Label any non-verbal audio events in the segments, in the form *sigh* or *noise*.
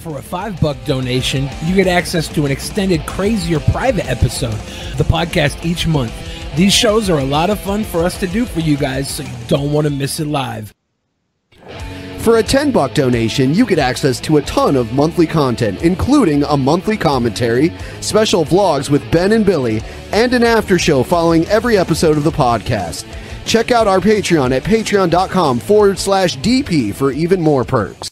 For a five buck donation, you get access to an extended, crazier private episode of the podcast each month. These shows are a lot of fun for us to do for you guys, so you don't want to miss it live. For a 10 buck donation, you get access to a ton of monthly content, including a monthly commentary, special vlogs with Ben and Billy, and an after show following every episode of the podcast. Check out our Patreon at patreon.com forward slash DP for even more perks.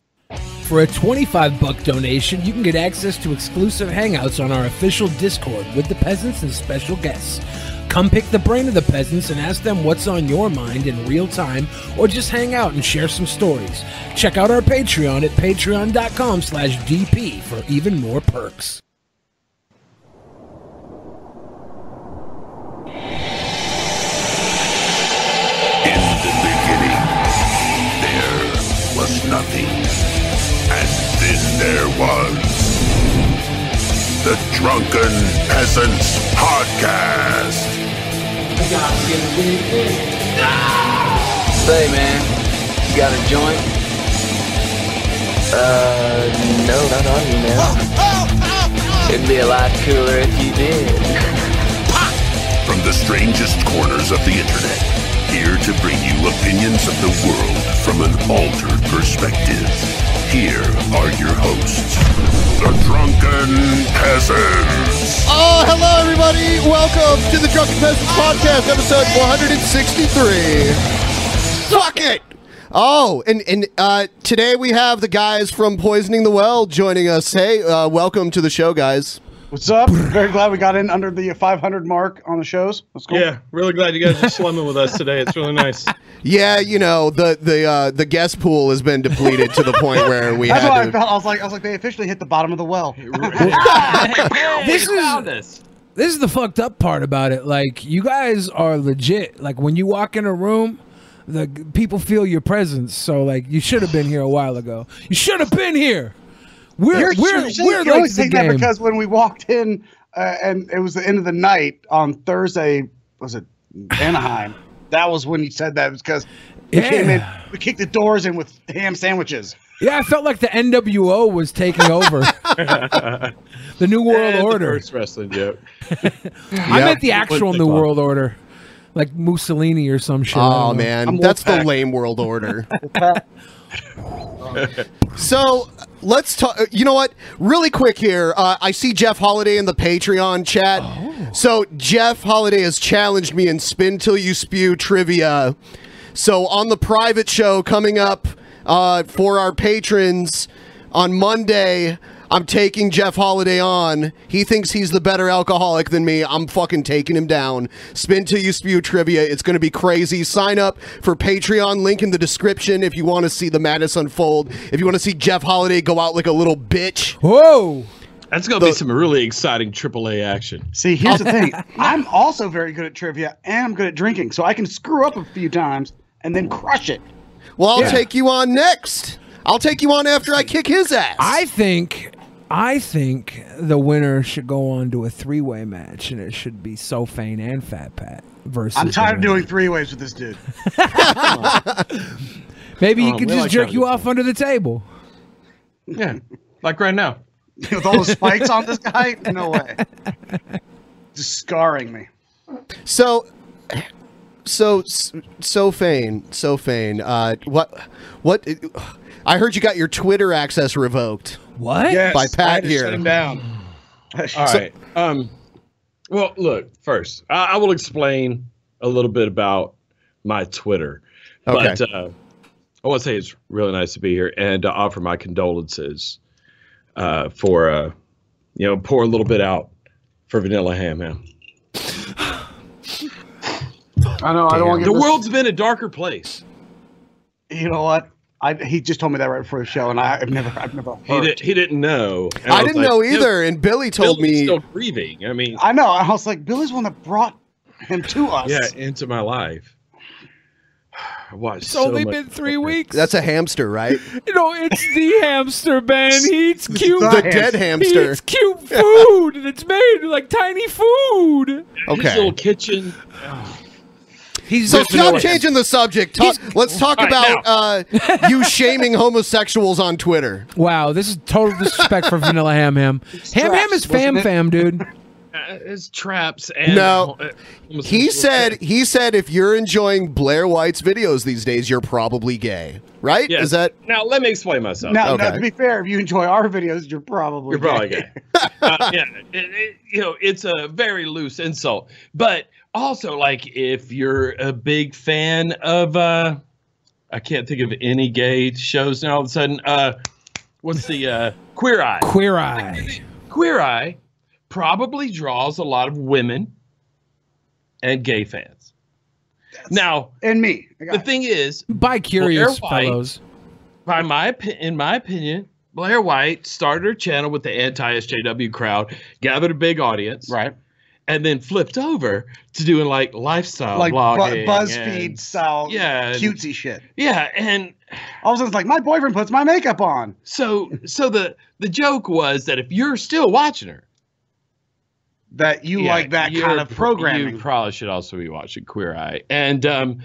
For a 25 buck donation, you can get access to exclusive hangouts on our official Discord with the peasants and special guests. Come pick the brain of the peasants and ask them what's on your mind in real time, or just hang out and share some stories. Check out our Patreon at patreon.com slash DP for even more perks. In the beginning, there was nothing. And then there was the Drunken Peasants Podcast. Say, man, you got a joint? Uh, no, not on you, man. It'd be a lot cooler if you did. From the strangest corners of the internet, here to bring you opinions of the world from an altered perspective. Here are your hosts, the Drunken Peasants. Oh, hello, everybody. Welcome to the Drunken Peasants Podcast, episode 163. Fuck it. Oh, and, and uh, today we have the guys from Poisoning the Well joining us. Hey, uh, welcome to the show, guys. What's up? Very glad we got in under the 500 mark on the shows. That's cool. Yeah, *laughs* really glad you guys are slumming with us today. *laughs* It's really nice. Yeah, you know the the uh, the guest pool has been depleted to the point where *laughs* we That's what had I to. felt. I was like, I was like, they officially hit the bottom of the well. This is this is the fucked up part about it. Like you guys are legit. Like when you walk in a room, the g- people feel your presence. So like you should have been here a while ago. You should have been here. We're You're, we're you're saying- we're you're like always the saying that game. because when we walked in, uh, and it was the end of the night on Thursday, was it Anaheim? that was when you said that because we came in, Yeah. we kicked the doors in with ham sandwiches. yeah, I felt like the NWO was taking over. the New World And the Order. first wrestling joke. I meant the actual What they New call it. World Order, like Mussolini or some shit. I don't Oh know. man, I'm that's the Wolfpack. lame world *laughs* order. so let's talk. You know what? Really quick here. Uh, I see Jeff Holiday in the Patreon chat. So Jeff Holiday has challenged me in spin till you spew trivia. So on the private show coming up uh, for our patrons on Monday. I'm taking Jeff Holiday on. He thinks he's the better alcoholic than me. I'm fucking taking him down. Spin till you spew trivia. It's going to be crazy. Sign up for Patreon. Link in the description if you want to see the madness unfold. If you want to see Jeff Holiday go out like a little bitch. Whoa. That's gonna be some really exciting AAA action. See, here's the thing. I'm also very good at trivia, and I'm good at drinking, so I can screw up a few times and then crush it. Well, I'll take you on next. I'll take you on after I kick his ass. I think I think the winner should go on to a three way match and it should be Sofain and Fat Pat versus I'm tired of the winner. doing three ways with this dude. Maybe he Oh, could we just like jerk that you one. off under the table. *laughs* Yeah. Like right now. *laughs* With all the spikes on this guy? *laughs* No way. Just scarring me. So, so, so Fane, so Fane, uh, what, what, I heard you got your Twitter access revoked. What? Yes, By I Pat had to here. Shut him down. All right. Um, well, look. First, I, I will explain a little bit about my Twitter, Okay. but uh, I want to say it's really nice to be here and to offer my condolences uh, for uh, you know pour a little bit out for Vanilla Ham. Man. I know. I don't want to The get this- world's been a darker place. You know what? I, he just told me that right before the show, and I, I've never, I've never He, heard. did, he didn't know. And I was didn't like, know "Yo, either, and Billy told Billy's me. still grieving. I mean, I know. I was like, Billy's the one that brought him to us. yeah, into my life. *sighs* I watched It's so only much been three porn. weeks. That's a hamster, right? you know, it's the hamster man. He eats cute. The dead he hamster. eats cute food, and it's made like tiny food. His Okay. little kitchen. He's So stop changing the subject. Talk, let's talk All right, about *laughs* uh, you shaming homosexuals on Twitter. Wow, this is total disrespect for Vanilla Ham Ham. Ham trash, Ham is wasn't fam it? fam, dude. uh, his traps and No. uh, almost- He said he said if you're enjoying Blair White's videos these days, you're probably gay, right? Yes. Is that now let me explain myself Now, now, Okay. to be fair, if you enjoy our videos, you're probably you're probably gay Uh, yeah it- it- you know it's a very loose insult but also like if you're a big fan of uh i can't think of any gay shows now all of a sudden uh what's the uh queer eye Queer Eye. queer eye probably draws a lot of women and gay fans now And me. I got the it. thing is Bi Well, curious they're white. fellows. by my opi- in my opinion, Blair White started her channel with the anti SJW crowd, gathered a big audience, right. and then flipped over to doing like lifestyle *laughs* Like bu- blogging BuzzFeed and- style yeah, cutesy shit. yeah, and All of a sudden, it's like, my boyfriend puts my makeup on. so so the the joke was that if you're still watching her, That you yeah, like that you're- kind of programming. you probably should also be watching Queer Eye. And um,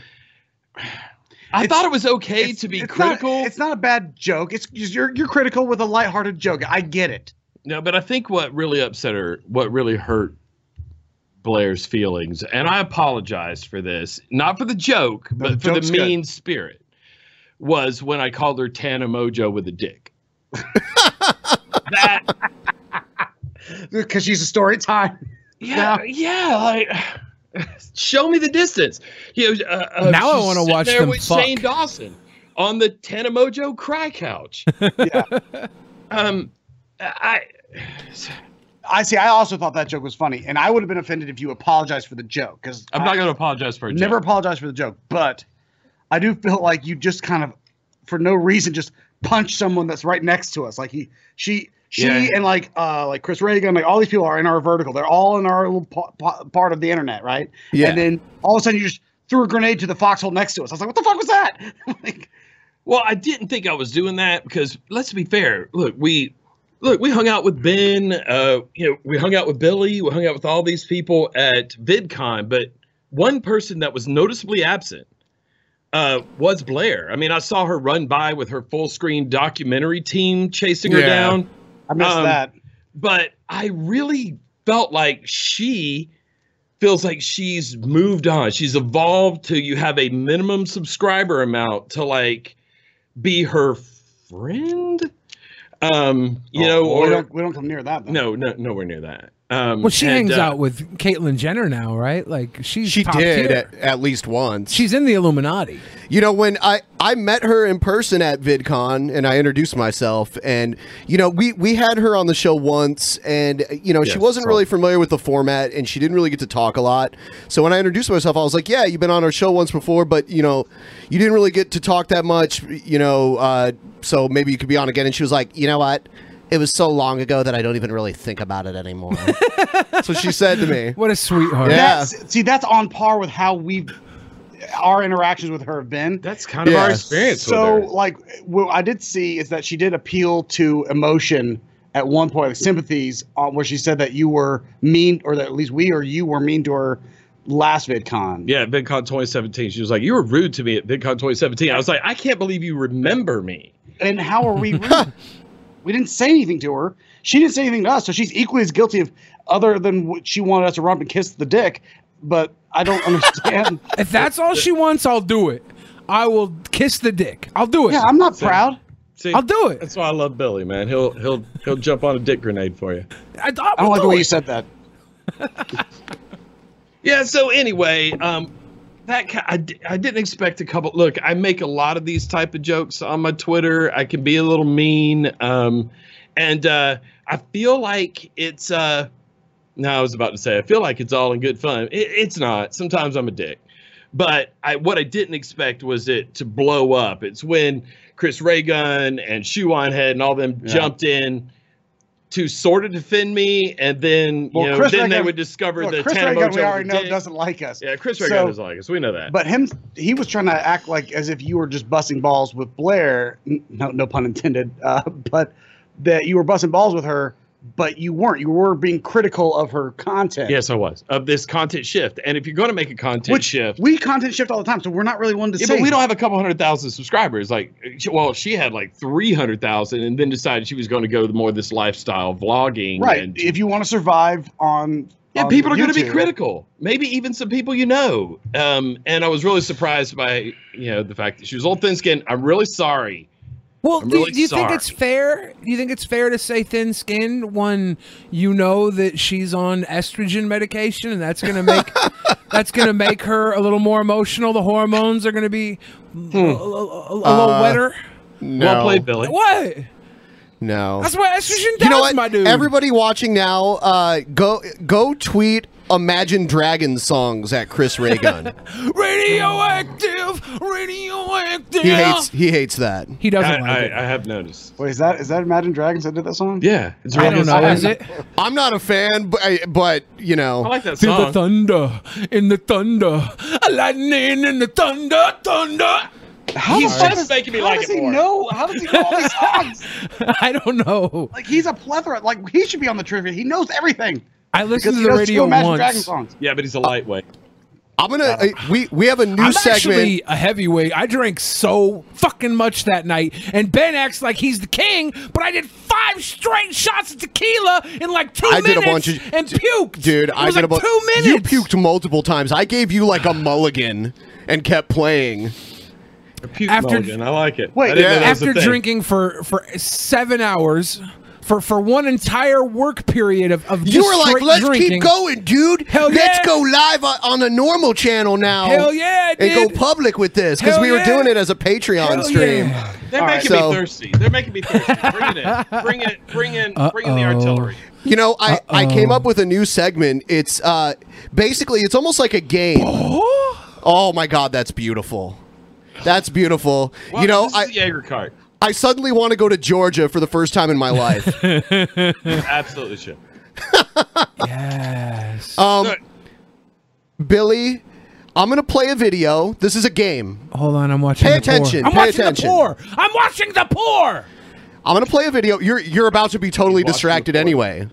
I thought it was okay to be not- critical. it's not a bad joke. It's just you're you're critical with a lighthearted joke. I get it. No, but I think what really upset her, what really hurt Blair's feelings, and I apologize for this, not for the joke, No, but the for the joke's good. mean spirit, was when I called her Tana Mojo with a *laughs* dick. that, Because she's a story time. yeah, yeah, like. Show me the distance. You know, uh, uh, Now I she's wanna sitting watch there them with fuck. Shane Dawson on the Tana Mojo cry *laughs* couch. Um, I I see. I also thought that joke was funny, and I would have been offended if you apologized for the joke. Because I'm not going to apologize for a joke. never apologize for the joke, but I do feel like you just kind of, for no reason, just punch someone that's right next to us. Like he, she, she, Yeah. and like uh like Chris Reagan, like all these people are in our vertical. They're all in our little pa- pa- part of the internet, right? Yeah. And then all of a sudden, you just threw a grenade to the foxhole next to us. I was like, what the fuck was that? like, Well, I didn't think I was doing that because let's be fair. Look, we look, we hung out with Ben, uh, you know, we hung out with Billy, we hung out with all these people at VidCon, but one person that was noticeably absent uh, was Blair. I mean, I saw her run by with her full screen documentary team chasing her Yeah. down, I missed Um, that. but I really felt like she feels like she's moved on. She's evolved to you have a minimum subscriber amount to like be her friend. Um, you know, Oh, Well, we or don't we don't come near that. Though. no, no, nowhere near that. Um, Well, she and, hangs uh, out with Caitlyn Jenner now, right? Like she's she top did tier. at, at least once? She's in the Illuminati. You know, when I, I met her in person at VidCon and I introduced myself, and, you know, we, we had her on the show once, and, you know, she Yes, wasn't so- really familiar with the format and she didn't really get to talk a lot. So when I introduced myself, I was like, yeah, you've been on our show once before, but, you know, you didn't really get to talk that much, you know, uh, so maybe you could be on again. And she was like, you know what? It was so long ago that I don't even really think about *laughs* it anymore. so she said to me. What a sweetheart. Yeah. That's, see, that's on par with how we, our interactions with her have been. That's kind of our Yeah, experience. so with her. like what i did see is that she did appeal to emotion at one point like sympathies on where she said that you were mean or that at least we or you were mean to her last vidcon yeah, at VidCon 2017, she was like, "You were rude to me at VidCon 2017." I was like, "I can't believe you remember me." *laughs* and how are we rude? We didn't say anything to her. She didn't say anything to us, so she's equally as guilty of other than what she wanted us to romp and kiss the dick. But I *laughs* don't understand. If that's all she wants, I'll do it. I will kiss the dick. I'll do it. yeah, I'm not proud. See, I'll do it. That's why I love Billy, man. He'll he'll he'll jump on a dick grenade for you. I, I don't like the way you said that. *laughs* Yeah. So anyway, um, that ki- I, di- I didn't expect a couple. Look, I make a lot of these type of jokes on my Twitter. I can be a little mean, um, and uh, I feel like it's. Uh, no, I was about to say I feel like it's all in good fun. It, it's not. Sometimes I'm a dick, but I what I didn't expect was it to blow up. It's when Chris Raygun and Shoe on Head and all them jumped in. To sort of defend me, and then Well, you know, Chris then they Raygun- would discover Well, the Chris Tanamo Reagan, we Jones already know, did. doesn't like us. Yeah, Chris So- Reagan is like us. We know that. But him, he was trying to act like as if you were just busting balls with Blair. n- No, no pun intended. Uh, but that you were busting balls with her, but you weren't. You were being critical of her content. yes, I was of this content shift. And if you're going to make a content which shift, we content shift all the time, so we're not really one to yeah, say. but we don't have a couple hundred thousand subscribers. Like, she- well, she had like three hundred thousand, and then decided she was going to go more this lifestyle vlogging. right. And, if you want to survive on, yeah, on people are going to be YouTube, critical. Maybe even some people you know. Um, and I was really surprised by you know the fact that she was old, thin skinned. I'm really sorry. Well, I'm do, really do you think sorry. it's fair? Do you think it's fair to say thin skinned when you know that she's on estrogen medication and that's gonna make that's gonna make her a little more emotional? The hormones are gonna be a, a- a- a little Uh, wetter. No. Well played, Billy. What? No. That's *laughs* what estrogen does, you know what? my dude. Everybody watching now, uh, go go tweet Imagine Dragons songs at Chris Raygun. radioactive, radioactive. he hates he hates that. He I, doesn't like it. I, I have noticed. Wait, is that is that Imagine Dragons that did that song? Yeah, it's I really good don't know. song. *laughs* Is it? I'm not a fan, but, but you I know, like that Feel song. the thunder in the thunder, *laughs* lightning in the thunder, thunder. How He's the fuck just does- making me how like does it he more. know? How does he know all these songs? I don't know. Like he's a plethora. Like he should be on the trivia. He knows everything. I Because listened to he the knows two radio Imagine once. Uh, Dragons songs. Yeah, but he's a lightweight. I'm gonna uh, we we have a new I'm segment. actually a heavyweight. I drank so fucking much that night, and Ben acts like he's the king, but I did five straight shots of tequila in like two I minutes did a bunch of and puked. dude. It I was did like a bu- two minutes. You puked multiple times. I gave you like a mulligan and kept playing. Puke After- mulligan, I like it. Wait, I didn't yeah. know that was a after thing. drinking for for seven hours. For, for one entire work period of, of You just were like, straight "Let's drinking. keep going, dude. Hell Let's yeah." go live on, on a normal channel now. Hell yeah, and go dude. public with this because Hell we were yeah. doing it as a Patreon Hell stream. yeah. They're All right, making so- me thirsty. They're making me thirsty. Bring it in. Bring it. Bring in. uh, Bring in the Uh-oh. artillery. You know, I I came up with a new segment. It's uh basically it's almost like *gasps* a game. Oh my god, that's beautiful. That's beautiful. Well, you know, this I, is the Jaeger cart. I suddenly want to go to Georgia for the first time in my life. *laughs* *laughs* Absolutely should. *laughs* Yes. Um, Look, Billy, I'm gonna play a video. This is a game. Hold on, I'm watching. Pay the poor. attention, I'm pay watching attention. the poor. I'm watching the poor. I'm gonna play a video. You're you're about to be totally Watch distracted the board. anyway.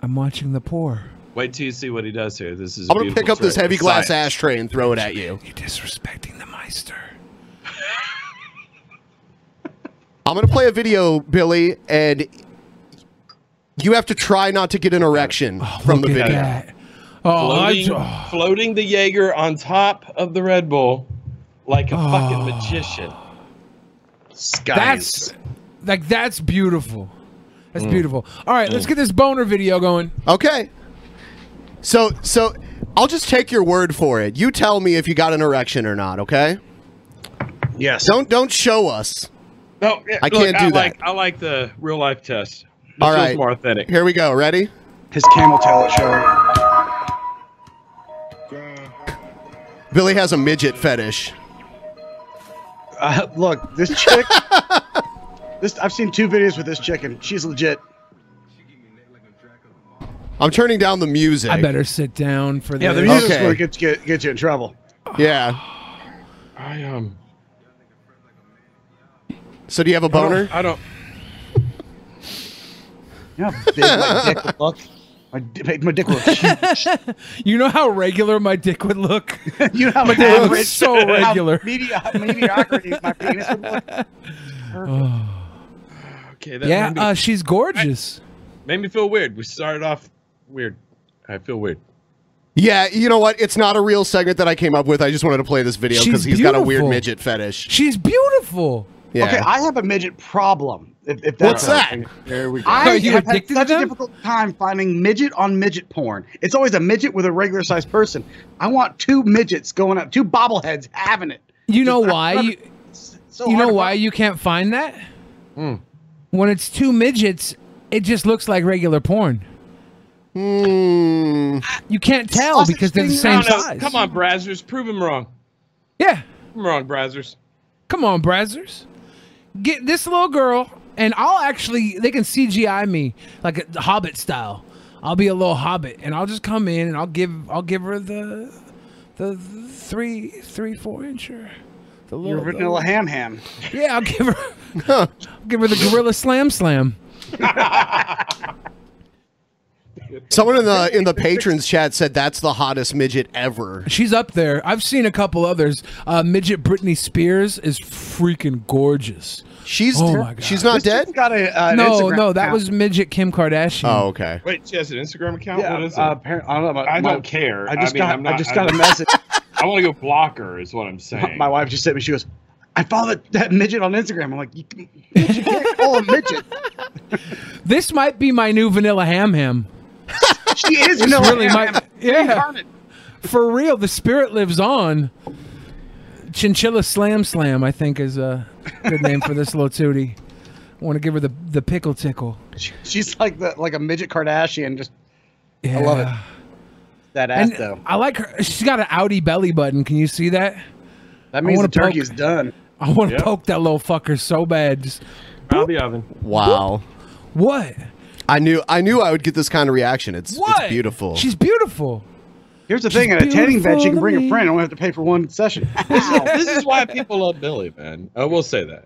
I'm watching the poor. wait till you see what he does here. This is. I'm gonna pick beautiful up this trick. heavy glass Science. ashtray and throw it at you. You're disrespecting the Meister. I'm gonna play a video, Billy, and you have to try not to get an erection from the Look at video. that. Oh, I, Floating, oh, floating the Jaeger on top of the Red Bull, like a fucking magician. Oh. that's like that's beautiful. That's Mm. beautiful. All right, let's get this boner video going. Okay. So so I'll just take your word for it. You tell me if you got an erection or not, okay? Yes. Don't don't show us. No, yeah, I look, can't do I that. Like, I like the real life test. This All feels right. more *laughs* authentic. Here we go. Ready? his camel toe show. Billy has a midget fetish. Uh, look, this *laughs* chick. this I've seen two videos with this chick, and she's legit. I'm turning down the music. I better sit down for Yeah, the this. music's Okay. going to get, get get you in trouble. Yeah. I um. So do you have a boner? I don't. Yeah, big my dick *laughs* would look. My, di- my, my dick would look huge. *laughs* You know how regular my dick would look. *laughs* you know how my dick average, looks so how regular. *sighs* medi- how mediocrity my penis would look. Okay, that yeah, made, me, uh, she's gorgeous. made me feel weird. We started off weird. I feel weird. Yeah, you know what? It's not a real segment that I came up with. I just wanted to play this video because She's he's got a weird beautiful. midget fetish. She's beautiful. Yeah. Okay, I have a midget problem. If, if What's that's a that? thing. I Are you have had addicted to such a them? difficult time finding midget on midget porn. It's always a midget with a regular sized person. I want two midgets going up, two bobbleheads having it. You know Just- I why? love You, it. It's so you hard know to why find. you can't find that? Hmm. When it's two midgets, it just looks like regular porn. Mm, You can't tell Sausage because they're the fingers. Hmm. I same don't know. size. Come on, Brazzers. Prove him wrong. Yeah. Prove him wrong, Brazzers. Come on, Brazzers. Get this little girl, and I'll actually, they can CGI me like a hobbit style. I'll be a little hobbit, and I'll just come in and I'll give I'll give her the the three three four incher. The Your little, vanilla *laughs* ham ham. yeah, I'll give her I'll *laughs* give her the gorilla *laughs* slam slam. someone in the in the patrons chat said that's the hottest midget ever. She's up there. I've seen a couple others. Uh, midget Britney Spears is freaking gorgeous. She's Oh my God. she's not dead. It's got a uh, an no, Instagram no, that account. was midget Kim Kardashian. *laughs* Oh, okay. Wait, she has an Instagram account? Yeah, what is it? uh, apparent- I don't know. My, I my- don't care. I just mean, got. I'm not, I just I- got a *laughs* message. I want to go block her. Is what I'm my, saying. my wife just sent me. She goes, "I follow that, that midget on Instagram." I'm like, "You, can, you can't call Oh, a midget. *laughs* This might be my new Vanilla Ham Ham. She is no really ham, might- ham. yeah. Incarnate. For real, the spirit lives on. Chinchilla Slam Slam, I think, is a good name for this little tootie. I want to give her the, the pickle tickle. She- She's like the like a midget Kardashian. Just Yeah. I love it. That ass And though. I like her. She's got an outie belly button. Can you see that? That means the wanna turkey is poke- done. I want to Yep. poke that little fucker so bad. Just, Out the oven. Wow. what? I knew I knew I would get this kind of reaction. It's What? it's beautiful. She's beautiful. Here's the thing: at a tanning *laughs* bed, you can beautiful bring to a me. friend. You only have to pay for one *laughs* session. this is why people love Billy, man. I will say that.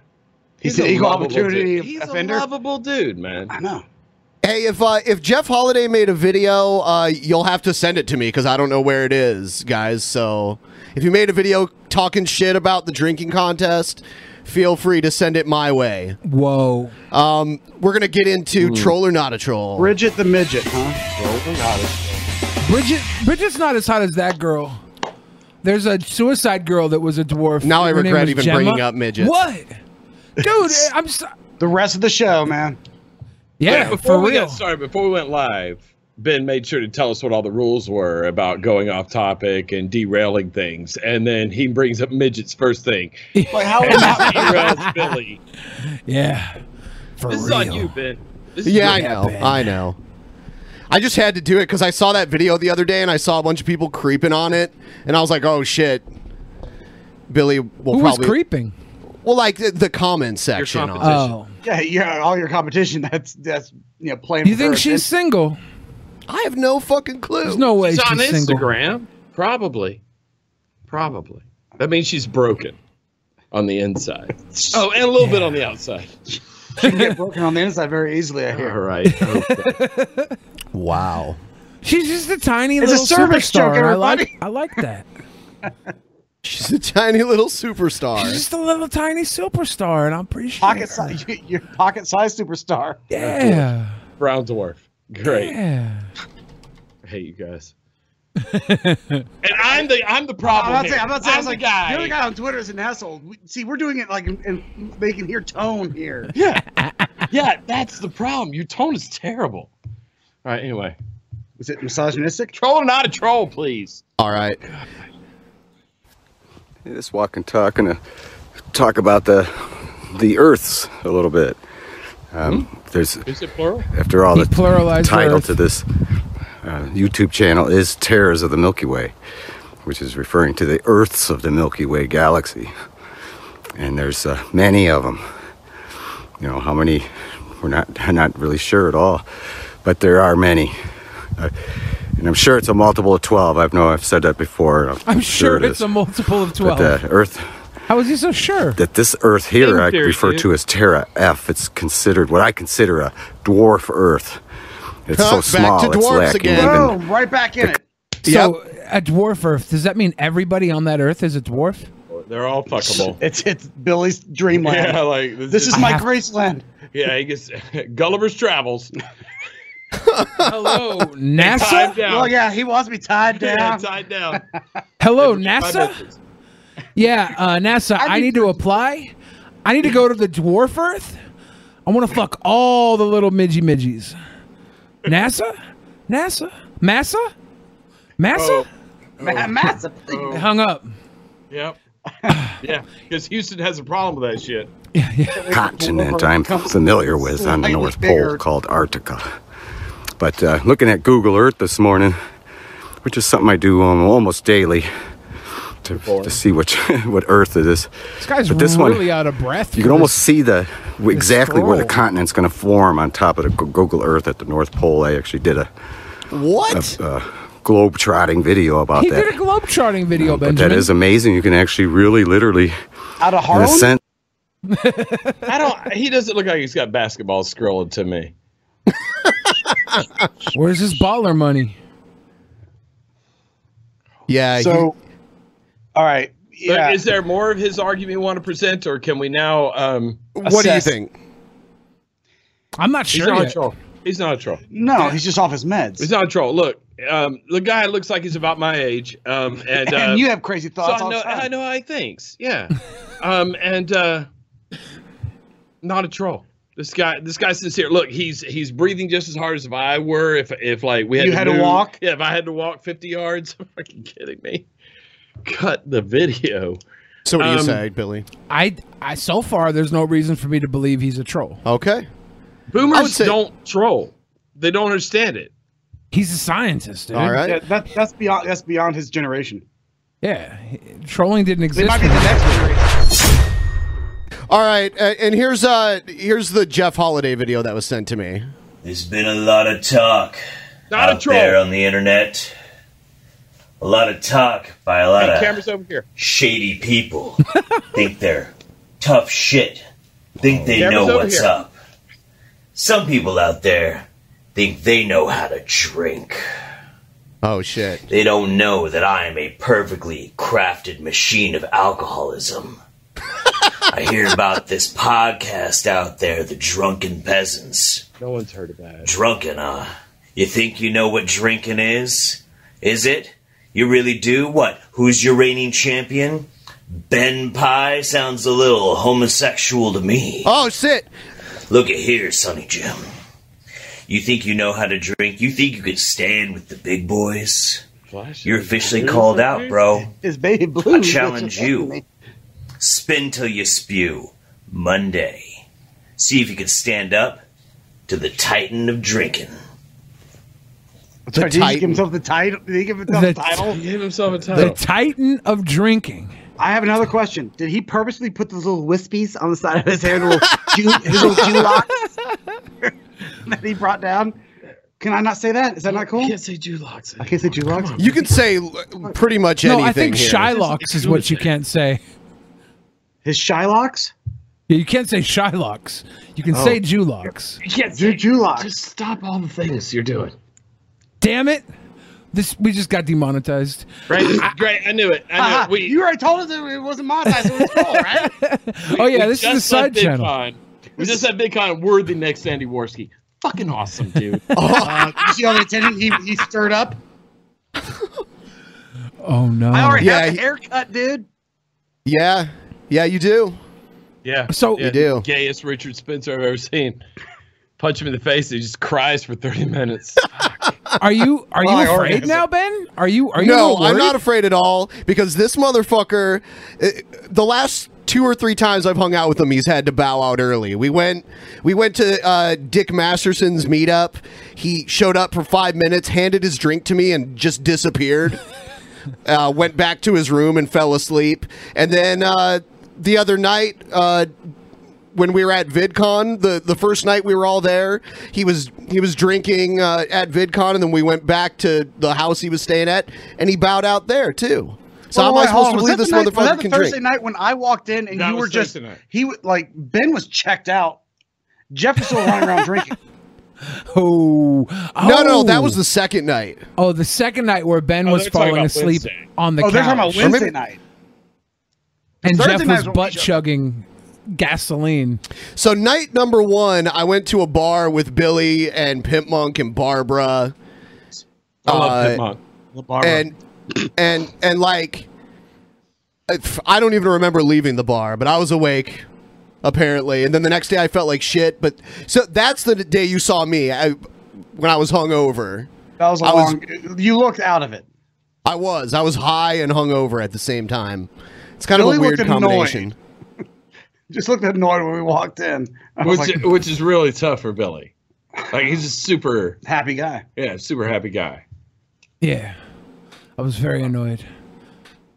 He's an equal lovable opportunity dude. He's offender. a lovable dude, man. I know. Hey, if uh, if Jeff Holiday made a video, uh, you'll have to send it to me because I don't know where it is, guys. So if you made a video talking shit about the drinking contest, feel free to send it my way. Whoa. Um, we're gonna get into troll or not a troll. Bridget the midget, huh? Bridget Bridget's not as hot as that girl. There's a suicide girl that was a dwarf. Now I Her name regret was even Gemma. bringing up midgets. What? Dude, *laughs* I'm so- The rest of the show, man. Wait, Yeah, before for we real. got started, before we went live, Ben made sure to tell us what all the rules were about going off topic and derailing things, and then he brings up midgets first *laughs* thing. Like how? And he derails Billy. Yeah. For This is real. on you, Ben. This is Yeah, your I know. I know. I just had to do it because I saw that video the other day and I saw a bunch of people creeping on it, and I was like, "Oh shit." Billy will Who was probably creeping? well, like the, the comment section. on it. competition. Oh. Yeah, yeah. All your competition. That's that's you know playing. You for think first. she's single? I have no fucking clue. There's no way She's she's on single. Instagram. Probably. Probably. That means she's broken on the inside. Oh, and a little bit on the outside. she *laughs* can get broken on the inside very easily? I All hear. right. okay. *laughs* Wow. She's just a tiny It's a little service superstar. joke, and I everybody. like I like that. *laughs* She's a tiny little She's superstar. just a little tiny superstar, and I'm pretty sure. Pocket size, *laughs* your pocket size superstar. Yeah. Brown dwarf. Great. Yeah. I hate you guys. and I'm the I'm the problem. I'm not here. saying. I'm not saying. the like, guy. The other guy on Twitter is an asshole. We, see, we're doing it like, in, in, they can hear tone here. Yeah. *laughs* yeah, that's the problem. Your tone is terrible. All right, anyway. Is it misogynistic? Troll or not a troll, please. All right. Hey, This walk and talk going to talk about the the Earths a little bit. Um, There's Hmm? Is it plural? after all He the pluralized title Earth. to this uh, YouTube channel is "Terrors of the Milky Way," which is referring to the Earths of the Milky Way galaxy, and there's uh, many of them. You know how many? We're not *laughs* not really sure at all, but there are many. Uh, and I'm sure it's a multiple of 12. I know I've said that before. and I'm sure, it it's is. a multiple of But uh, twelve. the Earth How is he so sure? that this Earth here Game I theory, refer dude. to as Terra F. It's considered what I consider a dwarf Earth. It's Huh, so back to small, it's dwarfs lacking again. even. Boom! Right back in it. So a dwarf Earth. Does that mean everybody on that Earth is a dwarf? They're all fuckable. *laughs* It's it's Billy's dreamland. yeah, like This is I my have- Graceland. yeah, *laughs* he gets Gulliver's *laughs* Travels. Hello, Tie him NASA. down. Well, yeah, he wants me *laughs* tied down. Yeah, tied down. Hello, My NASA. message. Yeah, uh, NASA. I need to apply. I need to go to the dwarf Earth. I want to fuck all the little midgy midgies. NASA, NASA, Massa, Massa. Ma- massively. It Hung up. *sighs* Yep. yeah, because Houston has a problem with that shit. continent I'm familiar with on the slightly North bigger. Pole called Antarctica. But uh, looking at Google Earth this morning, which is something I do um, almost daily to, to see which *laughs* what Earth it is. This guy's but this really one, out of breath. you can almost see the w- exactly where the scroll. continent's going to form on top of the Go- Google Earth at the North Pole. I actually did a, What? a globe trotting video about He that. did a globetrotting video, but Benjamin. that is amazing. You can actually really, literally, Out of in a Harlem? sense, I don't. Oh, He doesn't look like he's got basketball scrolling to me. *laughs* Where's his baller money? Yeah. he- so, all right. But Yeah. is there more of his argument you want to present, or can we now? Um, what do you assess- think? I'm not He's sure. not a yet. troll. He's not a troll. no, he's just off his meds. He's not a troll. Look, um, the guy looks like he's about my age. Um, and, uh, *laughs* and you have crazy so thoughts. I all the know, time. I know how he thinks. Yeah. um, and uh, not a troll. This guy, this guy's sincere. Look, he's he's breathing just as hard as if I were. If if like we had You to had to move- walk? Yeah, if I had to walk fifty yards, *laughs* are you fucking kidding me. Cut the video. So what do you Um, say, Billy? I, I so far there's no reason for me to believe he's a troll. Okay. I would Boomers say- don't troll. They don't understand it. He's a scientist, dude. All right. Yeah, that, that's beyond that's beyond his generation. Yeah, trolling didn't They exist. might be the next generation. All right. Uh, and here's uh here's the Jeff Holiday video that was sent to me. There's been a lot of talk Not a out there troll. on the internet. A lot of talk by a lot Hey, of cameras over here. shady people. *laughs* think they're tough shit. Think they Cameras know over what's here. up. Some people out there think they know how to drink. Oh shit. They don't know that I am a perfectly crafted machine of alcoholism. I hear about this podcast out there, The Drunken Peasants. No one's heard of that. Drunken, huh? You think you know what drinking is? Is it? You really do? What? Who's your reigning champion? Ben Pie sounds a little homosexual to me. Oh shit. Look at here, Sonny Jim. You think you know how to drink? You think you could stand with the big boys? You're officially called out, bro. His baby blue. I challenge you. Spin till you spew. Monday. See if you can stand up to the titan of drinking. Sorry, did he just Titan. give himself the title? Did he give himself The the title? He gave himself a the title. Titan of drinking. I have another question. Did he purposely put those little wispies on the side of his hair, the little Jew, his little *laughs* Jew locks that he brought down? Can I not say that? Is that not cool? I can't say Jew locks. I can't say Jew locks. You can say l- pretty much No, anything. I think here. Shylocks is what you can't say. His Shylocks? Yeah, you can't say Shylocks. You can say Oh. Julocks. You can't Jew say Jew locks. Just stop all the things you're doing. Damn it! This we just got demonetized. Right? Great. I knew it. *laughs* I Aha, knew it. We, you already told us that it wasn't monetized, so it's cool, right? oh yeah, we this is just the side let channel. VidCon- We just had VidCon We're the next Andy Worski. Fucking awesome, dude. Uh, you see how the attendant he, he stirred up? Oh no. I already Yeah, have he- a haircut, dude. Yeah. Yeah, you do. yeah. So- yeah, You do. Gayest Richard Spencer I've ever seen. Punch him in the face. He just cries for 30 minutes. Are you are Well, I you already afraid have now, Ben? Are you are you a no, little I'm worried? not afraid at all because this motherfucker. uh, The last two or three times I've hung out with him, he's had to bow out early. We went, we went to uh, Dick Masterson's meetup. He showed up for five minutes, handed his drink to me, and just *laughs* disappeared. uh, went back to his room and fell asleep. And then uh, the other night. Uh, when we were at VidCon, the, the first night we were all there, he was he was drinking uh, at VidCon, and then we went back to the house he was staying at, and he bowed out there too. So how am I supposed to believe this night, was that motherfucker the can Thursday drink? night when I walked in and That you was were just Thursday night. he w- like Ben was checked out. Jeff was still running around drinking. Oh, No, no, that Oh. was the second night. Oh, the second night where Ben Oh, was they're talking falling about asleep Wednesday. on the Oh, they're couch, talking about Wednesday night. and Thursday Jeff night was is when we butt showed up. chugging gasoline. So night number one, I went to a bar with Billy and Pimp Monk and Barbara. Uh, I love Pimp Monk. Love Barbara. And and and like, if- I don't even remember leaving the bar, but I was awake apparently. And then the next day, I felt like shit. But so that's the day you saw me I, when I was hungover. That was a I long. you looked out of it. I was. I was high and hungover at the same time. It's kind Billy of a looked weird annoyed. combination. *laughs* Just looked annoyed when we walked in. I was which, like, which is really tough for Billy. Like he's a super happy guy. Yeah, super happy guy. Yeah. I was very annoyed.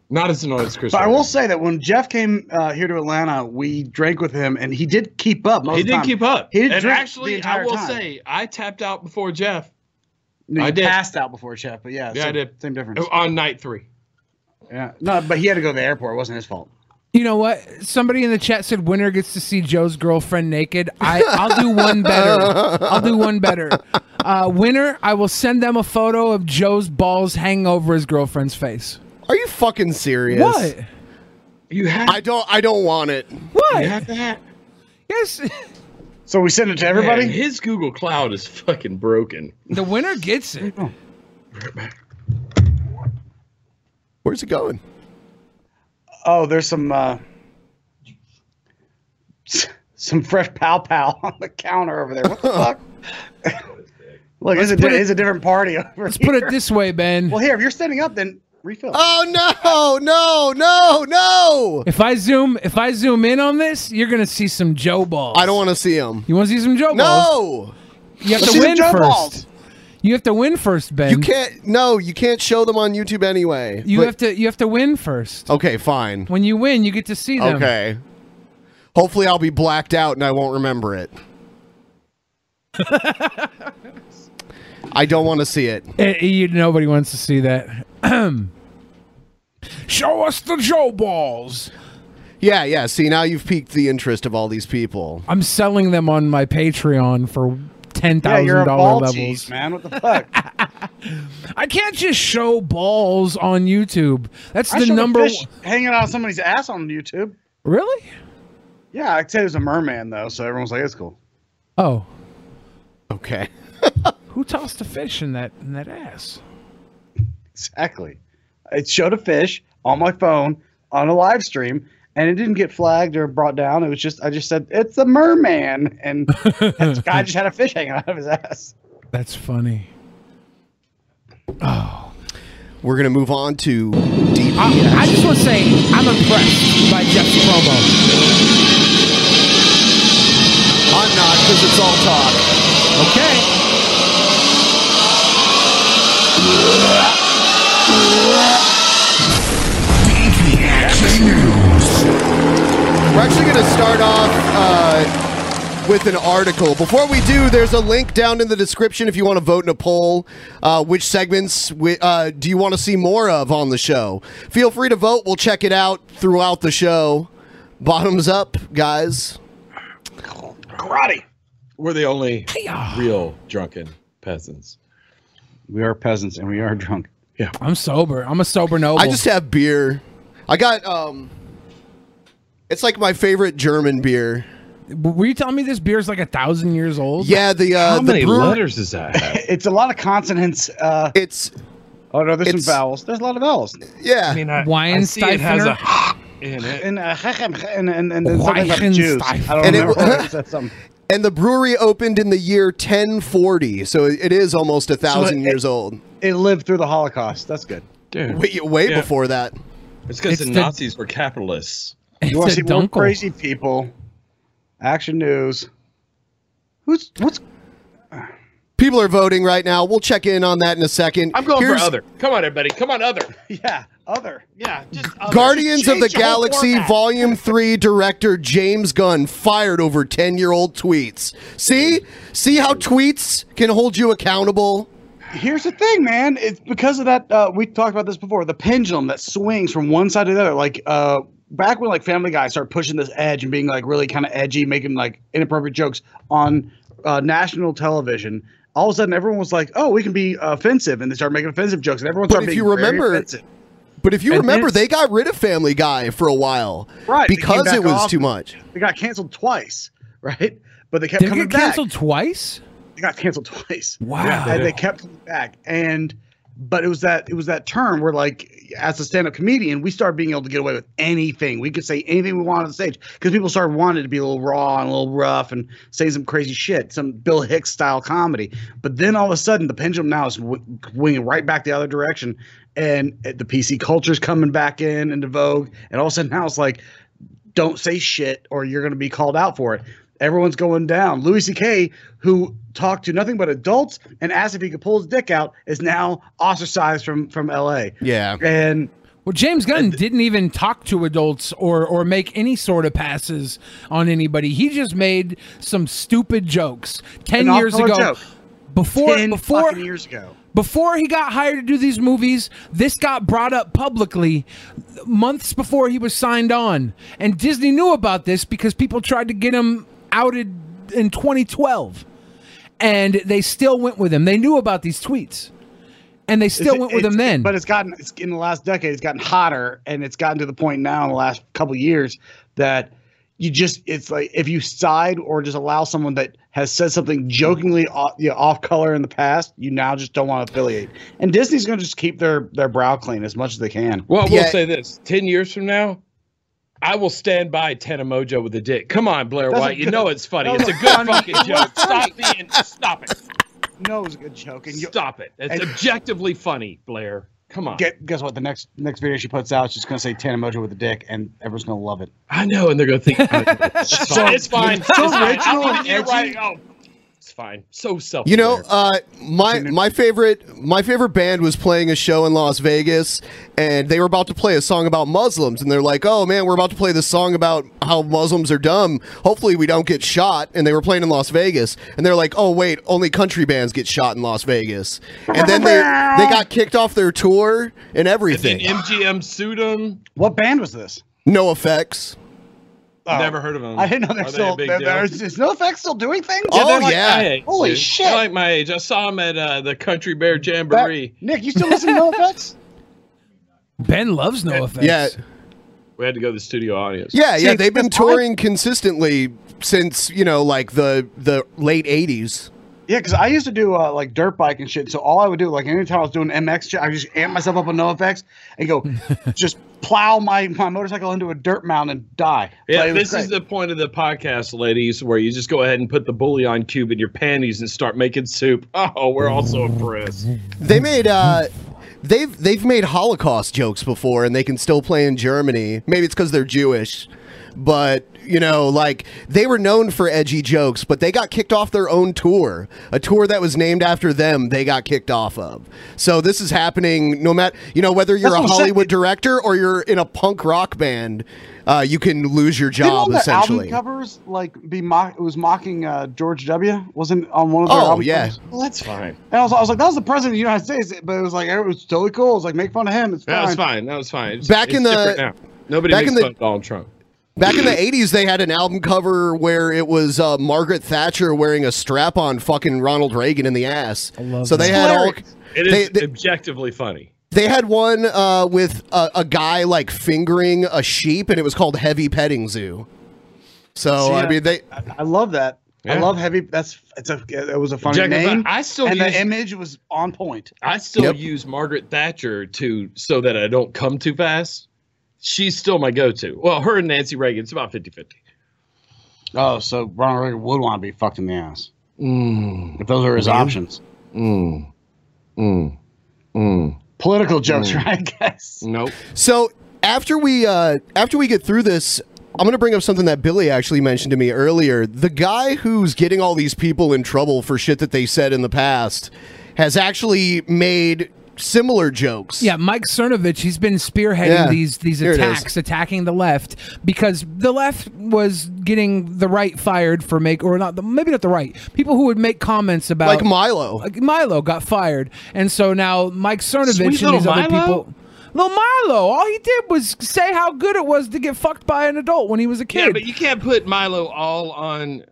Not as annoyed as Chris. But I will say that when Jeff came uh, here to Atlanta, we drank with him, and he did keep up. Most He of the didn't time. keep up. He didn't and drink the actually, I entire will time. say, I tapped out before Jeff. No, you I did. passed out before Jeff, but yeah, Yeah, same, I did. Oh, Same difference. On night three. Yeah, no, but he had to go to the airport. It wasn't his fault. You know what? Somebody in the chat said winner gets to see Joe's girlfriend naked. I, I'll do one better. I'll do one better. Uh, winner, I will send them a photo of Joe's balls hanging over his girlfriend's face. Are you fucking serious? What? You have. I don't. I don't want it. What? You have to have- Yes. *laughs* So we send it to Man, everybody. his Google Cloud is fucking broken. The winner gets it. Where's it going? Oh, there's some uh, *laughs* s- some fresh pow pow *laughs* on the counter over there. What the *laughs* fuck? Look, it's a, di- put it- it's a different party over Let's put it this way, Ben. Well, here, if you're standing up, then refill. Oh no! No! No! No! If I zoom, if I zoom in on this, you're gonna see some Joe balls. I don't want to see him. You want to see some Joe balls? No! You have Let's to see some win Joe first. balls. You have to win first, Ben. You can't. No, you can't show them on YouTube anyway. You have to. You have to win first. Okay, fine. When you win, you get to see them. Okay. Hopefully, I'll be blacked out and I won't remember *laughs* it. I don't want to see it. Eh, you, nobody wants to see that. *clears throat* Show us the Joe balls. Yeah, yeah. See, now you've piqued the interest of all these people. I'm selling them on my Patreon for ten yeah, thousand you're a dollar ball levels. cheese, man. What the fuck? *laughs* I can't just show balls on YouTube. That's I the showed a number. fish hanging out of somebody's ass on YouTube. one- Really? Yeah, I said it was a merman though, so everyone's like, "It's cool." Oh, Okay. who tossed a fish in that in that ass? *laughs* Exactly. It showed a fish on my phone on a live stream, and it didn't get flagged or brought down. It was just I just said it's a merman, *laughs* and that guy just had a fish hanging out of his ass. That's funny. Oh. We're gonna move on to DP. I just want to say I'm impressed by Jeff's promo. I'm not because it's all talk. Okay. We're actually going to start off uh, with an article. Before we do, there's a link down in the description if you want to vote in a poll. Uh, which segments wi- uh, do you want to see more of on the show? Feel free to vote. We'll check it out throughout the show. Bottoms up, guys. Karate. We're the only real drunken peasants. We are peasants, and we are drunk. I'm sober. I'm a sober noble. I just have beer. I got um. It's like my favorite German beer. Were you telling me this beer's like a thousand years old? Yeah, the uh, How the many brewer- letters does that have? *laughs* It's a lot of consonants. Uh, It's oh no, there's some It's- vowels. There's a lot of vowels. yeah. I, Weinsteiner. *gasps* in it. And uh, *laughs* and and, and, and something about Jews. I don't And it- remember. what it said something. And the brewery opened in the year 1040, so it is almost a thousand years old. It lived through the Holocaust. That's good. Dude, Way, way Yeah. before that. it's because It's the the- Nazis were capitalists. You want to It's see a more dunkel. crazy people? Action news. Who's what's? People are voting right now. We'll check in on that in a second. I'm going Here's for other. Come on, everybody. Come on, other. *laughs* Yeah, other. Yeah, just other. Guardians of the Change whole Galaxy format. Volume 3 director James Gunn fired over 10 year old tweets. See? See how tweets can hold you accountable? Here's the thing, man. It's because of that. Uh, we talked about this before. The pendulum that swings from one side to the other. Like uh, back when like Family Guy started pushing this edge and being like really kind of edgy, making like inappropriate jokes on uh, national television. All of a sudden, everyone was like, "Oh, we can be offensive," and they started making offensive jokes, and everyone But started if being you very remember- offensive. But if you And remember, this- they got rid of Family Guy for a while, right? they came Because back it was off. too much. They got canceled twice, *laughs* right? But they kept Did it coming get back. canceled twice. They got canceled twice. Wow. And they kept coming back, and but it was that it was that term where like as a stand-up comedian, we started being able to get away with anything. We could say anything we wanted on stage because people started wanting to be a little raw and a little rough and say some crazy shit, some Bill Hicks style comedy. But then all of a sudden, the pendulum now is w- swinging right back the other direction, and uh, the PC culture's coming back in into vogue, and all of a sudden now it's like don't say shit or you're going to be called out for it. Everyone's going down. Louis C.K., who talked to nothing but adults and asked if he could pull his dick out, is now ostracized from from L.A. Yeah. And well, James Gunn didn't even talk to adults or or make any sort of passes on anybody. He just made some stupid jokes ten An years off-color ago. joke. Before Ten before fucking years ago. Before he got hired to do these movies, this got brought up publicly months before he was signed on. And Disney knew about this because people tried to get him outed in 2012. And they still went with him. They knew about these tweets. And they still It's- went with it's- him then. But it's gotten it's in the last decade, it's gotten hotter, and it's gotten to the point now in the last couple of years that you just it's like if you side or just allow someone that has said something jokingly off, you know, off color in the past, you now just don't want to affiliate. And Disney's going to just keep their their brow clean as much as they can. Well, I will say this: ten years from now, I will stand by Tana Mojo with a dick. Come on, Blair That's a White. you good- know it's funny. that It's a was good funny. fucking *laughs* It was joke. Stop being. Stop it. No, it was a good joke. And you, Stop it. It's and- objectively funny, Blair. Come on. Get, guess what? The next next video she puts out, she's going to say Tana Mojo with a dick, and everyone's going to love it. I know, and they're going to think *laughs* it's fine. It's fine. So It's fine. original I'll and even do it right. edgy. Oh, it's fine. So self. You know, uh, my my favorite my favorite band was playing a show in Las Vegas, and they were about to play a song about Muslims, and they're like, "Oh man, we're about to play this song about how Muslims are dumb. Hopefully, we don't get shot." And they were playing in Las Vegas, and they're like, "Oh wait, only country bands get shot in Las Vegas." And then they they got kicked off their tour and everything. MGM sued him. What band was this? *laughs* No effects. Never heard of them. Oh. I didn't know Are they're they a still. big they're, deal? they're- is No Effects still doing things? Oh, they're like my age, Holy dude. shit! They're like my age. I saw him at uh, the Country Bear Jamboree. Nick, you still listen to No Effects? ben loves no effects. Yeah, We had to go to the studio audience. yeah, yeah. They've been touring consistently since you know, like *laughs* the the late '80s. Yeah, because I used to do uh, like dirt bike and shit. So all I would do, like anytime I was doing MX, shit, I would just amp myself up on no effects and *laughs* go, just plow my, my motorcycle into a dirt mountain and die. But Yeah, it was this is great. the point of the podcast, ladies, where you just go ahead and put the bouillon cube in your panties and start making soup. Oh, we're all so impressed. They made uh they've they've made Holocaust jokes before and they can still play in Germany. Maybe it's cuz they're Jewish. But, you know, like they were known for edgy jokes, but they got kicked off their own tour. A tour that was named after them, they got kicked off of. So this is happening no matter, you know, whether you're That's what a I'm saying. Hollywood director or you're in a punk rock band, uh, you can lose your Didn't job all the album essentially. covers like be mock? It was mocking uh, George W. Wasn't on one of their Oh, album yeah. covers? Well, that's fine. And I was, I was like, that was the president of the United States, but it was like it was totally cool. It was like make fun of him. It's fine. That was fine. That was fine. It's- Back it's in the- different now. nobody back makes in the- fun of Donald Trump. Back in the 80s, they had an album cover where it was uh, Margaret Thatcher wearing a strap on fucking Ronald Reagan in the ass. so they had all. It is they- objectively funny. They had one uh, with a, a guy like fingering a sheep, and it was called Heavy Petting Zoo. So, See, I mean, they. I, I love that. I Yeah. love heavy. That's it's a it was a funny Jack, name. I still and use- the image was on point. I still Yep. use Margaret Thatcher to so that I don't come too fast. She's still my go-to. Well, her and Nancy Reagan, it's about 50-50. Oh, so Ronald Reagan would want to be fucked in the ass. If those are his Really? options. Mm. Mm. Mm. Political jokes, Mm. right? I guess. Nope. So after we uh, after we get through this, I'm going to bring up something that Billy actually mentioned to me earlier. The guy who's getting all these people in trouble for shit that they said in the past has actually made similar jokes. Yeah, Mike Cernovich, he's been spearheading Yeah. these these Here it is. attacks, attacking the left because the left was getting the right fired for make or not the, maybe not the right people who would make comments about Like Milo. Like Milo got fired, and so now Mike Cernovich Sweet and little these other Milo? people. Little Milo, all he did was say how good it was to get fucked by an adult when he was a kid. Yeah, but you can't put Milo all on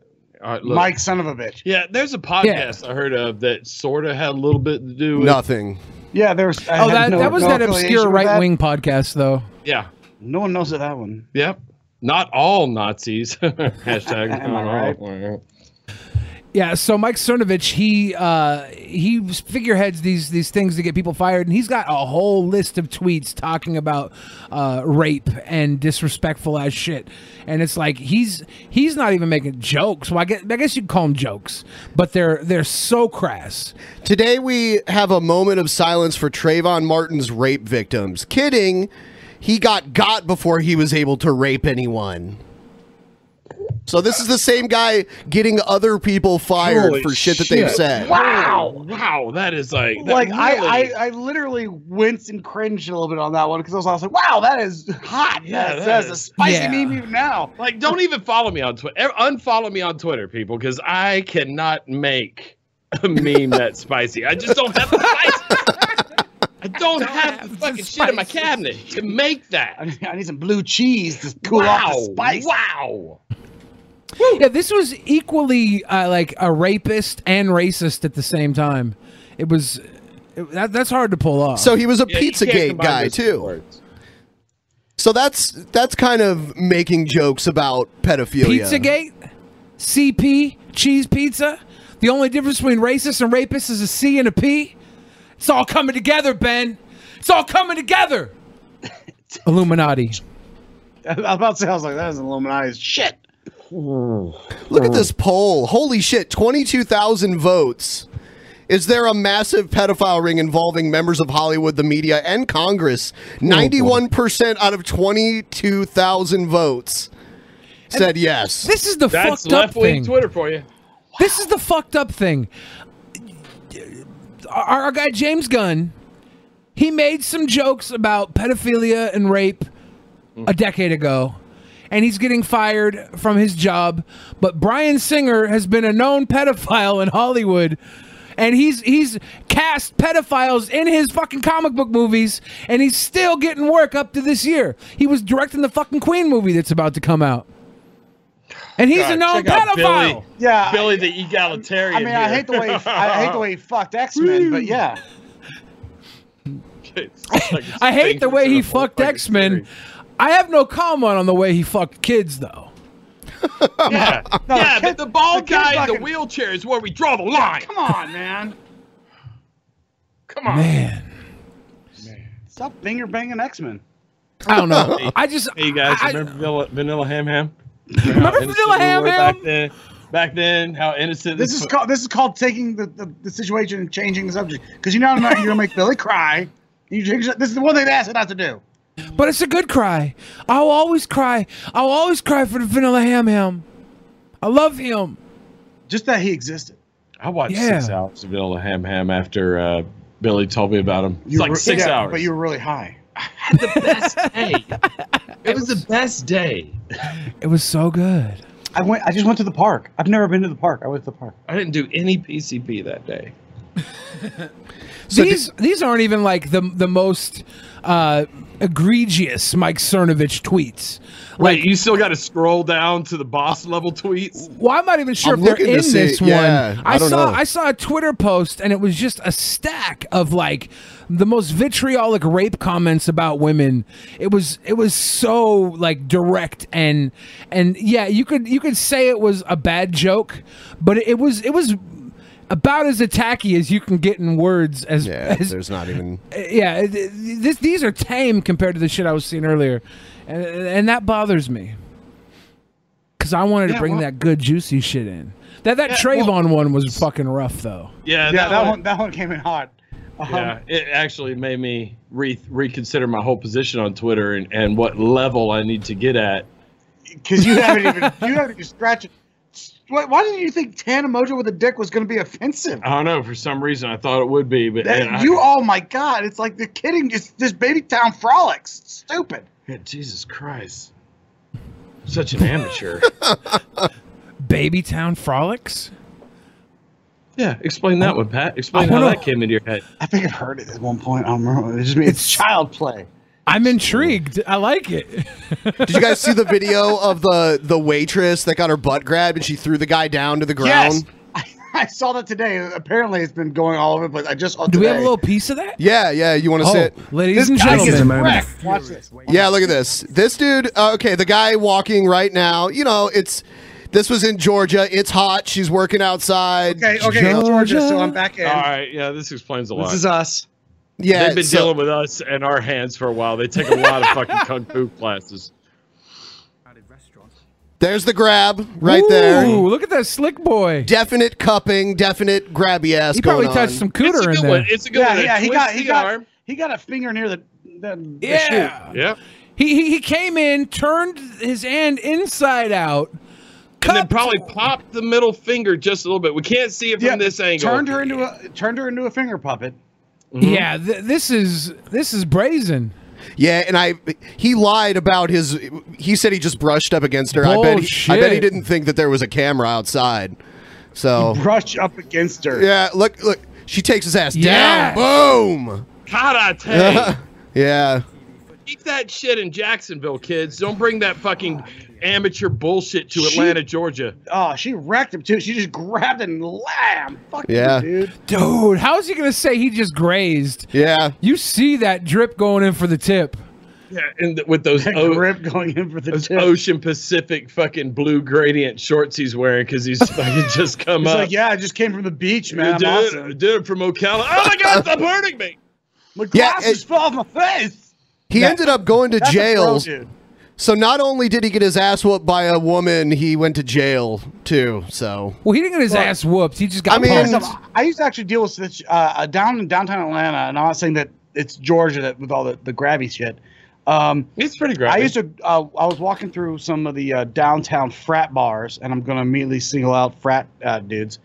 all right, look. Mike, son of a bitch. Yeah, there's a podcast I heard of that sort of had a little bit to do with Nothing. Yeah, there's. oh, that, that was that obscure right wing podcast, though. Yeah. No one knows that one. Yep. Not all Nazis. *laughs* Hashtag. *laughs* Am I not all. Yeah, so Mike Cernovich, he uh, he figureheads these these things to get people fired, and he's got a whole list of tweets talking about uh, rape and disrespectful as shit. And it's like he's he's not even making jokes. Well, I guess, I guess you'd call them jokes, but they're they're so crass. Today we have a moment of silence for Trayvon Martin's rape victims. Kidding, he got got before he was able to rape anyone. So this is the same guy getting other people fired Holy for shit, that they've said. Wow. Oh, Wow. That is like. that Like really- I, I, I literally winced and cringed a little bit on that one because I was also like, "Wow, that is hot. Yeah, that, that that's a is- spicy Yeah. meme even now." Like, don't even follow me on Twitter. Unfollow me on Twitter, people, because I cannot make a *laughs* meme that spicy. I just don't have the spice. I don't, have, the fucking shit in my cabinet to make that. I need, some blue cheese to cool wow, off the spice. Wow. Yeah, this was equally uh, like a rapist and racist at the same time. It was it, that, that's hard to pull off. So he was a Pizzagate guy too. So that's that's kind of making jokes about pedophilia. Pizzagate, CP, cheese pizza. The only difference between racist and rapist is a C and a P. It's all coming together, Ben. It's all coming together. Illuminati. *laughs* I was about to say, I was like, "That is Illuminati as shit." Look at this poll. Holy shit, 22,000 votes. Is there a massive pedophile ring involving members of Hollywood, the media, and Congress? Oh, 91% out of 22,000 votes said yes. This is the That's fucked up left wing thing. Twitter for you. This is the fucked up thing. Our, our guy James Gunn, he made some jokes about pedophilia and rape a Mm. decade ago, and he's getting fired from his job. But Brian Singer has been a known pedophile in Hollywood. And he's he's cast pedophiles in his fucking comic book movies, and he's still getting work up to this year. He was directing the fucking Queen movie that's about to come out, and he's a known check out pedophile. Billy, yeah, Billy the egalitarian. I mean, I here. *laughs* hate the way I hate the way he fucked X Men, but yeah, I hate the way he fucked X Men. I have no comment on the way he fucked *laughs* kids, though. yeah, yeah but the bald kid guy in fucking- the wheelchair is where we draw the line. come on, man, Come on, man. Stop finger banging X Men. I don't know. I just hey you guys I- remember Vanilla, Vanilla Ham Ham. Remember Vanilla Ham Back then, back then, how innocent This is called this is called taking the, the, the situation and changing the subject because you know you're gonna make Billy cry. You change it- this is the one thing they asked us not to do. But it's a good cry. I'll always cry. I'll always cry for the vanilla ham ham. I love him. Just that he existed. I watched Yeah. six hours of Vanilla Ham Ham after uh, Billy told me about him. It's You like were- six yeah, hours. but you were really high. it was the best day. It was so good. I went. I just went to the park. I've never been to the park. I went to the park. I didn't do any PCP that day. these these aren't even like the the most uh, egregious Mike Cernovich tweets. Wait, you still got to scroll down to the boss level tweets. Well, I'm not even sure I'm if they're looking to in see- this one. yeah, I, I don't saw know. I saw a Twitter post and it was just a stack of like the most vitriolic rape comments about women. It was it was so like direct and and yeah, you could you could say it was a bad joke, but it, it was it was about as attacky as you can get in words as *laughs* Yeah, as- there's not even. Uh, yeah, th- th- this, these are tame compared to the shit I was seeing earlier, and, and that bothers me. Cause I wanted to Yeah, bring well- that good juicy shit in. That that Trayvon one was fucking rough though. Yeah, yeah, that, that one, one- that one came in hot. Um, yeah, it actually made me re- reconsider my whole position on Twitter and, and what level I need to get at. because you haven't even you haven't even scratched. it. Why, why did you think Tana Mojo with a dick was going to be offensive? I don't know. For some reason, I thought it would be, but That- and I- you, oh my God! It's like the kidding. It's this baby town frolics. It's stupid. Yeah, Jesus Christ! Such an amateur. *laughs* Baby Town Frolics. yeah, explain that one, Pat. Explain I how wanna- that came into your head. I think I heard it at one point. I don't remember. It just means it's child play. I'm intrigued. I like it. *laughs* Did you guys see the video of the the waitress that got her butt grabbed and she threw the guy down to the ground? *laughs* I saw that today. Apparently, it's been going all over, but I just saw Do we have a today. little piece of that? Yeah, yeah. You want to Oh, see it, ladies and gentlemen. Give us a moment. Watch this. Yeah, look at this. This dude. Uh, okay, the guy walking right now. You know, it's this was in Georgia. It's hot. She's working outside. Okay, okay, Georgia. Georgia, so I'm back in. All right, yeah, this explains a lot. is uh, us. Yeah, they've been so- dealing with us and our hands for a while. They take a lot *laughs* of fucking kung fu classes. There's the grab right there. Ooh, look at that slick boy. Definite cupping, definite grabby ass. He probably going touched on. some cooter It's a in good there. one. It's a good yeah, one. Yeah, he Twist got he the got arm. he got a finger near the. the the Yeah. shoot. Yeah. He, he he came in, turned his hand inside out. And then probably popped the middle finger just a little bit. We can't see it from Yeah, this angle. Turned her into a turned her into a finger puppet. Yeah, th- this is this is brazen. Yeah, and I he lied about his. He said he just brushed up against her. I bet. He, I bet he Bullshit. didn't think that there was a camera outside. So brushed up against her. Yeah, look, look. She takes his ass Yes. *laughs* down. Boom. Karate. *laughs* yeah. Keep that shit in Jacksonville, kids. Don't bring that fucking amateur bullshit to She- Atlanta, Georgia. Oh, she wrecked him too. She just grabbed it and lamb. Fuck Yeah. you, dude. Dude, how is he gonna say he just grazed? Yeah. You see that drip going in for the tip. Yeah, and th- with those o- grip going in for the those Ocean Pacific fucking blue gradient shorts he's wearing because *laughs* he's fucking just come He's up. like, yeah, I just came from the beach, man. I'm Dude, awesome. dude from Ocala. Oh my god, stop hurting me. My glasses fell off my face. He ended up going to That's a pro, jail. dude. So not only did he get his ass whooped by a woman, he went to jail too. So well, he didn't get his ass whooped. He just got. I mean, I used to actually deal with this uh, down in downtown Atlanta, and I'm not saying that it's Georgia that with all the, the grabby shit. Um, it's pretty grabby. I used to. Uh, I was walking through some of the uh, downtown frat bars, and I'm going to immediately single out frat uh, dudes.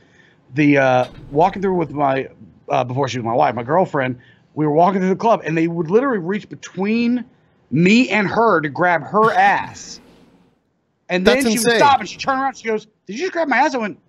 The uh, walking through with my uh, before she was my wife, my girlfriend. We were walking through the club, and they would literally reach between me and her to grab her ass. And then That's she insane. would stop and she turned around. She goes, "Did you just grab my ass?" I went,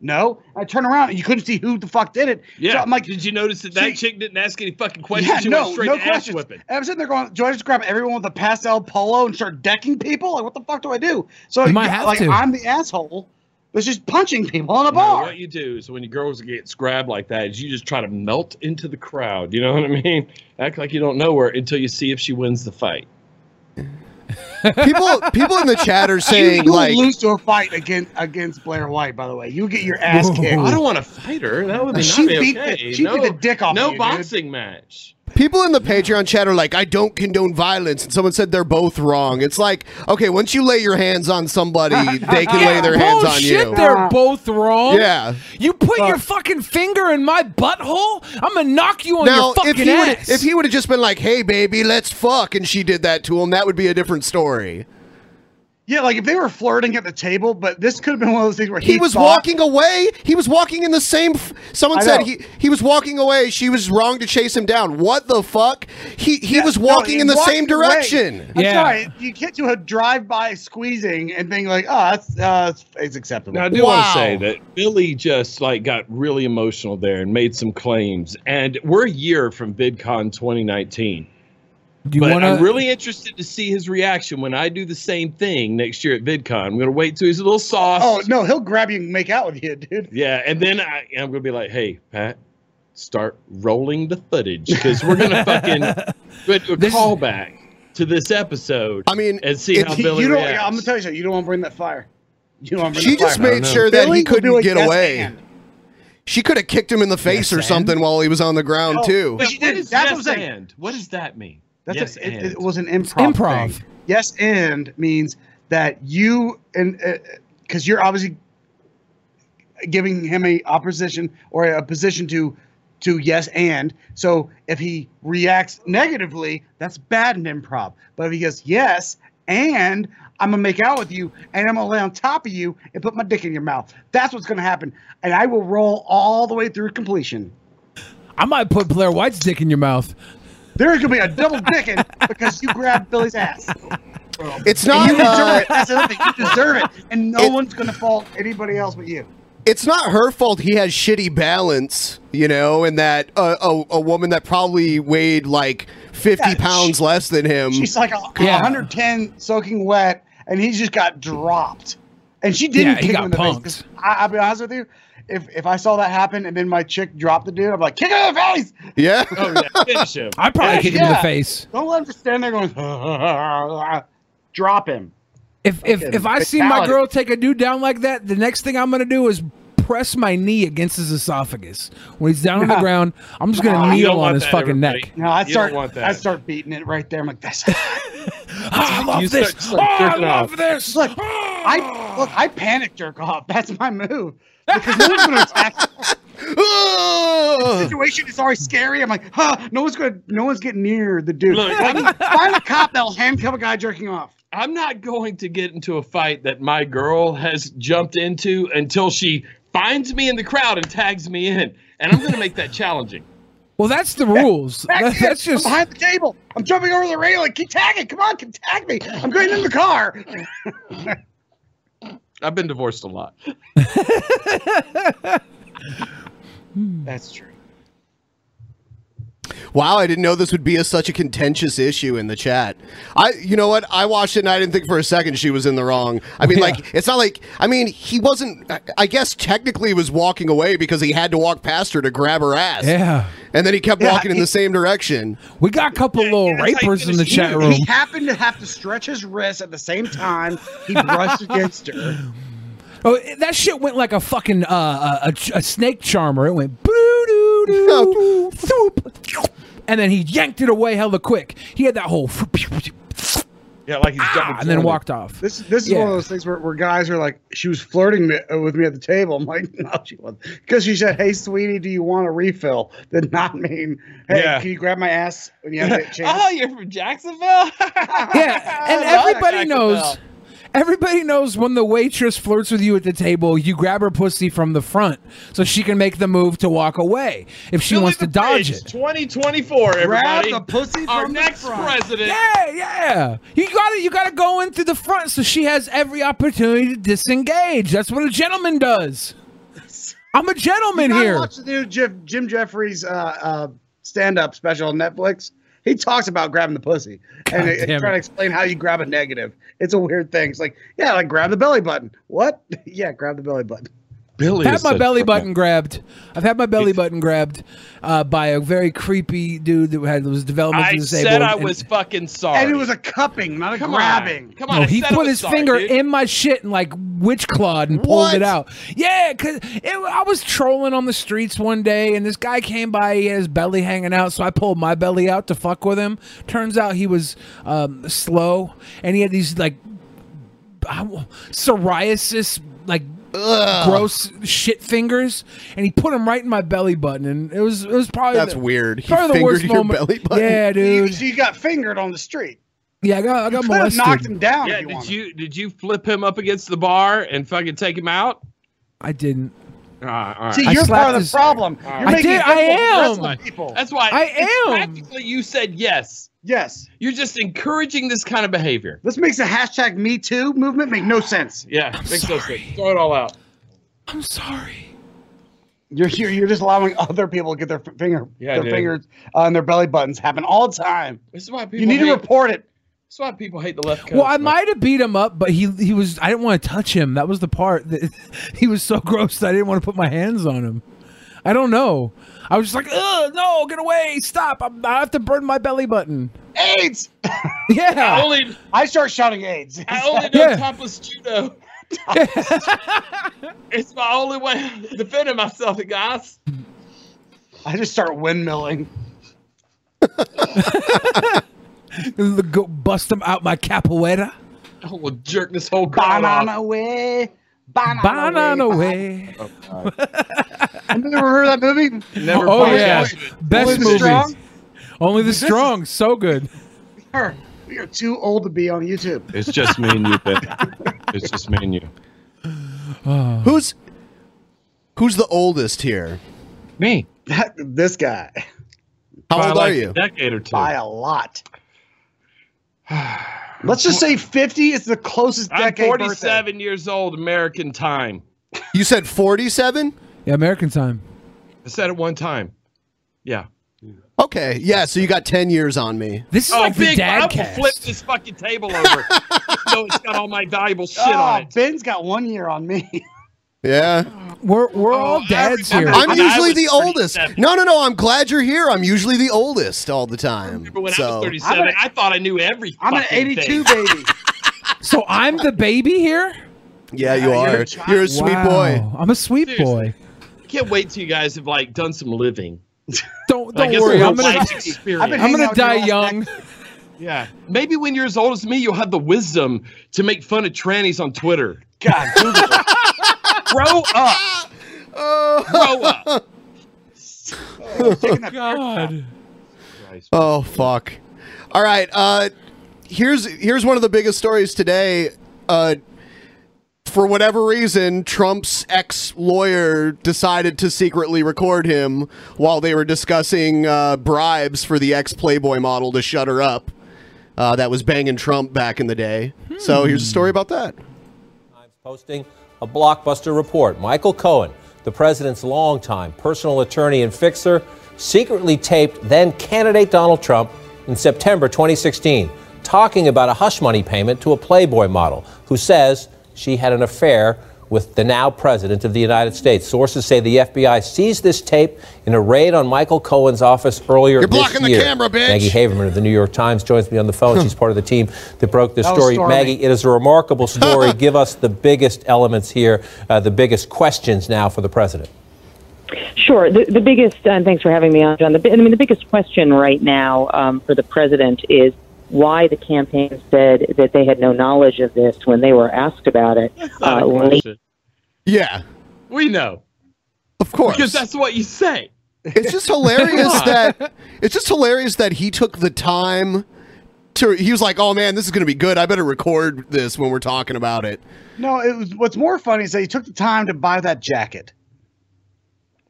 "No." I turned around and you couldn't see who the fuck did it. Yeah. So I'm like, did you notice that that chick didn't ask any fucking questions? yeah, she no, went straight no to questions. ass whipping. And I'm sitting there going, do I just grab everyone with a pastel polo and start decking people? Like, what the fuck do I do? So, You might have like, to. I'm the asshole that's just punching people in No, a bar. what you do is when your girls get grabbed like that, is you just try to melt into the crowd. You know what I mean? *laughs* Act like you don't know her until you see if she wins the fight. people people in the chat are *laughs* you, saying you like lose to a fight against against Blair White. By the way, you get your ass kicked. I don't want to fight her. That would be She not be beat okay. the- she no, beat the dick off No of you, dude. boxing match. people in the Patreon chat are like, I don't condone violence, and someone said they're both wrong. It's like, okay, once you lay your hands on somebody, they can lay their hands on bullshit, you. They're both wrong. Yeah. You put your fucking finger in my butthole. I'm gonna knock you on Now, your fucking if he would ass. if he would have just been like, "Hey, baby, let's fuck," and she did that to him, that would be a different story. Yeah, like if they were flirting at the table, but this could have been one of those things where He, he, was thought- walking away. He was walking in the same. F- Someone I said know. he he was walking away. She was wrong to chase him down. What the fuck? He he Yeah, was no, walking he in the walked same away. direction. I'm sorry, you can't do a drive-by squeezing and think like, oh, that's uh, it's, it's acceptable. Now I do want to say that Billy just like got really emotional there and made some claims, and we're a year from VidCon 2019. Do you but wanna- I'm really interested to see his reaction when I do the same thing next year at VidCon. I'm gonna wait till he's a little sauce. Oh no, he'll grab you and make out with you, dude. Yeah, and then I, I'm gonna be like, "Hey, Pat, start rolling the footage because we're gonna *laughs* fucking but a callback to this episode. I mean, and see If how he- Billy you don't, reacts. I'm gonna tell you something. You don't want to bring that fire. You don't want to bring She that just fire. made sure that Billy he will do couldn't a get yes away. and. She could have kicked him in the face or and? something while he was on the ground No, too. Oh, but she What did. is That's what I'm yes saying. and? What does that mean? That's yes a, it, and. it was an improv. improv. thing. Yes, and means that you and because you're obviously giving him a opposition or a position to to yes and. So if he reacts negatively, that's bad in improv. But if he goes yes and I'm gonna make out with you and I'm gonna lay on top of you and put my dick in your mouth. That's what's gonna happen, and I will roll all the way through completion. I might put Blair White's dick in your mouth. There's gonna be a double dicking because you grabbed Billy's ass. It's not. You deserve uh, it. That's the other thing. You deserve it, and no one's gonna fault anybody else but you. it's not her fault he has shitty balance, you know, and that uh, a, a woman that probably weighed like 50 pounds less than him. She's like a, a 110 soaking wet, and he just got dropped. And she Yeah, didn't he kick got him in the face. punked. 'cause I, I'll be honest with you, if if I saw that happen and then my chick dropped the dude, I'm like, kick him in the face. *laughs* Yeah. Oh, *laughs* yeah. Finish him. I'd probably Yeah, kick him in the yeah. face. Don't let him just stand there going. *laughs* Drop him. If if if I see my girl take a dude down like that, the next thing I'm gonna do is press my knee against his esophagus when *laughs* he's down on the ground. I'm just gonna Nah, you kneel don't on want his that, fucking everybody. neck. No, I start. I start beating it right there. I'm like, *laughs* *laughs* that's. I love this. oh, I love this. Oh. Look, I look. I panic jerk off. That's my *laughs* move because no one's gonna attack. me. the Oh. situation is always scary. I'm like, huh? No one's gonna. No one's getting near the dude. Look, Like, find a cop that'll handcuff a guy jerking off. I'm not going to get into a fight that my girl has jumped into until she finds me in the crowd and tags me in. And I'm going to make that challenging. Well, that's the rules. Back That- here, that's just I'm behind the table. I'm jumping over the railing. Keep tagging. Come on, keep tag me. I'm getting in the car. I've been divorced a lot. That's true. Wow, I didn't know this would be a, such a contentious issue in the chat. I, you know what? I watched it and I didn't think for a second she was in the wrong. I *laughs* mean, like, it's not like, I mean, he wasn't, I- I guess technically he was walking away because he had to walk past her to grab her ass. Yeah. And then he kept Yeah, walking in he- the same direction. We got a couple little rapers in the chat he, room. He happened to have to stretch his wrist at the same time *laughs* he brushed against her. Oh, that shit went like a fucking uh, a, a, a snake charmer. It went boo doo doo thoop, and then he yanked it away hella quick. He had that whole *laughs* Yeah, like he's ah, and then walked off. This this is Yeah. one of those things where, where guys are like, she was flirting me, uh, with me at the table. I'm like, *laughs* no, she wasn't, because she said, "Hey, sweetie, do you want a refill?" Did not mean, "Hey, Yeah. can you grab my ass when you *laughs* have that chance?" oh, you're from Jacksonville? yeah, and I love everybody Jacksonville. knows. Everybody knows when the waitress flirts with you at the table, you grab her pussy from the front so she can make the move to walk away if she wants to dodge It's it. 2024, everybody. the pussy Our from the next front. president. Yeah, yeah. You got to You got to go in through the front so she has every opportunity to disengage. That's what a gentleman does. I'm a gentleman I here. watched the new Jim, Jim Jeffries uh, uh, stand-up special on Netflix. He talks about grabbing the pussy and, and damn trying it. to explain how you grab a negative. It's a weird thing. It's like, yeah, like grab the belly button. What? *laughs* yeah, grab the belly button. I've Billy had my belly button grabbed. I've had my belly button grabbed uh, by a very creepy dude that had was developmentally I disabled. said I and- was fucking sorry. And it was a cupping, not a Come on. grabbing. Come on, No, I he said I put was his sorry, finger dude. in my shit and like witch clawed and pulled What? it out. Yeah, cause it, I was trolling on the streets one day and this guy came by. He had his belly hanging out, so I pulled my belly out to fuck with him. Turns out he was um, slow and he had these like I w- psoriasis like. Gross shit fingers, and he put them right in my belly button, and it was it was probably That's the- weird. He probably the fingered worst your moment. belly button? Yeah, You, *laughs* dude. so you got fingered on the street. Yeah, I got I got Could have molested. knocked him down Yeah, if you did wanted. you did you flip him up against the bar and fucking take him out? I didn't. All right, all right. See, I you're slapped part of the his- problem. You're I making did- it I difficult for am. wrestling People. That's why I it's am. Practically, you said yes. Yes. You're just encouraging this kind of behavior. This makes the hashtag Me Too movement make no sense. Yeah, makes no sense. Throw it all out. I'm sorry. You're, you're you're just allowing other people to get their f- finger Yeah, their dude. fingers uh, and their belly buttons happen all the time. This is why people. you need to hate, report it. This is why people hate the left. Coast, Well, I man. might have beat him up, but he he was I didn't want to touch him. That was the part that *laughs* he was so gross that I didn't want to put my hands on him. I don't know. I was just like, "Ugh, no, get away, stop! I'm, I have to burn my belly button." AIDS. *laughs* I Yeah, only I start shouting AIDS. I *laughs* only know Yeah. topless judo. it's my only way of defending myself, guys. I just start windmilling. *laughs* go bust him out my capoeira. I will Oh, jerk this whole crowd Banana off. away. Banana, Banana away. way. Oh, Have you ever heard of that movie? Never Oh podcast yeah, it. best Only the strong? movie. Only the strong, so good. Sure. We are too old to be on YouTube. It's just me and you, Ben. It's just me and you. *sighs* Who's who's the oldest here? Me. That, this guy How By old like are you? A decade or two. by uh, a lot. Let's just say fifty is the closest I'm decade. birthday. 47 years old, American time. You said 47? Yeah, American time. I said it one time. Yeah. Okay. Yeah, so you got 10 years on me. This Oh, is like the I dad will flip cast. this fucking *laughs* table over. so it's got all my valuable shit Oh, on it. Ben's got one year on me. Yeah. We're Oh, we're all dads I'm here. usually the oldest. No, no, no. I'm glad you're here. I'm usually the oldest all the time. *laughs* When I so was 37, I thought I knew everything. I'm an *laughs* 82 baby. So I'm the baby here. yeah, you you're a are. child. You're a sweet boy. I'm a sweet boy. I can't wait till you guys have like done some living. Don't Like, don't it's a worry. real I'm gonna life experience. I'm gonna die young. Yeah. Maybe when you're as old as me, you'll have the wisdom to make fun of trannies on Twitter. God, *laughs* grow up. Uh, Grow *laughs* up. God. Oh fuck. All right. Uh, here's here's one of the biggest stories today. Uh, for whatever reason, Trump's ex lawyer decided to secretly record him while they were discussing uh, bribes for the ex Playboy model to shut her up. Uh, that was banging Trump back in the day. So here's a Hmm. story about that. posting a blockbuster report. Michael Cohen, the president's longtime personal attorney and fixer, secretly taped then candidate Donald Trump in September 2016, talking about a hush money payment to a Playboy model who says she had an affair with the now president of the United States. Sources say the FBI seized this tape in a raid on Michael Cohen's office earlier You're this blocking the year. camera, bitch. Maggie Haberman of the New York Times joins me on the phone. She's part of the team that broke this Hmm. That was story. stormy. Maggie, it is *laughs* a remarkable story. Give us the biggest elements here, uh, the biggest questions now for the president. Sure. The, the biggest, and thanks for having me on, John. The, bi- I mean, the biggest question right now um, for the president is why the campaign said that they had no knowledge of this when they were asked about it. uh, not a late- question. Yeah. We know. Of course. Because that's what you say. It's just hilarious *laughs* Come on. that it's just hilarious that he took the time to. He was like, "Oh man, this is going to be good. I better record this when we're talking about it." No, it was. What's more funny is that he took the time to buy that jacket.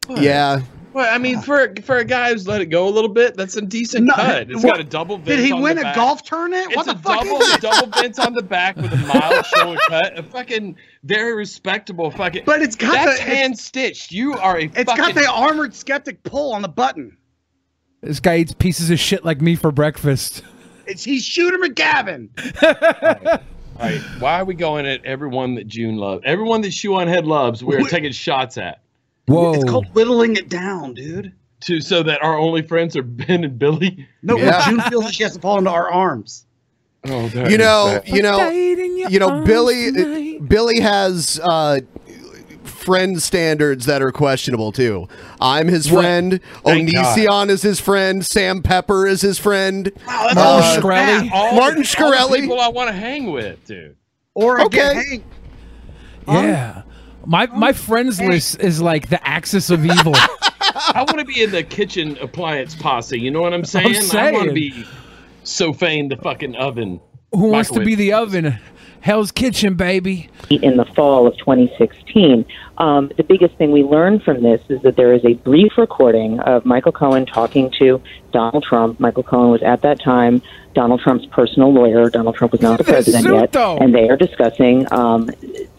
Yeah. Well, I mean, for for a guy who's let it go a little bit, that's a decent cut. It's what- got a double. Did vent he on win the a back. golf tournament? It's what the a fuck double is that? double vent on the back with a *laughs* mild shoulder cut. A fucking very respectable fucking. But it's got that's the- it's- hand stitched. You are a. It's got fucking- the armored skeptic pull on the button. This guy eats pieces of shit like me for breakfast. It's he's Shooter McGavin. All right, why are we going at everyone that June loves? Everyone that Shoe on Head loves, we are taking shots at. *laughs* Whoa. It's called whittling it down, dude. To so that our only friends are Ben and Billy. No, when June feels like she has to fall into our arms. Oh, you know, you know, you know, Billy. Billy has uh, friend standards that are questionable too. I'm his friend. Thank Onision is his friend. Sam Pepper is his friend. that's Uh, all bad. All the- Martin all the Shkreli. people I want to hang with, dude. Or okay. Yeah. My my friends list is like the axis of evil. I want to be in the kitchen appliance posse. You know what I'm saying? I want saying. to be so fain the fucking oven. Who wants to be the oven? Hell's Kitchen, baby. in the fall of 2016. Um, the biggest thing we learned from this is that there is a brief recording of Michael Cohen talking to Donald Trump. Michael Cohen was at that time Donald Trump's personal lawyer. Donald Trump was not the president yet, Pseudo. and they are discussing um,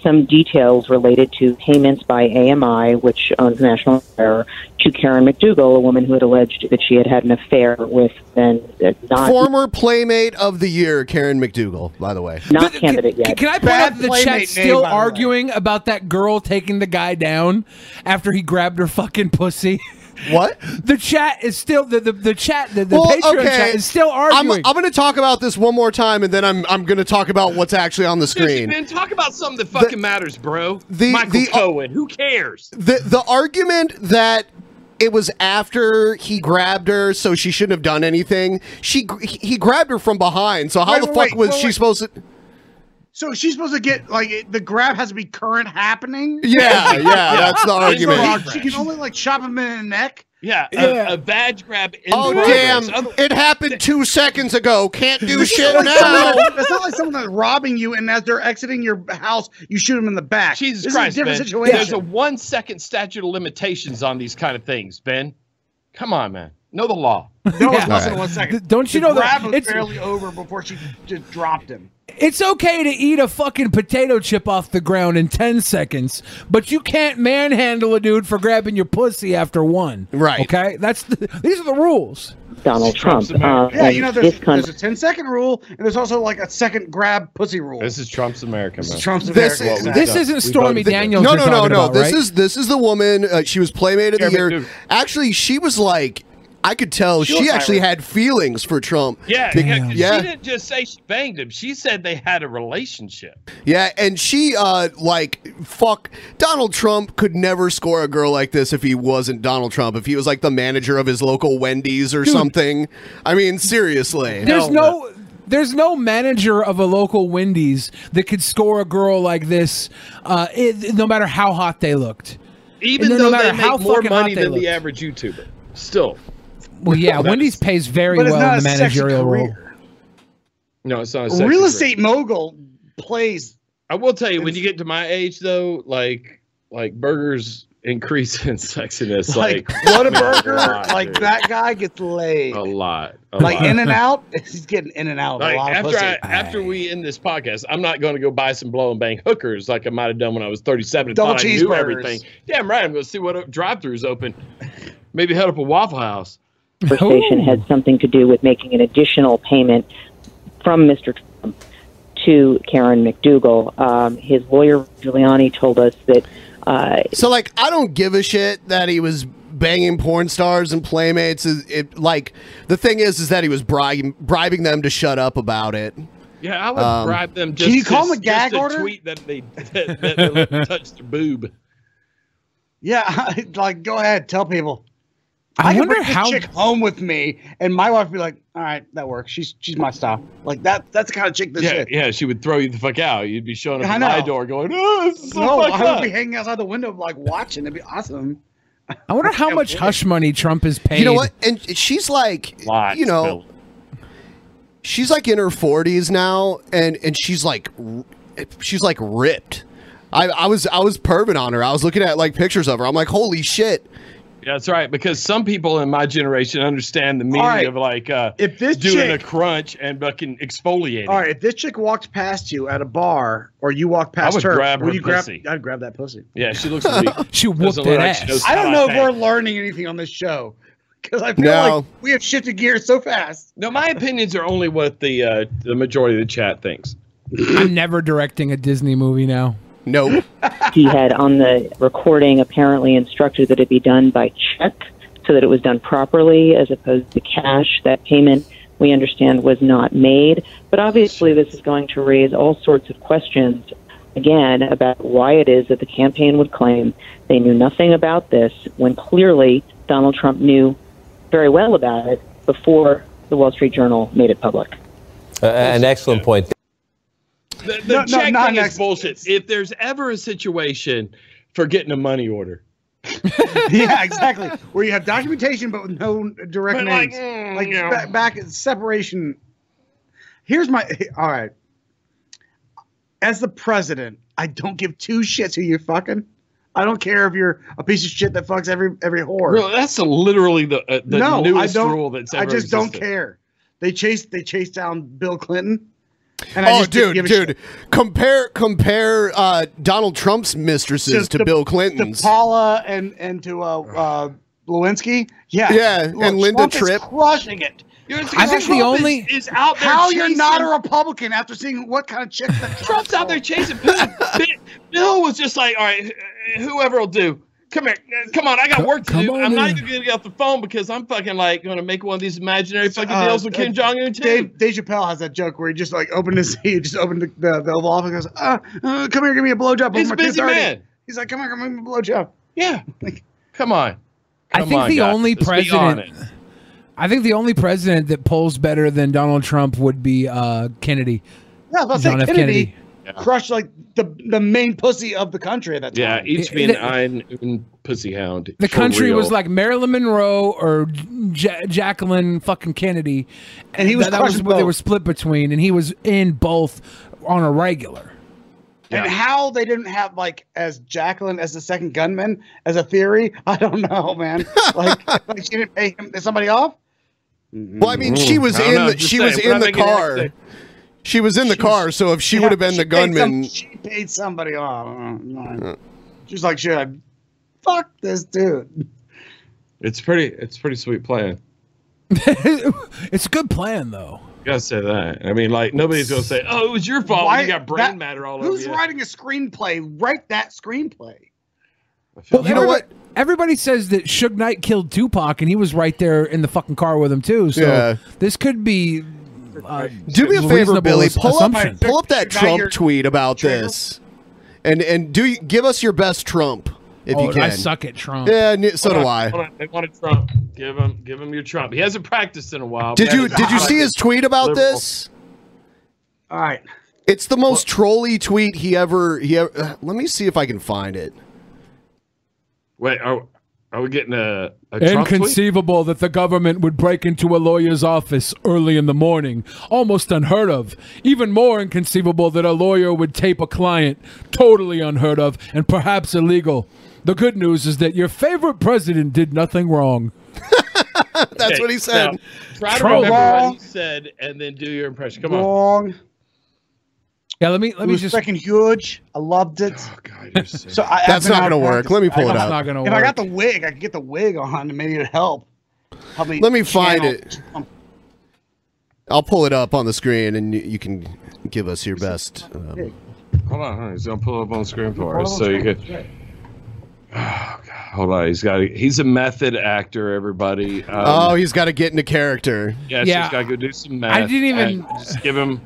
some details related to payments by AMI, which owns National Air, to Karen McDougal, a woman who had alleged that she had had an affair with then uh, not Former Playmate of the Year, Karen McDougal. By the way, not candidate yet. Can I point out that the chat's still arguing about that girl taking the guy down after he grabbed her fucking pussy? What? The chat is still the the, the chat the, the Patreon chat is still I'm- arguing. I'm, going to talk about this one more time, and then I'm I'm going to talk about what's actually on the screen. Ben, talk about something that fucking matters, bro. the- Michael the- Cohen. Who cares? The the argument that it was after he grabbed her, so she shouldn't have done anything. She gr- he he grabbed her from behind. So how Wait, the wait, fuck wait, was wait, she wait. supposed to? So she's supposed to get like it- the grab has to be current happening. *laughs* Yeah, yeah, that's the argument. She can only like chop him in the neck. Yeah, a, Yeah. a badge grab. In Oh progress. damn! It happened two seconds ago. Can't do It's shit not like now. someone that- That's not like someone that's robbing you, and as they're exiting your house, you shoot them in the back. Jesus this Christ, is a different Ben. situation. There's a one second statute of limitations on these kind of things, Ben. Come on, man. Know the law. No, it wasn't *laughs* one second. Don't you the know that- grab was it's- barely over before she just dropped him. It's okay to eat a fucking potato chip off the ground in 10 seconds, but you can't manhandle a dude for grabbing your pussy after one. Right. Okay? That's the, these are the rules. Donald Trump. Um, yeah, you know, there's, there's a 10 second rule, and there's also like a second grab pussy rule. This is Trump's America. This is Trump's This America. is- exactly. this isn't We've Stormy done- th- Daniels No, you're no, talking no, no. about, This right? is is this is the woman. Uh, she was playmate of the Yeah, but year. dude- Actually, she was like, I could tell She she, was actually Irish. had feelings for Trump. Yeah, Be- yeah, 'cause yeah, She didn't just say she banged him. She said they had a relationship. yeah, and she uh like fuck Donald Trump could never score a girl like this if he wasn't Donald Trump. If he was like the manager of his local Wendy's or something. I mean, seriously. There's no there's no manager of a local Wendy's that could score a girl like this, uh, it, no matter how hot they looked. Even And though no they matter make more fucking hot money they than looked. the average YouTuber, still. Well, yeah, That Wendy's is- pays very But it's well not in the a sexy managerial career. role. No, it's not. A A sexy real career. estate mogul plays. I will tell you, when you get to my age, though, like like burgers increase in sexiness. Like, Like, what a burger! burger, like that guy gets laid. A lot. a like lot. in *laughs* and out, he's getting in and out of Like, a lot of after pussy. I, after we end this podcast, I'm not going to go buy some blow and bang hookers like I might have done when I was 37 and Double thought I knew cheeseburgers. everything. Damn right, I'm going to see what drive-throughs open. Maybe head up a Waffle House. conversation had something to do with making an additional payment from Mr. Trump to Karen McDougal. Um, his lawyer Giuliani told us that uh, So like, I don't give a shit that he was banging porn stars and playmates. It, it- like the thing is, is that he was bribing bribing them to shut up about it. Yeah, I would Um, bribe them. can Just you call to- them a gag just to order? Tweet that they that, that they *laughs* touched their boob. *laughs* Yeah, *laughs* like go ahead, tell people. I, wonder can bring how this chick home with me, and my wife would be like, "All right, that works. She's she's my style. Like that. That's the kind of chick *laughs* this Yeah, is." yeah, she would throw you the fuck out. You'd be showing up I at my know. door going, "Oh, this is so no, fucked I up." would be hanging outside the window, like watching. It'd be awesome. *laughs* I wonder how much hush money Trump is paid. You know what? And she's like, you know, she's like in her forties now, and and she's like, r- she's like ripped. I, I was I was perving on her. I was looking at like pictures of her. I'm like, holy shit. Yeah, that's right. Because some people in my generation understand the meaning right. of like uh, If this doing chick- a crunch and fucking exfoliating. All right, if this chick walked past you at a bar, or you walked I past would her, grab would her you grab? pussy. I'd grab that pussy. Yeah, *laughs* she looks weak. she whooped that ass. I don't know if we're learning anything on this show because I feel No. like we have shifted gears *laughs* so fast. No, my opinions are only what the uh, the majority of the chat thinks. I'm never directing a Disney movie now. Nope. *laughs* he had on the recording apparently instructed that it be done by check so that it was done properly as opposed to cash. That payment, we understand, was not made. But obviously, this is going to raise all sorts of questions again about why it is that the campaign would claim they knew nothing about this when clearly Donald Trump knew very well about it before the Wall Street Journal made it public. Uh, an excellent point. The, the check thing is bullshit. If there's ever a situation for getting a money order, yeah, exactly. Where you have documentation but with no direct But, like, names, mm, like you know. ba- back at separation. Here's my all right. As the president, I don't give two shits who you're fucking. I don't care if you're a piece of shit that fucks every every whore. Really, that's the- literally the uh, the no, newest I don't, rule that's ever I just don't existed. *laughs* care. They chased they chased down Bill Clinton. And I oh, just didn't dude, give a dude, shit. compare compare uh, Donald Trump's mistresses Just to, to- Bill to Clinton's. Paula and and to uh, uh, Lewinsky. Yeah, Yeah, and Linda Trump is Tripp. crushing it. I think the Trump only- is, is out there. How How you're you're not not a a Republican after seeing what kind of chick that Trump's out there *laughs* chasing. Bill- Bill was just like, all right, whoever will do. Come here. uh, Come on. I got work to do. I'm not even going to get off the phone because I'm fucking like going to make one of these imaginary fucking uh, deals with Kim Jong Un, too. Dave, Dave Chappelle has that joke where he just like opened his *laughs* he just opened the, the, the Oval Office and goes, uh, uh, come here, give me a blowjob. He's over a busy 230." man. He's like, come here, come here, give me a blowjob. Yeah. Come on. I Come think on, the guys. only Let's be president. honest. I think the only president that polls better than Donald Trump would be uh, Kennedy. Yeah, I was John about to F. say, Kennedy. Kennedy crushed like the, the main pussy of the country at that time. Yeah. Each being ein un pussy hound. The For country real. was like Marilyn Monroe or Ja- Jacqueline fucking Kennedy, And he was that, that was crushing what they both. were split between, and he was in both on a regular. And how they didn't have like as Jacqueline as the second gunman as a theory, *laughs* I don't know, man. Like, like she didn't pay him somebody off. Well, I mean, she was I don't in know, the, just she saying, was we're in not the making an car. accident. She was in the car, so if she Yeah, would have been the she paid some- gunman, she paid somebody off. I don't know. She's like, shit, fuck this dude. It's pretty. It's pretty sweet plan. it's a good plan though. You gotta say that. I mean, like nobody's gonna say, "Oh, it was your fault." when Why- you got brain that- matter all over Who's you. writing a screenplay? Write that screenplay. Well, you know what? Everybody says that Suge Knight killed Tupac, and he was right there in the fucking car with him too. So Yeah. this could be. Uh, do me a favor, reasonable Billy. ass- Pull up, assumption. pull up that Now Trump you're- tweet about this, and and do give us your best Trump if Oh, you I can. suck at Trump. Yeah, n- so Hold do on, I. hold on. They wanted Trump. Give him, give him your Trump. He hasn't practiced in a while. Did but you he's did you like see a his tweet about liberal. this? All right. It's the most trolly tweet he ever he ever. uh, Let me see if I can find it. Wait, are, are we getting a, a Trump tweet? Inconceivable that the government would break into a lawyer's office early in the morning. Almost unheard of. Even more inconceivable that a lawyer would tape a client. Totally unheard of and perhaps illegal. The good news is that your favorite president did nothing wrong. *laughs* *laughs* That's Okay, what he said. now, try to Trump. remember Wrong. what he said and then do your impression. Come on. Wrong. Yeah, let me Let me just second huge. I loved it. Oh god, so I, I've That's been not out gonna of work. practice. Let me pull I- it I'm up. not gonna if I got the wig, I could get the wig on. Maybe it'd help. help me Let me find channel- it. I'll pull it up on the screen, and you, you can give us your best. Um, Hold on, hold on. He's gonna pull up on screen for Pull us, up so on you screen. could. Hold on, he's got. He's a method actor. Everybody. Um, oh, he's got to get into character. yeah, Yeah. He's got to go do some math. I didn't even- and Just give him.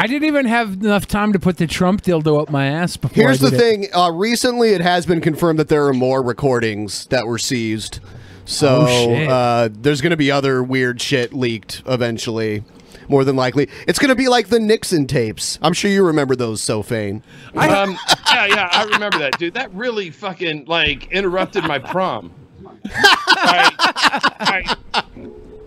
I didn't even have enough time to put the Trump dildo up my ass before. Here's I the did it. thing. Uh, recently, it has been confirmed that there are more recordings that were seized. So Oh, shit. uh, there's going to be other weird shit leaked eventually, more than likely. It's going to be like the Nixon tapes. I'm sure you remember those, Sophane. um, yeah, yeah, I remember that, dude. That really fucking like interrupted my prom. Like, like,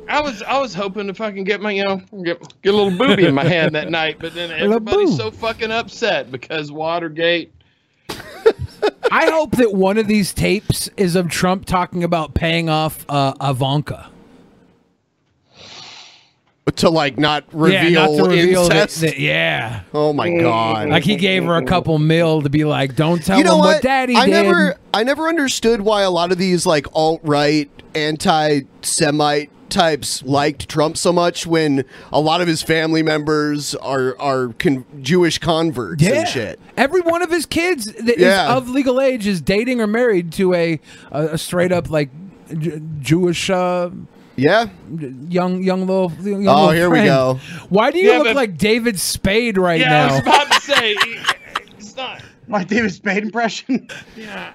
I was I was hoping to fucking get my you know get, get a little booby in my hand that night, but then Little everybody's boob. so fucking upset because Watergate. *laughs* I hope that one of these tapes is of Trump talking about paying off uh, Ivanka. To like not Yeah, reveal, not to reveal that- incest. that- yeah. Oh my Mm. god. Like he gave her a couple mil to be like, "Don't tell you know him what? what, daddy I did." never, I never understood why a lot of these like alt right, anti Semite types liked Trump so much when a lot of his family members are are con- Jewish converts yeah. and shit. Every one of his kids that is Yeah. of legal age is dating or married to a a, a straight up like J- Jewish. Uh, yeah. Young, young little. Young Oh, little here we friend. go. Why do you Yeah, look but- like David Spade right yeah, I now? was about to say it's not. *laughs* My David Spade impression. Yeah.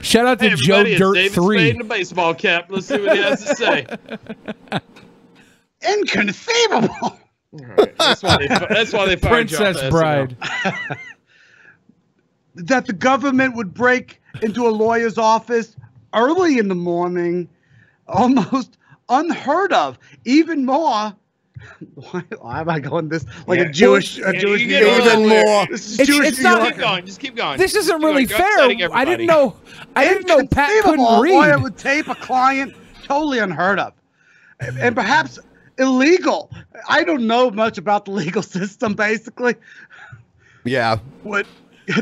Shout out to Hey, Joe everybody, it's Dirt David Three. Spade in a baseball cap. Let's see what he has to say. Inconceivable. That's why they, that's why they fired you off Princess SNL. Bride. *laughs* that the government would break into a lawyer's office early in the morning, almost unheard of. Even more. *laughs* Why, why am I going this like Yeah. *laughs* a Jewish, a Yeah, Jewish you get a little weird. This is It's- Jewish it's New not- Yorker. Keep going. Just keep going. This isn't Keep going. really You're fair. upsetting I everybody. *laughs* didn't know. I didn't know Pat couldn't Unbelievable. A lawyer read. would tape a client totally unheard of, and and perhaps illegal. I don't know much about the legal *laughs* system, basically. Yeah. What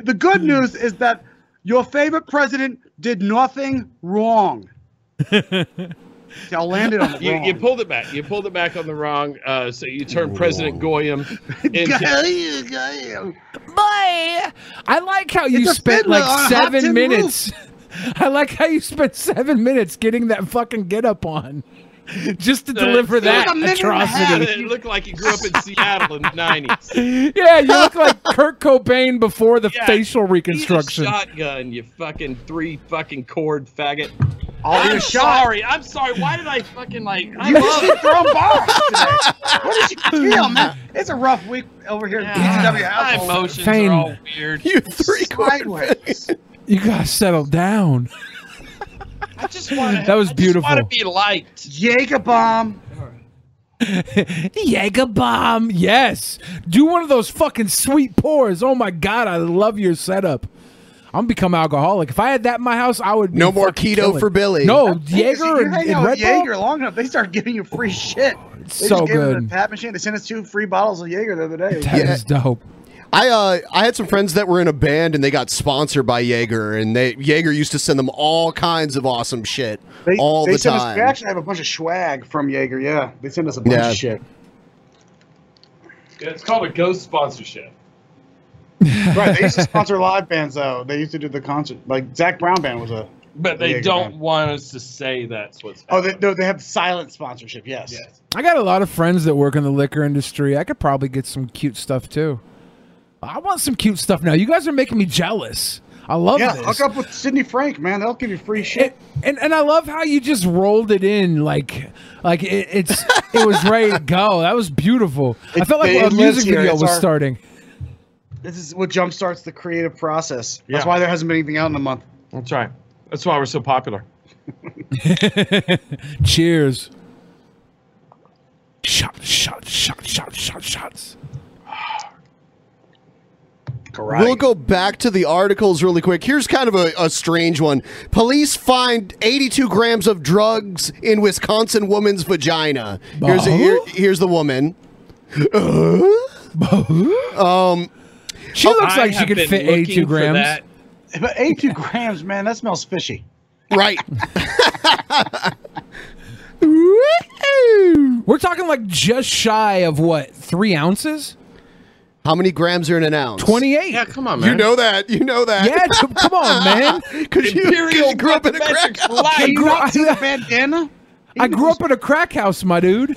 the good news is that your favorite president did nothing wrong. See, I landed on the *laughs* You, wrong. you pulled it back. You pulled it back on the wrong. Uh, so you turned President *laughs* Goyam into. Goyam, goyam. *laughs* Boy, I like how you It's a spent fiddler uh, like on a hot seven tin minutes. *laughs* I like how you spent seven minutes getting that fucking get up on *laughs* just to deliver that atrocity. Uh, It looked like he grew up *laughs* in Seattle in the nineties. Yeah, you *laughs* look like Kurt Cobain before the Yeah, facial He's a reconstruction. shotgun, you fucking three fucking cord faggot. All I'm your shot. sorry. I'm sorry. Why did I fucking like? I You just love. hit your own bars today. What did *laughs* you feel, man? It's a rough week over here at the DCW My household. emotions Fane. are all weird. You three Sideways. You gotta settle down. *laughs* I just want to. That was I just want beautiful. to be liked. Jacob bomb. *laughs* Jaeger bomb. Yes. Do one of those fucking sweet pours. Oh my god, I love your setup. I'm become alcoholic. If I had that in my house, I would. Be No more fucking keto killing. for Billy. No That's Because Jaeger you and, hang and out with Red Bull. Jaeger long enough, they start giving you Oh, free shit. it's they so just gave us a good. Pat machine. They sent us two free bottles of Jaeger the other day. dope. I uh, I had some friends that were in a band and they got sponsored by Jaeger and they Jaeger used to send them all kinds of awesome shit They, all they the sent Us, they time. actually have a bunch of swag from Jaeger. Yeah, they sent us a bunch Yeah. of shit. It's called a ghost sponsorship. right, they used *laughs* to sponsor live bands though. They used to do the concert. Like Zach Brown band was a. But they Jaeger don't band. want us to say that's what's Oh, they, no, they have silent sponsorship. Yes. I got a lot of friends that work in the liquor industry. I could probably get some cute stuff too. I want some cute stuff now. You guys are making me jealous. I love yeah, this. hook up with Sidney Frank, man. They'll give you free shit. and and I love how you just rolled it in like like it, it's it was ready to go. That was beautiful. I It's- felt like it a lives music here. video It's was our- starting. This is what jump starts the creative process. That's Yeah. why there hasn't been anything out in a month. That's right. That's why we're so popular. Cheers. Shot, shot, shot, shot, shot, shots. We'll go back to the articles really quick. Here's kind of a, a strange one. Police find 82 grams of drugs in Wisconsin woman's vagina. Here's a, here- here's the woman. um, she looks like she could fit 82 grams. But *laughs* 82 *laughs* grams, man, that smells fishy. Right. We're talking like just shy of what three ounces? How many grams are in an ounce? Twenty-eight. Yeah, *laughs* come on, You know that. You know that. Yeah, t- *laughs* come on, man. Because you, 'cause you grew up in a crack house. I grew, up, *laughs* bandana? I grew up in a crack house, my dude.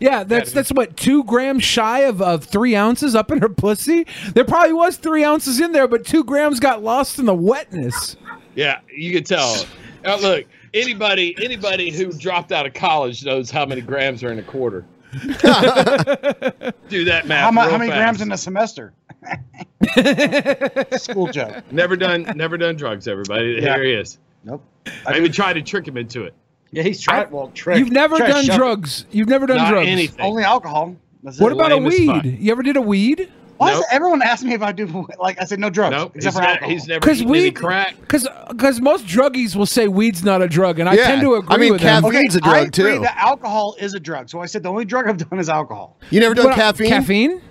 Yeah, that's that's what two grams shy of, of three ounces up in her pussy. There probably was three ounces in there, but two grams got lost in the wetness. Yeah, you can tell. Now, look, anybody anybody who dropped out of college knows how many grams are in a *laughs* quarter. Do that math. *laughs* How, mu- real how many fast. grams in a *laughs* semester? School joke. Never done never done drugs, everybody. Yeah. Here he is. Nope. I even tried to trick him into it. Yeah, he's tried. Well, trick. You've never Tried to done shove it. drugs. You've never done Not drugs. anything. Only alcohol. That's What it. about a Lame as fuck. weed? You ever did a weed? Why does everyone ask me if I do? Like I said, no drugs Nope. He's, except for not- alcohol. he's never Because eaten any weed, crack. because because most druggies will say weed's not a drug, and I Yeah. tend to I agree mean, with them. caffeine's a I drug, agree too. that alcohol is a drug. So I said the only drug I've done is alcohol. You never done What- caffeine? uh, Caffeine?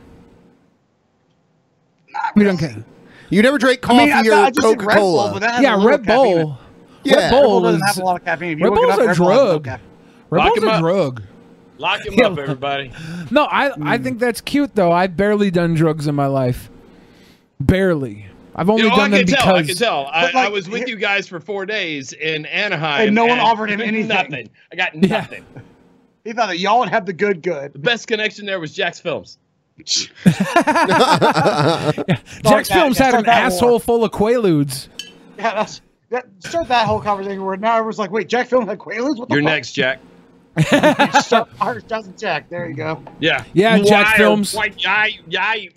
You don't care. You never drank I mean, coffee I- I or just said Red Coca Bull, but that Cola. has a Yeah, little Red caffeine in it. Bull. Yeah. Red Red Bull, Bull doesn't is- have a lot of caffeine. If you Red look it Bull's up, a Red Bull has no drug. caffeine. Red Lock Bull's him a up. drug. Lock him Yeah. up, everybody. No, I I Hmm. think that's cute though. I've barely done drugs in my life. Barely. I've only You know, I done them can because tell. I can tell. I, But, I like, *laughs* was with here- you guys for four days in Anaheim, And no one *laughs* offered him anything. Nothing. I got nothing. He thought that y'all would have the good The good. best connection there was Jack's Films. *laughs* Jack's Start that- Films had start an that asshole war. full of quaaludes. Yeah, that's that. Start that whole conversation where now everyone's like, "Wait, Jack filmed like Quaaludes? What the You're fuck?" next, Jack. *laughs* Stop, Irish Johnson Jack. There you go. Yeah. Yeah, Jack Why are- Films. Why, yeah, yeah.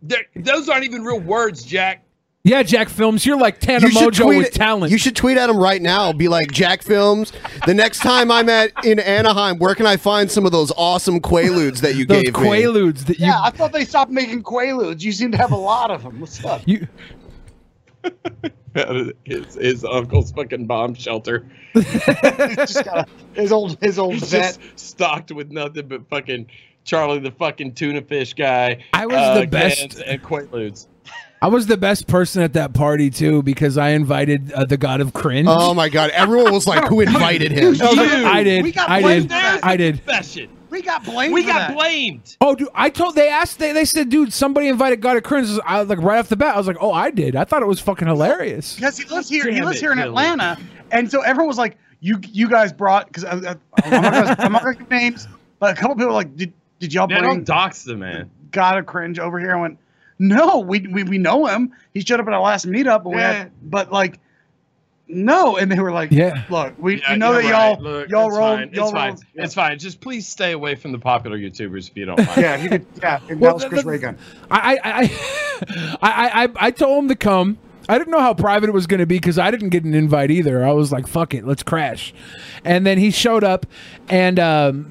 They're- Those aren't even real words, Jack. Yeah, Jack Films, you're like Tana Mojo with it- talent. You should tweet at him right now. Be like Jack Films. The next time I'm at in Anaheim, where can I find some of those awesome quaaludes that you *laughs* Those gave me? quaaludes that you Yeah, I thought they stopped making Quaaludes. You seem to have a lot of them. What's up? you *laughs* his, his uncle's fucking bomb shelter. He's just got a, his old his old He's vet. just stocked with nothing but fucking Charlie the fucking tuna fish guy. I was the best- cans And Quaaludes. I was the best person at that party too because I invited uh, the God of Cringe. Oh my god! Everyone was like, "Who invited him?" I, was like, *laughs* you. I did. We got I blamed did. for that. I did. Confession. We got blamed. We for got that. blamed. Oh, dude, I told they asked they, they said, dude, somebody invited God of Cringe. I was like right off the bat, I was like, oh, I did. I thought it was fucking hilarious. because he lives here. he Damn lives it, here in Billy. Atlanta, and so everyone was like, "You you guys brought." Because I'm not gonna- I'm not going to give names, but a couple people were like, "Did did y'all Man, bring don't dox the man. God of Cringe over here?" I went, "No, we we, we know him. He showed up at our last meetup, but we Yeah. had, but like." No, and they were like, Yeah. look, we, Yeah, we know you're that right. y'all Look, y'all it's roll fine. y'all It's fine. roll- It's fine. Just please stay away from the popular YouTubers if you don't mind. Yeah, he did. *laughs* Yeah, and Well, that was the- Chris the- Reagan. I I, *laughs* I I I I told him to come. I didn't know how private it was going to be because I didn't get an invite either. I was like, "Fuck it, let's crash," and then he showed up, and um,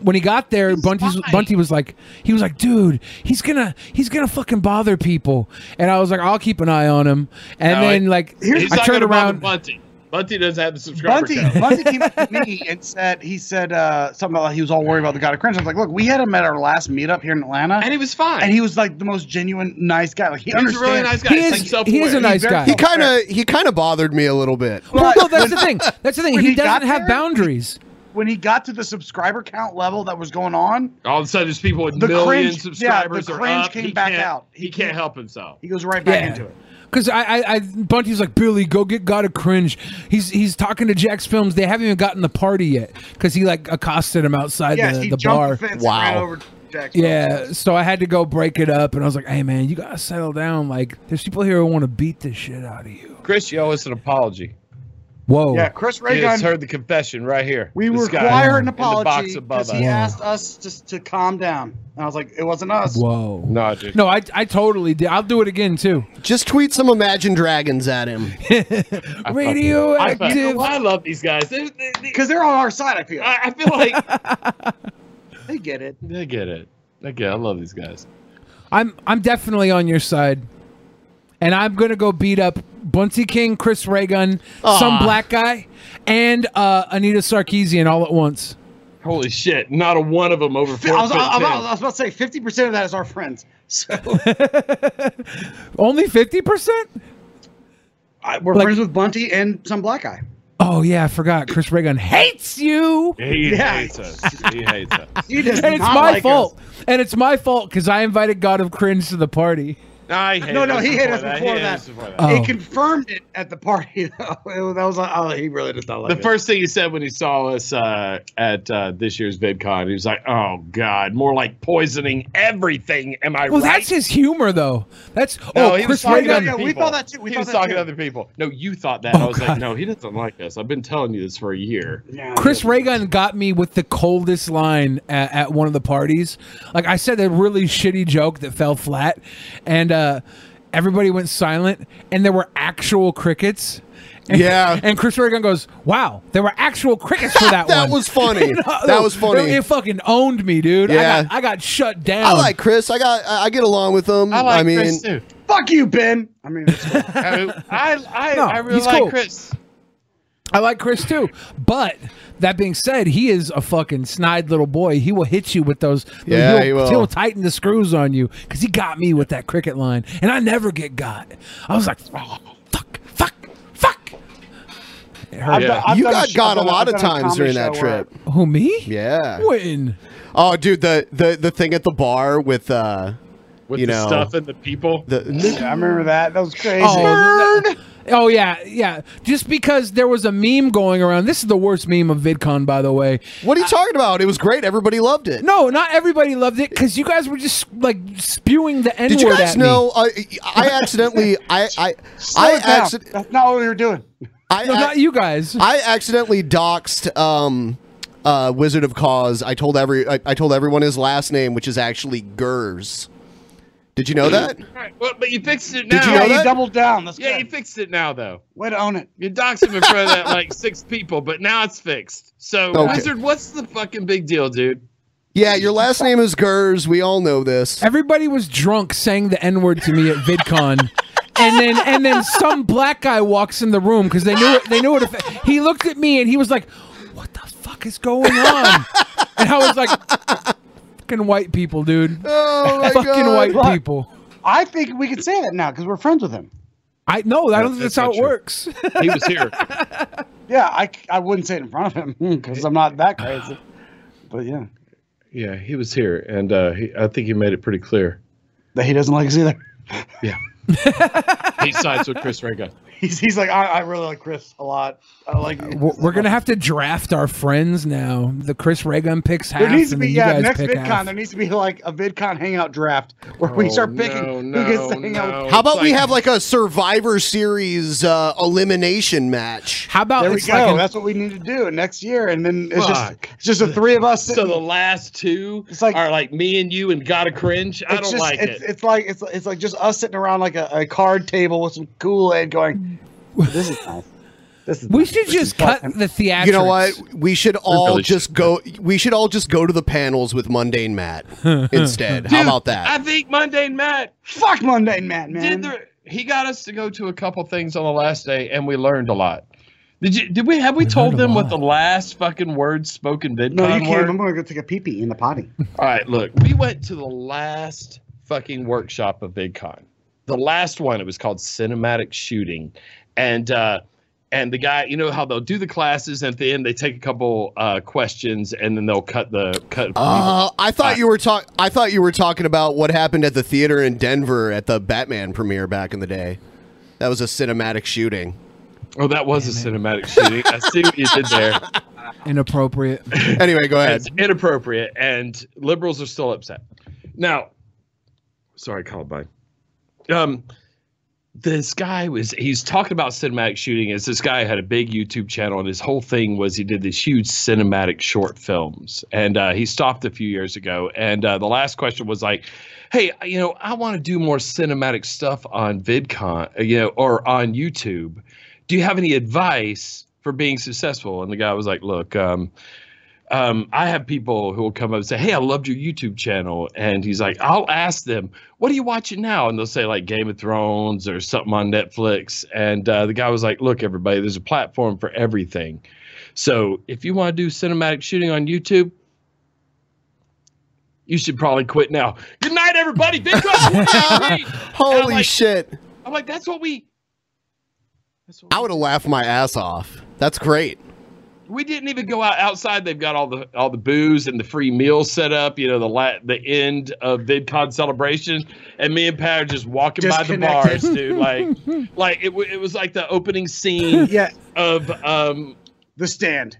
when he got there, Bunty's, Bunty was like, he was like, dude, he's gonna, he's gonna fucking bother people. And I was like, I'll keep an eye on him. And No, then it- like, he's I not turned gonna bother around. Bunty. Bunty doesn't have the subscriber Bunty, count. Bunty came up to me and said he said uh, something about he was all worried about the God of Cringe. I was like, look, we had him at our last meetup here in Atlanta, and he was fine. And he was like the most genuine, nice guy. Like he, He was a really nice understands- guy. He It's, is- he is a nice guy. *laughs* He kind of he kind of bothered me a little bit. Well, no, that's the thing. That's the thing. When He he got doesn't have there- boundaries. When he got to the subscriber count level that was going on, All of a sudden, there's people with The million cringe- yeah, the subscribers are cringe up. came he back can't, out. He, can't help himself. he goes right back into it. Cause I, I, I, Bunty's like Billy, go get God of Cringe. He's he's talking to Jack's Films. They haven't even gotten the party yet. Cause he like accosted him outside Yes, the, he the jumped bar. the fence and ran over to Jack's yeah. So I had to go break it up, and I was like, hey man, you gotta settle down. Like, there's people here who want to beat the shit out of you. Chris, you owe us an apology. Whoa. Yeah, Chris You just Reagan- heard the confession right here. We This guy require an in the box apology above because us. he asked us just to calm down, and I was like, it wasn't us. Whoa. No, dude. No, I, I totally did. I'll do it again too. Just tweet some Imagine Dragons at *laughs* him. I, fucking- Radioactive. I love these guys. They're, they Because they're on our side, *laughs* I feel. I, I feel like they get it. they get it. They get. It. I love these guys. I'm I'm definitely on your side, and I'm gonna go beat up Bunty King, Chris Raygun, some Aw. black guy, and uh, Anita Sarkeesian all at once. Holy shit! Not a one of them over I four was, foot I, ten. was- I was about to say fifty percent of that is our friends. So *laughs* Only fifty percent. I, we're friends with Bunty and some black guy. Oh yeah, I forgot. Chris Raygun hates you. He Yeah. hates us. He hates us. He does and it's not my like fault. And it's my fault because I invited God of Cringe to the party. I hate No, no, us he hit before us that. He before hit that. us before that. Oh. He confirmed it at the party. *laughs* Though. It was- that was like, oh, he really does not like the us. first thing he said when he saw us uh, at uh, this year's VidCon, he was like, "Oh God, more like poisoning everything." Am I Well, right? that's his humor though. That's No, oh, he was talking Chris to Raygun. other people. he was talking to other people. No, you thought Oh, that. I was like, no, he doesn't like us. I've been telling you this for a year. Chris Raygun got me with the coldest line at, at one of the parties. Like I said, a really shitty joke that fell flat, and uh, everybody went silent, and there were actual crickets. And, Yeah. and Chris Raygun goes, "Wow, there were actual crickets for *laughs* that, That one." was *laughs* funny. That was funny. It fucking owned me, dude. I Yeah. got, I got shut down. I like Chris. I got I I get along with him. I, mean, Fuck you, Ben. I mean, I I, No, I really he's like cool. Chris. I like Chris too. But that being said, he is a fucking snide little boy. He will hit you with those. Yeah, he'll, he will. he'll tighten the screws on you because he got me with that cricket line, and I never get got. I was like, oh, I've done- I've You done got a sh- got I've a done- lot I've of done a times comedy during that show where- trip. Who me? Yeah. When? Oh, dude, the the the thing at the bar with uh, With you the know, stuff and the people. The, I remember that. That was crazy. Oh, th- oh yeah, yeah. Just because there was a meme going around. This is the worst meme of VidCon, by the way. What are you talking about? It was great. Everybody loved it. No, not everybody loved it because you guys were just like spewing the N word. Did you guys at me. know? I I *laughs* accidentally I I Slow I it down. accidentally. That's not what we were doing. I, No, not you guys. I accidentally doxed um, uh, Wizard of Cause. I told every I, I told everyone his last name, which is actually Gers. Did you know that? Alright, well, but you fixed it now. Did you know yeah, that? doubled down. That's you fixed it now, though. Way to own it. You doxed him in front of that *laughs* like six people, but now it's fixed. So Okay. Wizard, what's the fucking big deal, dude? Yeah, your *laughs* last name is Gers. We all know this. Everybody was drunk saying the N word to me at VidCon. And then, and then some black guy walks in the room because they knew it. They knew it. if- He looked at me and he was like, "What the fuck is going on?" And I was like, "Fucking white people, dude. Oh my Fucking God. white Look, people." I think we can say that now because we're friends with him. I no, I don't think that's, how it works. He was here. *laughs* Yeah, I, I wouldn't say it in front of him *laughs* because I'm not that crazy. But yeah, Yeah, he was here, and uh, he, I think he made it pretty clear. that he doesn't like *laughs* us either. He sides with Chris Rega. *laughs* He's, he's like, I, I really like Chris a lot. I like. We're, we're gonna have to draft our friends now. The Chris Reagan picks half, There needs to and be then yeah you guys next pick VidCon. half. There needs to be like a VidCon hangout draft where we Oh, start picking no, who gets to no, hang out. no. How about we have like a Survivor Series uh, elimination match? How about There we go. That's what we need to do next year, and then it's Fuck. just it's just the three of us. So sitting- the last two It's like- are like me and you and gotta cringe. I it's don't just, like it's, it. It's like it's it's like just us sitting around like a, a card table with some Kool Aid, going, "This is nice." This is We should just cut the theatrics. You know what? We should all really just go. We should all just go to the panels with mundane Matt instead. How Dude, about that? *laughs* I think Mundane Matt. Fuck Mundane Matt, man. Did the, he got us to go to a couple things on the last day, and we learned a lot. Did you? Did we? Have we, told them what the last fucking word spoken VidCon No, you were? can't. I'm going to go take a pee pee in the potty. All right, look, we went to the last fucking workshop of VidCon. The last one, it was called cinematic shooting, and uh, and the guy, you know how they'll do the classes, and at the end they take a couple uh, questions, and then they'll cut the cut. Uh, I thought you were talk. I thought you were talking about what happened at the theater in Denver at the Batman premiere back in the day. That was a cinematic shooting. Oh, that was a *laughs* cinematic shooting. I see what you did there. Inappropriate. Anyway, go It's inappropriate, and liberals are still upset. Now, sorry, Columbine. Um, this guy was he's talking about cinematic shooting. Is this guy had a big YouTube channel, and his whole thing was he did these huge cinematic short films, and uh, he stopped a few years ago. And uh, the last question was like, "Hey, you know, I want to do more cinematic stuff on VidCon, uh, you know, or on YouTube. Do you have any advice for being successful?" And the guy was like, "Look." Um, um, I have people who will come up and say, "Hey, I loved your YouTube channel," and he's like, "I'll ask them, what are you watching now?" And they'll say like Game of Thrones or something on Netflix. And uh, the guy was like, "Look, everybody, there's a platform for everything. So if you want to do cinematic shooting on YouTube, you should probably quit now." Good night, everybody. *laughs* VidCon. Holy shit! I'm like, that's what we I would have laughed my ass off. That's great. we didn't even go out outside. They've got all the all the booze and the free meals set up. You know the la- the end of VidCon celebration, and me and Pat are just walking by the Disconnected. bars, *laughs* dude. Like like it, w- it was like the opening scene yeah. of um the stand.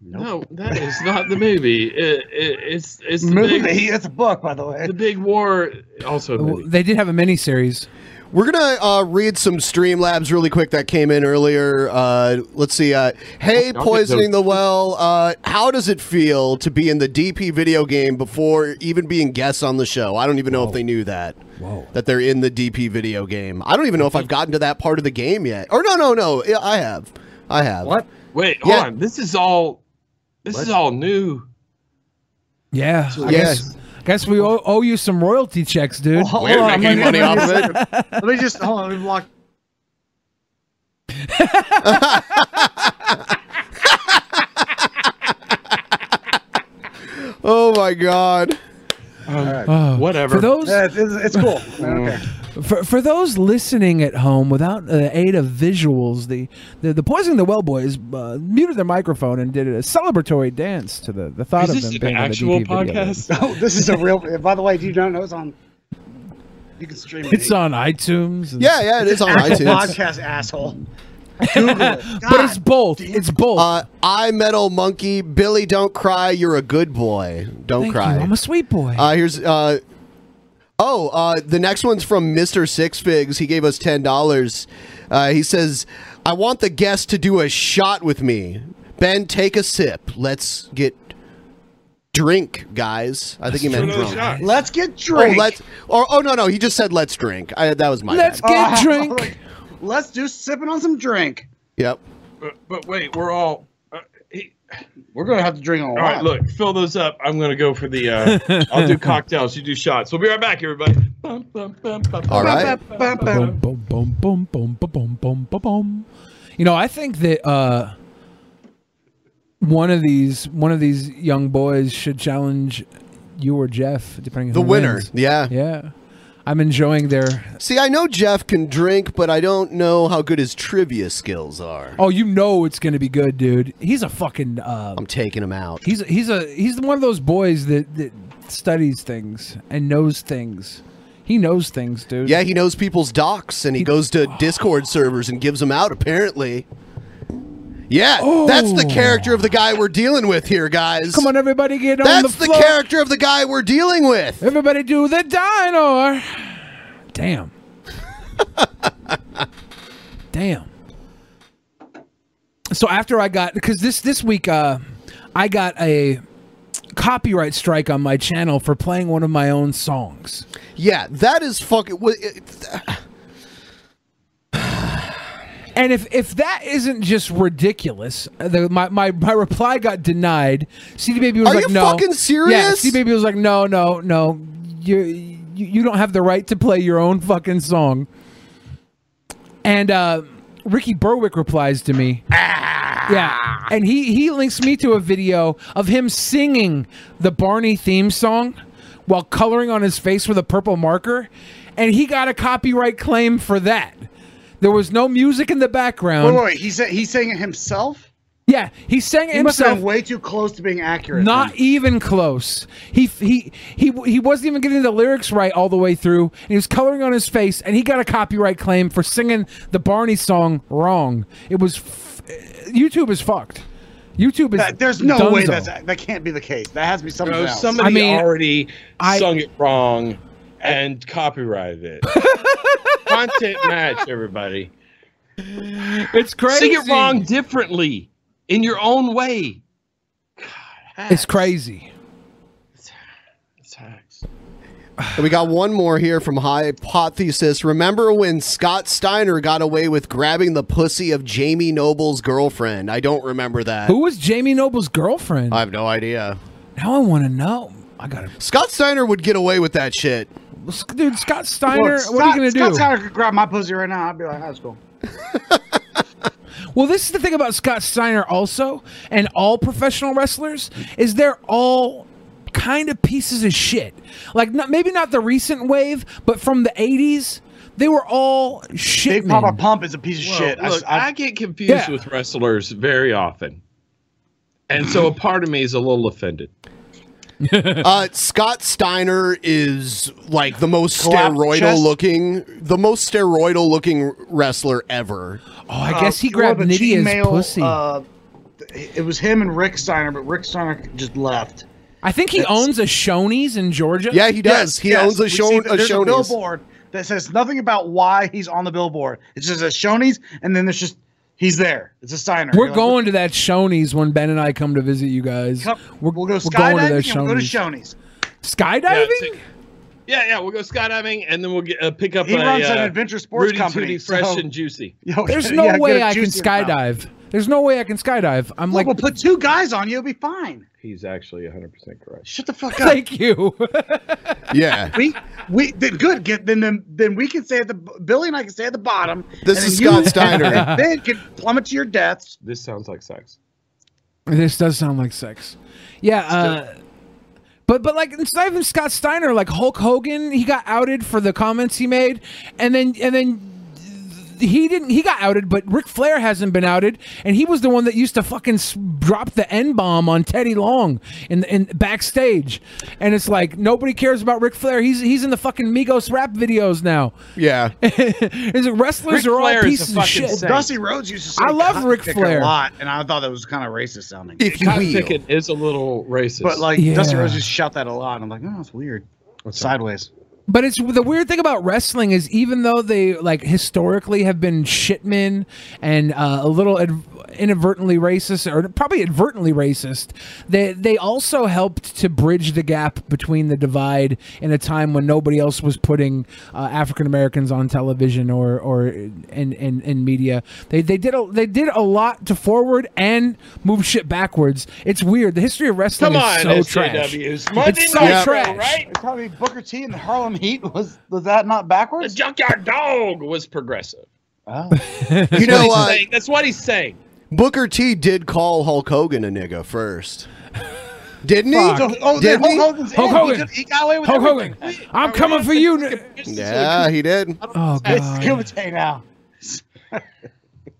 No, that is not the movie. It, it, it's it's the Movie. Big, It's a book, by the way. The big war. Also, They did have a mini series. We're gonna uh, read some Streamlabs really quick that came in earlier. Uh, let's see. Uh, hey, I'll get poisoning those. the well. Uh, how does it feel to be in the DP video game before even being guests on the show? I don't even know if they knew that. Whoa. That they're in the DP video game. I don't even know if I've gotten to that part of the game yet. Or no, no, no. Yeah, I have. I have. What? Wait, hold on. This is all. This is all new. Yeah. I Yeah. Guess, guess we owe, owe you some royalty checks, dude. Hold on, let me- *laughs* let me just- Let me just hold on. Let me block. Oh my god. Oh, For those, Yeah, it's, it's cool. Okay. Mm. for, for those listening at home without the aid of visuals, the the, the poisoning the well boys uh, muted their microphone and did a celebratory dance to the, the thought Is of this them an being on the actual DP video *laughs* game. podcast? Oh, this is a real. By the way, do you not know it's on? You can stream it. It's on iTunes. and- It's an actual Podcast asshole. *laughs* but it's both. It's both. Uh, I metal monkey. Billy, don't cry. You're a good boy. Don't Thank cry. you. I'm a sweet boy. Uh, here's. Uh, oh, uh, the next one's from Mister Six Figs. He gave us ten dollars. Uh, he says, "I want the guest to do a shot with me." Ben, take a sip. Let's get drink, guys. I think he meant drunk. Let's get Oh, drunk. let's. Or oh no no, he just said let's drink. I, that was my. bad. *laughs* Oh, like, let's do sipping on some drink. Yep. But, but wait, we're all. Uh, he, We're gonna have to drink a lot. all right, look, fill those up. I'm gonna go for the. Uh, I'll *laughs* do cocktails. You do shots. We'll be right back, everybody. All right. Boom, boom, boom, boom, boom, boom, boom, boom, boom, boom. You know, I think that uh, one of these one of these young boys should challenge you or Jeff, depending on The who winner, wins. yeah. yeah. I'm enjoying their. See, I know Jeff can drink, but I don't know how good his trivia skills are. Oh, you know it's going to be good, dude. He's a fucking. Uh, I'm taking him out. He's he's a he's one of those boys that that studies things and knows things. He knows things, dude. Yeah, he knows people's docs and he goes to Discord servers and gives them out, apparently. Yeah, that's the Oh. character of the guy we're dealing with here, guys. Come on, everybody, get on That's the the floor. character of the guy we're dealing with. Everybody do the dino. Damn. Damn. So after I got because this this week uh I got a copyright strike on my channel for playing one of my own songs. *sighs* Yeah, that is fucking. wa- it- And if if that isn't just ridiculous, uh, the, my, my my reply got denied. CD Baby was Are like, you "No." fucking Yeah, serious? CD Baby was like, "No, no, no. You, you you don't have the right to play your own fucking song." And uh, Ricky Berwick replies to me. Yeah, and he he links me to a video of him singing the Barney theme song while coloring on his face with a purple marker, and he got a copyright claim for that. There was no music in the Wait, background. wait, wait. He said he's saying it himself. Yeah, he sang it He must have himself. been way too close to being accurate. Not even close. He he he he wasn't even getting the lyrics right all the way through, and he was coloring on his face, and he got a copyright claim for singing the Barney song wrong. It was f- YouTube is fucked. YouTube is. That- there's no way dunzo. that's that can't be the case. That has to be something Bro, else. somebody already sung it wrong and copyrighted it. *laughs* Content match, everybody. It's Sing it crazy. wrong differently in your own way. It's crazy. And we got one more here from Hypothesis. Remember when Scott Steiner got away with grabbing the pussy of Jamie Noble's girlfriend? I don't remember that. Who was Jamie Noble's girlfriend? I have no idea. Now I want to know. I got to Scott Steiner would get away with that shit. Dude, Scott Look, Scott- Scott Tyler could grab my pussy right now. I'd be like, that's cool. Well, this is the thing about Scott Steiner also, and all professional wrestlers, is they're all kind of pieces of shit. Like not, maybe not the recent wave, but from the '80s, they were all shit. Big Papa Pump is a piece of Well, shit. Look, I, get confused Yeah. with wrestlers very often. And so a part of me is a little offended. *laughs* uh, Scott Steiner is like the most Collapsed steroidal chest? looking, the most steroidal looking wrestler ever. Oh, Uh, you were the Gmail, uh, it was him and Rick Steiner, but Rick Steiner just left. I think he owns a Shoney's in Georgia. Yes, yes, we see that there's a billboard that says nothing about why he's on the billboard. It's just a Shoney's, and then there's just he's there. It's a Steiner. You're We're like, going to that Shoney's when Ben and I come to visit you guys. we're we'll Go we're going to that skydiving. and We'll go to Shoney's. Skydiving? Yeah, yeah, we'll go skydiving and then we'll get, uh, pick up He a, runs an uh, adventure sports Rudy company, Tooty fresh so- and *laughs* juicy. *laughs* There's no way I can skydive. There's no way I can skydive. I'm like, We'll put two guys on you. It'll be fine. He's actually 100% correct. Shut the fuck up. Thank you. Oh, *laughs* yeah. We we then good. Get then then then we can stay at the Billy and I can stay at the bottom. This and is then Scott *laughs* Steiner. and then can plummet to your deaths. This sounds like sex. This does sound like sex. Yeah. Uh, but but like it's not even Scott Steiner. Like Hulk Hogan, he got outed for the comments he made, and then and then he didn't. He got outed, but Ric Flair hasn't been outed, and he was the one that used to fucking s- drop the N bomb on Teddy Long in in backstage, and it's like nobody cares about Ric Flair. He's he's in the fucking Migos rap videos now. *laughs* Yeah. Is it wrestlers Ric are all Flair is a pieces of fucking shit. saint. Dusty Rhodes used to say I love cotton Ric picker Flair. a lot, and I thought that was kind of racist sounding. Cotton picking is a little racist. But like Dusty Rhodes just shout that a lot, and I'm like, oh, that's weird. Sideways. But it's the weird thing about wrestling is even though they like historically have been shitmen and uh, a little ad- inadvertently racist or probably advertently racist, they they also helped to bridge the gap between the divide in a time when nobody else was putting uh, African Americans on television or or in, in in media. They they did a, they did a lot to forward and move shit backwards. It's weird. The history of wrestling Come on, is so trash. SJWs. Monday it's so Night Raw, trash. right? You're telling me Booker T and the Harlem Heat was was that not The backwards? Oh. junkyard dog was progressive. You *laughs* know, He's uh, saying- that's what he's saying. Booker T did call Hulk Hogan a nigga *laughs* first. Didn't he? Fuck. So- oh, then Didn't he? Hulk Hogan's Hulk in. He Hogan. could- he got away with Hulk everything. Hogan. I'm coming for you. Yeah, he did. Oh It's *laughs* god. Kumite now.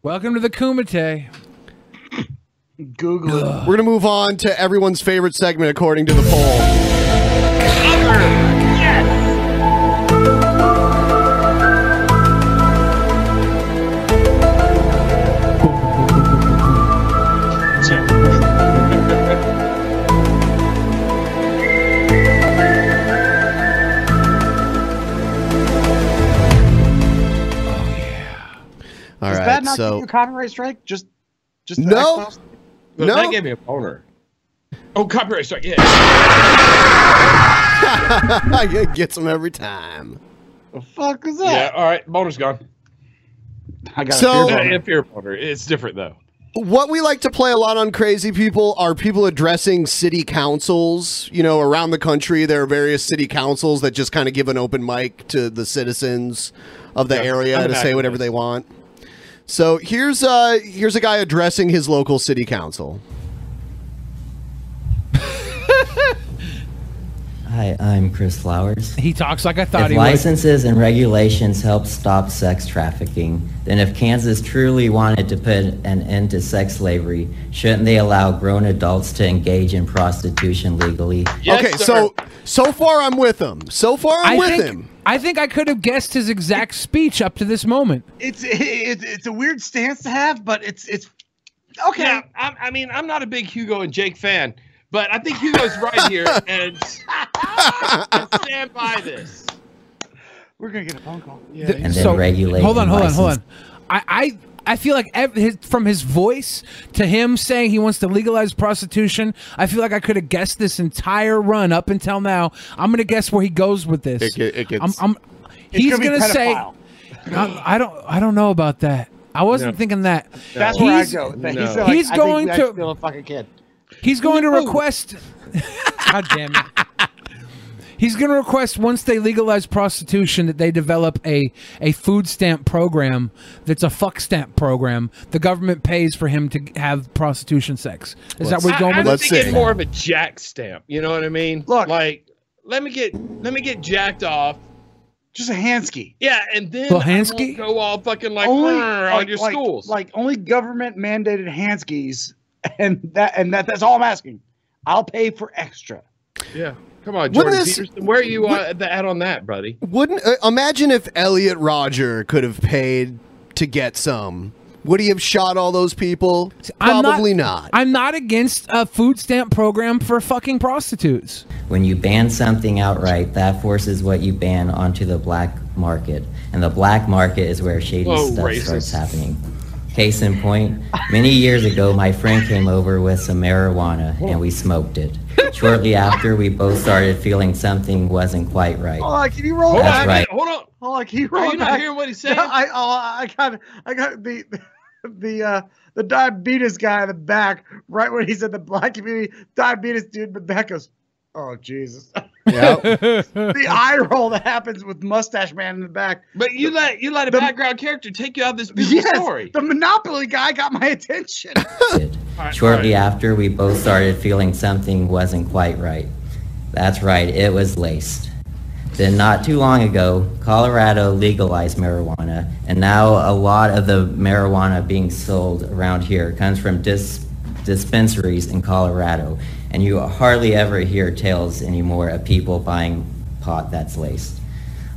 Welcome to the Kumite. *laughs* Google We're gonna move on to everyone's favorite segment according to the poll. All Does right, that not give so you a copyright strike? Just just the No. Xbox? Look, No. That gave me a boner. Oh, copyright strike. Yeah. it *laughs* gets him every time. The fuck is that? yeah. All right. Boner's gone. I got a So- fear boner. Yeah, fear boner. It's different though. What we like to play a lot on Crazy People are people addressing city councils. You know, around the country, there are various city councils that just kind of give an open mic to the citizens of the area I'm to back say with whatever they want. So here's uh here's a guy addressing his local city council. Hi, I'm Chris Flowers. He talks like I thought if he licenses and regulations help stop sex trafficking, then if Kansas truly wanted to put an end to sex slavery, shouldn't they allow grown adults to engage in prostitution legally? okay, so so far I'm with him. So far I I'm with think, him. I think I could have guessed his exact speech up to this moment. *laughs* It's *laughs* it, it's a weird stance to have, but it's it's okay. Yeah, I, I mean, I'm not a big Hugo and Jake fan, but I think Hugo's right *laughs* here, and I stand by this. We're gonna get a phone call. Yeah. The- And then regulate Hold on, and hold on, hold on. license. I, I, I feel like ev- his, from his voice to him saying he wants to legalize prostitution, I feel like I could have guessed this entire run up until now. I'm gonna guess where he goes with this. It ge- it gets- I'm, I'm, It's he's gonna be gonna, say, pedophile. I, I don't, I don't know about that. I wasn't No. thinking that. That's where I He's- go. He's, He's, like, I think going I to, feel a fucking kid. he's going to request. God damn it. He's going to request once they legalize prostitution that they develop a, a food stamp program that's a fuck stamp program. The government pays for him to have prostitution sex. Is that where you're going I, with I'm this? thinking more of a jack stamp. You know what I mean? Look, like let me get let me get jacked off. Just a handski. Yeah, and then Well, I Hansky? won't go all fucking like only "Rrr," on like, your like- schools. like only government mandated handskis, and that and that that's all I'm asking. I'll pay for extra. yeah, come on, Wouldn't Jordan this- Peterson, where are you uh, the- at on that, buddy? Wouldn't uh, imagine if Elliot Roger could have paid to get some. Would he have shot all those people? I'm Probably not. I'm not against a food stamp program for fucking prostitutes. When you ban something outright, that forces what you ban onto the black market. And the black market is where shady Whoa, stuff racist. starts happening. Case in point, many years ago, my friend came over with some marijuana and we smoked *laughs* it. Shortly after, we both started feeling something wasn't quite right. Hold on, can you roll Hold back? on, That's hold on. Hold on, can you Are roll you not back? hearing what he's *laughs* No, saying? I, oh, I got, I got the, *laughs* the, uh, the diabetes guy in the back, right when he said the black community diabetes dude in the back goes, oh *laughs* Jesus. the eye roll that happens with mustache man in the back. But you let you let a background character take you out of this beautiful Yes, story. the Monopoly guy got my attention. Shortly after, we both started feeling something wasn't quite right. That's right, it was laced. Then, not too long ago, Colorado legalized marijuana, and now a lot of the marijuana being sold around here comes from dis- dispensaries in Colorado, and you hardly ever hear tales anymore of people buying pot that's laced.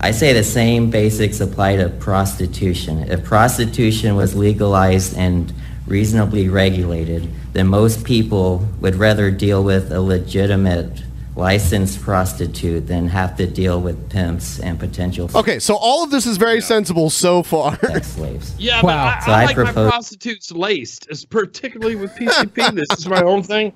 I say the same basics apply to prostitution. If prostitution was legalized and reasonably regulated, then most people would rather deal with a legitimate licensed prostitute than have to deal with pimps and potential. Okay, so all of this is very sensible *laughs* so far. slaves. Yeah, Wow. but So I, I, I like my propose- prostitutes laced, as particularly with *laughs* PCP. this is my own thing.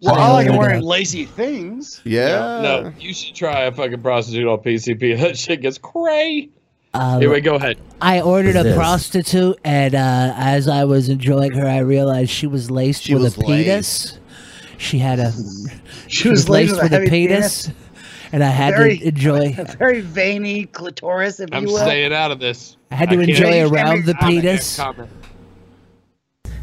Well, I like Yeah. wearing lazy things. No, no, you should try a fucking prostitute on PCP. *laughs* That shit gets cray. Um, anyway, go ahead. I ordered a This. prostitute, and uh, as I was enjoying her, I realized she was laced with was a penis. She had *laughs* a. She was laced with a heavy penis. and I had Very- to enjoy. A *laughs* very veiny clitoris, if I'm you will. staying out of this. I had to can't- enjoy can't around make *laughs* the comment, penis. can't comment.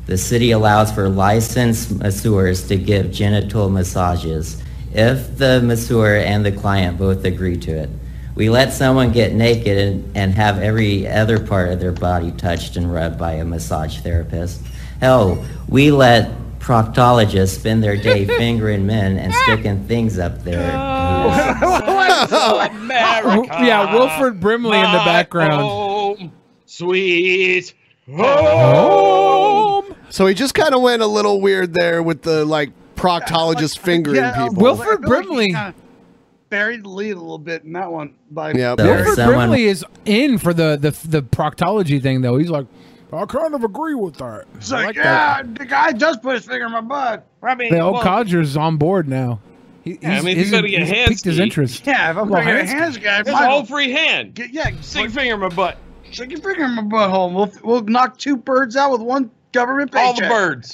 The city allows for licensed masseurs to give genital massages if the masseur and the client both agree to it. We let someone get naked and, and have every other part of their body touched and rubbed by a massage therapist. Hell, we let proctologists spend their day fingering men and sticking things up their. yeah, Wilfred Brimley *laughs* in the background. Home, sweet. So he just kind of went a little weird there with the like proctologist fingering yeah, people. Wilford Brimley. buried the lead a little bit in that one. By Yeah. Bur- Wilfred someone- Brimley is in for the, the the proctology thing though. He's like, I kind of agree with that. It's I like, like yeah, that. the guy just put his finger in my butt. I mean, The old well, codger's on board now. He, Yeah, I mean, if he's- you're gonna get he's hands piqued his deep- interest. Yeah, if I'm Well, gonna get hands- hands guy, It's might- all free hand. yeah, stick your finger in my butt. It's like, you figure my butthole. We'll, we'll knock two birds out with one government paycheck. All the birds.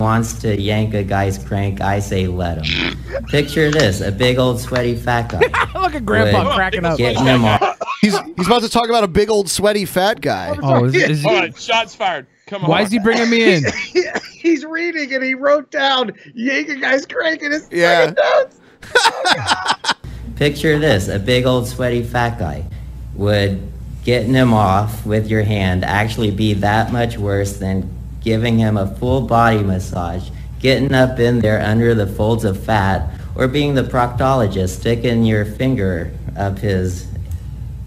wants to yank a guy's crank, I say let him. Picture this: a big old sweaty fat guy. Look at Grandpa Grandpa cracking up. Getting him off. He's he's about to talk about a big old sweaty fat *laughs* guy. Oh, is- is he- All right, shots fired. Come on. Why is he bringing me in? He's reading and he wrote down, yank a guy's crank in *laughs* his yeah. notes. Picture this: a big old sweaty fat guy would getting him off with your hand actually be that much worse than giving him a full body massage, getting up in there under the folds of fat, or being the proctologist sticking your finger up his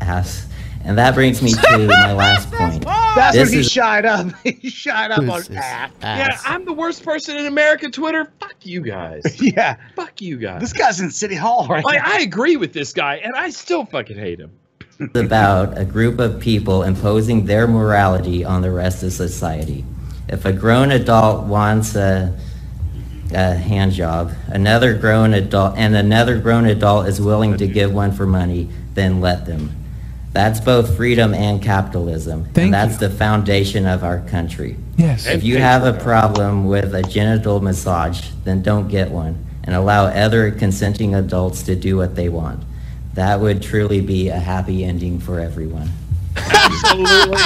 ass. And that brings me to my last point. *laughs* Oh! That's This when he is- shied up. *laughs* He shied up on This is ass. Yeah, I'm the worst person in America. Twitter, fuck you guys. *laughs* yeah, fuck you guys. This guy's in City Hall right Like, now. I agree with this guy, and I still fucking hate him. It's about a group of people imposing their morality on the rest of society. If a grown adult wants a, a hand job, another grown adult, and another grown adult is willing to give one for money, then let them. That's both freedom and capitalism. and that's the foundation of our country. Yes. If you have a problem with a genital massage, then don't get one and allow other consenting adults to do what they want. That would truly be a happy ending for everyone. Absolutely.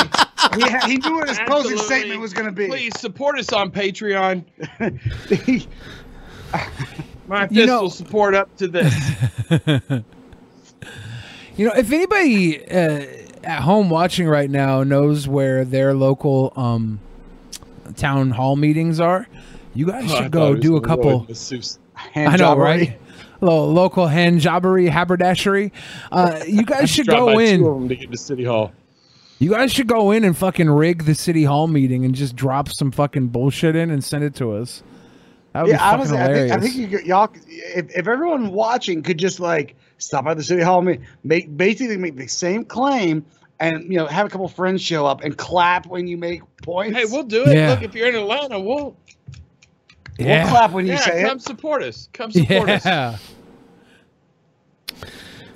Yeah, *laughs* he knew what his closing statement was going to be. Please support us on *laughs* Patreon. My fist You know- will support up to *laughs* this. You know, if anybody uh, at home watching right now knows where their local um, town hall meetings are, you guys Oh, I should thought it go was do a the couple. Lord masseuse. *laughs* I know, right? Little local hand jobbery, haberdashery. Uh, *laughs* you I guys should dropped go by in. Two of 'em to get to City Hall. You guys should go in and fucking rig the city hall meeting and just drop some fucking bullshit in and send it to us. That would be fucking hilarious. I think, I think you could, y'all, if, if everyone watching could just like stop by the city hall, make, make basically make the same claim, and you know have a couple friends show up and clap when you make points. Hey, we'll do it. Yeah. Look, if you're in Atlanta, we'll We'll clap when you yeah, say come it. support us. Come support us.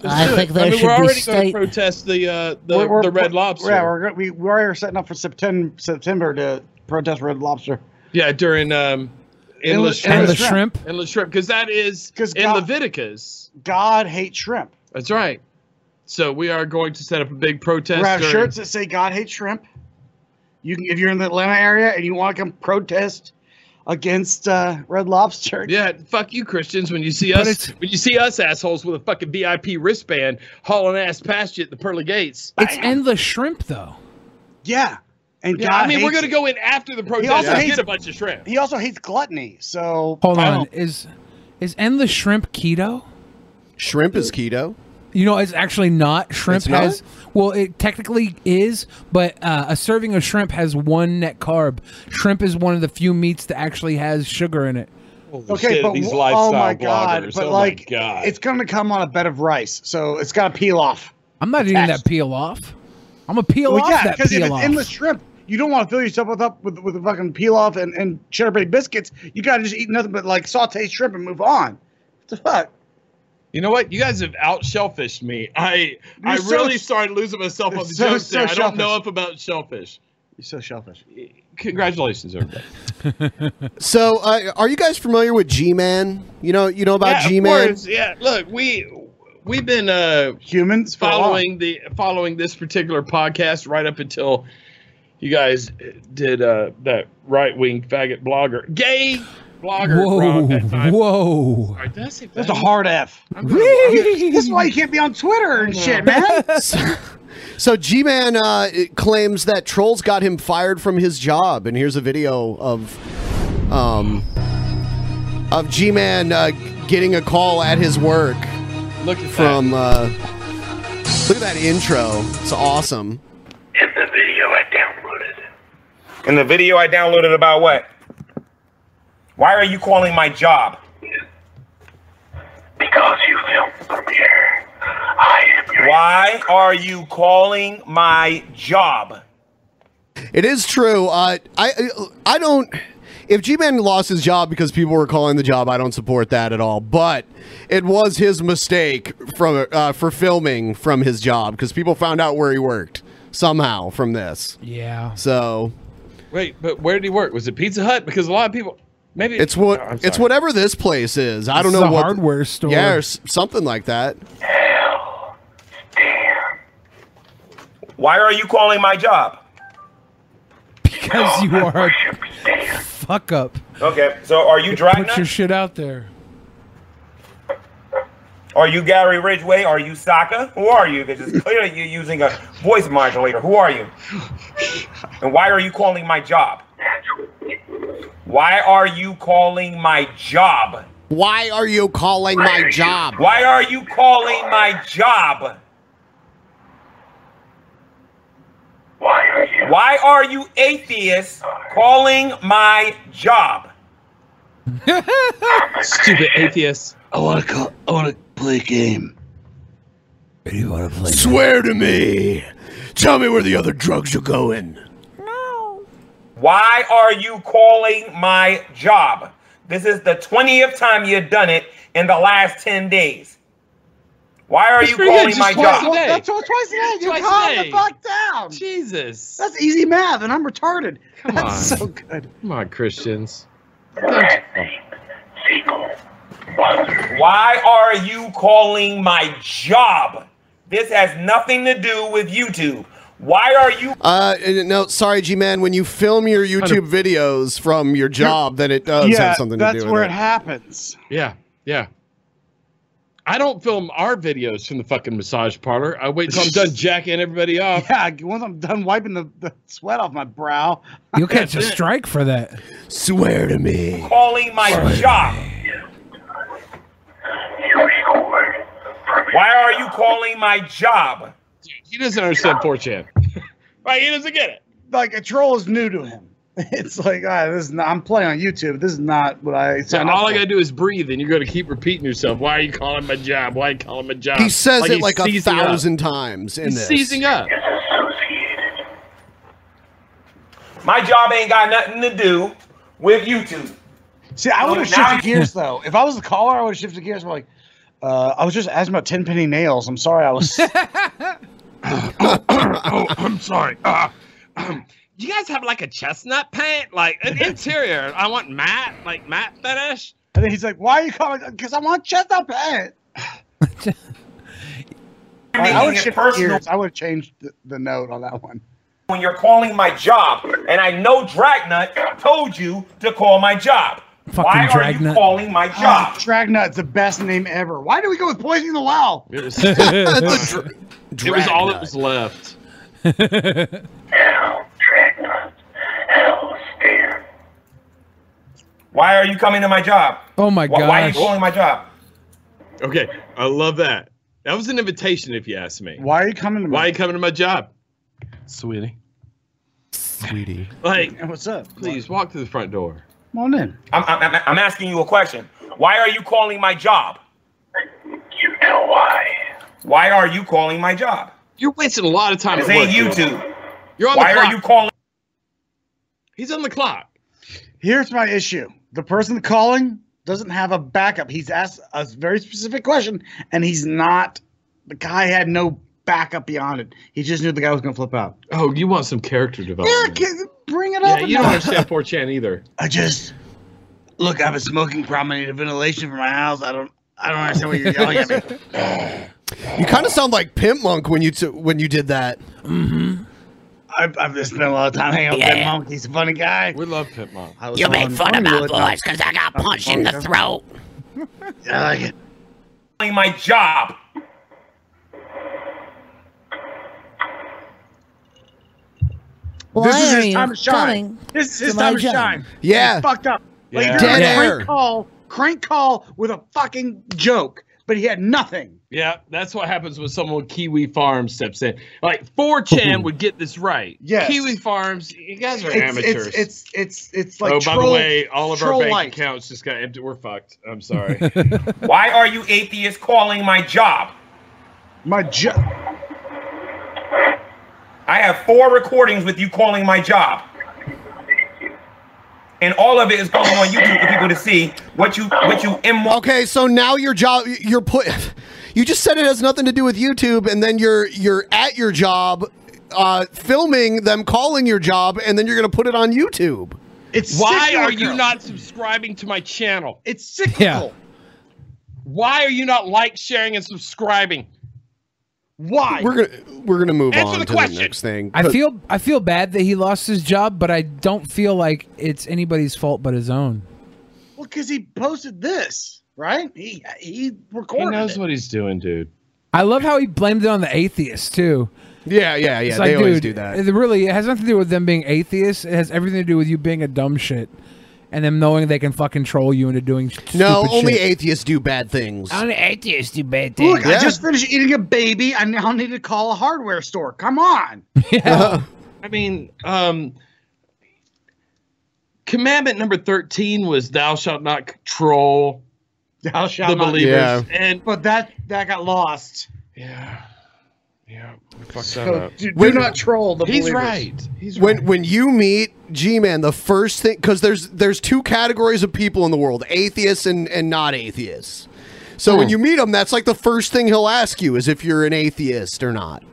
Let's I do it. think there I mean, should we're be already state- going to protest the uh, the, We're- we're- the Red we're- Lobster. Yeah, we're go- we we are setting up for September September to protest Red Lobster. Yeah, during um, endless, Endless- Endless shrimp. Endless shrimp, because that is in God- Leviticus. God hates shrimp. That's right. So we are going to set up a big protest. we have during- shirts that say "God hates shrimp." You can, if you're in the Atlanta area and you want to come protest against uh, Red Lobster. Yeah, fuck you, Christians. When you see But us, it's- when you see us assholes with a fucking VIP wristband hauling ass past you at the pearly gates. it's endless shrimp though. Yeah, and Yeah, God I mean, we're hates- gonna go in after the protest also and hates- get a bunch of shrimp. He also hates gluttony. Oh, So Hold I on, don't- is is endless shrimp keto? Shrimp is keto. You know, it's actually not. Shrimp It's not? has well, it technically is, but uh, a serving of shrimp has one net carb. Shrimp is one of the few meats that actually has sugar in it. Okay, but wh- oh um, my god! But like, it's gonna come on a bed of rice, so it's gotta peel off. I'm not eating that peel off. I'm gonna peel Well, off yeah, that because if peel it's off. endless shrimp, you don't want to fill yourself with up with with a fucking peel off and and cheddar bay biscuits. You gotta just eat nothing but like saute shrimp and move on. What the fuck? You know what? You guys have out shellfished me. I You're I so- really started losing myself on You're the so- jokes so there. I don't know enough shellfish. about shellfish. You're so shellfish. Congratulations, everybody. So, uh, are you guys familiar with G-Man? You know, you know about yeah, of G-Man. course. Yeah, look, we we've been uh humans for a while. following the following this particular podcast right up until you guys did uh that right wing faggot blogger, gay blogger. Rob, that time. whoa! Sorry, did I say That's a hard F. this is why you can't be on Twitter and shit, man. *laughs* So G-Man uh, it claims that trolls got him fired from his job, and here's a video of um, of G-Man uh, getting a call at his work. Look at from uh, look at that intro. It's awesome. In the video I downloaded about what? Why are you calling my job? Because you helped from here. I am your Why are you calling my job? It is true. Uh, I I don't. If G-Man lost his job because people were calling the job, I don't support that at all. But it was his mistake from uh, for filming from his job because people found out where he worked. somehow from this. Yeah. So Wait, but where did he work? Was it Pizza Hut? Because a lot of people maybe it's what Oh, I'm it's sorry. whatever this place is. I This don't is know a what hardware store. Yeah, or s- something like that. Why are you calling my job? Because you are a fuck up. Okay, so are you Dragna? Put your shit out there. Are you Gary Ridgway? Are you Saka? Who are you? Because *laughs* it's clearly you're using a voice modulator. Who are you? And why are you calling my job? Why are you calling my job? Why are you calling my job? Why are you calling my job? Why are you? Why are you atheists calling my *laughs* job? *laughs* Stupid atheists. I want to call. I want to play a game. You want to play? Swear to me. Tell me where the other drugs are going. Why are you calling my job? This is the 20th time you've done it in the last 10 days. Why are It's you pretty good, calling just my twice job? a day. That's twice a day. You Twice a calm day. the fuck down. Jesus. That's easy math, and I'm retarded. Come That's on. so good. Come on, Christians. Why are you calling my job? This has nothing to do with YouTube. Why are you Uh, and- no, sorry, G man. When you film your YouTube videos from your job, then it does Yeah, have something to that's do with where it. it happens. Yeah, yeah. I don't film our videos from the fucking massage parlor. I wait till I'm *laughs* done jacking everybody off. Yeah, once I'm done wiping the, the *laughs* sweat off my brow. You'll catch a strike for that. Swear to me. calling my job? Why are you calling my job? He doesn't understand 4chan. Right, he doesn't get it. Like a troll is new to him. *laughs* It's like, ah, this is not, I'm playing on YouTube. This is not what I So signed up all I for. gotta do is breathe, and you're gonna keep repeating yourself. Why are you calling my job? Why are you calling my job? He says it he's like a seizing up. thousand times in He's this. seizing up. My job ain't got nothing to do with YouTube. See, I would have Now- shifted gears though. If I was the caller, I would have shifted gears. I'm like, uh, I was just asking about ten penny nails. I'm sorry, I was. *laughs* *coughs* oh, I'm sorry. Uh, um, you guys have like a chestnut paint, like an interior. I want matte, like matte finish. And then he's like, "Why are you calling? Because I *laughs* want chestnut paint." I, I would Making it shift personal. gears. I would have changed the, the note on that one. when you're calling my job, and I know Dragnut told you to call my job. Why are you calling *laughs* my job? Oh, Dragnut's the best name ever. Why do we go with Poisoning the Well? *laughs* It was, That's a it was all that was left. Why are you coming to my job? Oh my Why, why are you gosh. calling my job? Okay, I love that. That was an invitation, if you ask me. Why are you coming to Why are you coming to my job, sweetie? Sweetie. Like, what's up? Please walk through the front door. Come on in. I'm, I'm, I'm- I'm asking you a question. Why are you calling my job? You know why. Why are you calling my job? You're wasting a lot of time. This at ain't work, YouTube. You're on the why clock. are you calling? He's *laughs* on the clock. Here's my issue: the person calling doesn't have a backup. He's asked a very specific question, and he's not. The guy had no backup beyond it. He just knew the guy was going to flip out. Oh, you want some character Yeah, development? can- bring it Yeah, up. you a *laughs* don't notch. understand 4chan either. I just look. I've been smoking probably need a ventilation for my house. I don't. I don't understand what you're yelling at *laughs* me. You kind of sound like Pimp Monk when you t- when you did that. Mm-hmm. I've, I've just spent a lot of time hanging out with Pimp Yeah. Monk. He's a funny guy. We love Pimp Monk. I was You make on fun of my Hollywood, boys because I got punched in the *laughs* throat. I like it. calling my job. this is are his you time to shine. coming This is his to my time to job? shine. Yeah. He's fucked up. Like, Yeah. he did Dead a crank air. call, crank call with a fucking joke, but he had nothing. Yeah, that's what happens when someone with Kiwi Farms steps in. Like *laughs* 4chan would get this right. Yes. Kiwi Farms, you guys are It's- amateurs. It's it's it's it's like. oh, by the troll- way, all of our troll bank light. accounts just got empty. We're fucked. I'm *laughs* sorry. Why are you atheists calling my job? My job. I have four recordings with you calling my job. And all of it is going on YouTube for people to see what you what you immoral. Okay, so now your job you're put you just said it has nothing to do with YouTube and then you're you're at your job uh, filming them calling your job, and then you're going to put it on YouTube. It's why are you not subscribing to my channel? It's cyclical. Why are you not like, sharing, and subscribing? Why? We're gonna we're gonna move Answer on the to question. the next thing. I But- feel I feel bad that he lost his job, but I don't feel like it's anybody's fault but his own. Well, because he posted this, right? He he recorded. it. what he's doing, dude. I love how he blamed it on the atheists too. Yeah, yeah, yeah. It's they like, always do dude, that. It really, it has nothing to do with them being atheists. It has everything to do with you being a dumb shit, and them knowing they can fucking troll you into doing. No, stupid only shit. atheists do bad things. Only atheists do bad Look, I just finished eating a baby. I now need to call a hardware store. Come on. I mean, um, commandment number 13 was thou shalt not troll thou shalt the not- believers. Yeah. And but that that got lost. Yeah. Yeah. We fucked So, that up. do- do not troll the He's believers. right. He's when when you meet G-Man, the first thing because there's there's two categories of people in the world: atheists and and not atheists. So when Hmm. you meet him, that's like the first thing he'll ask you is if you're an atheist or not.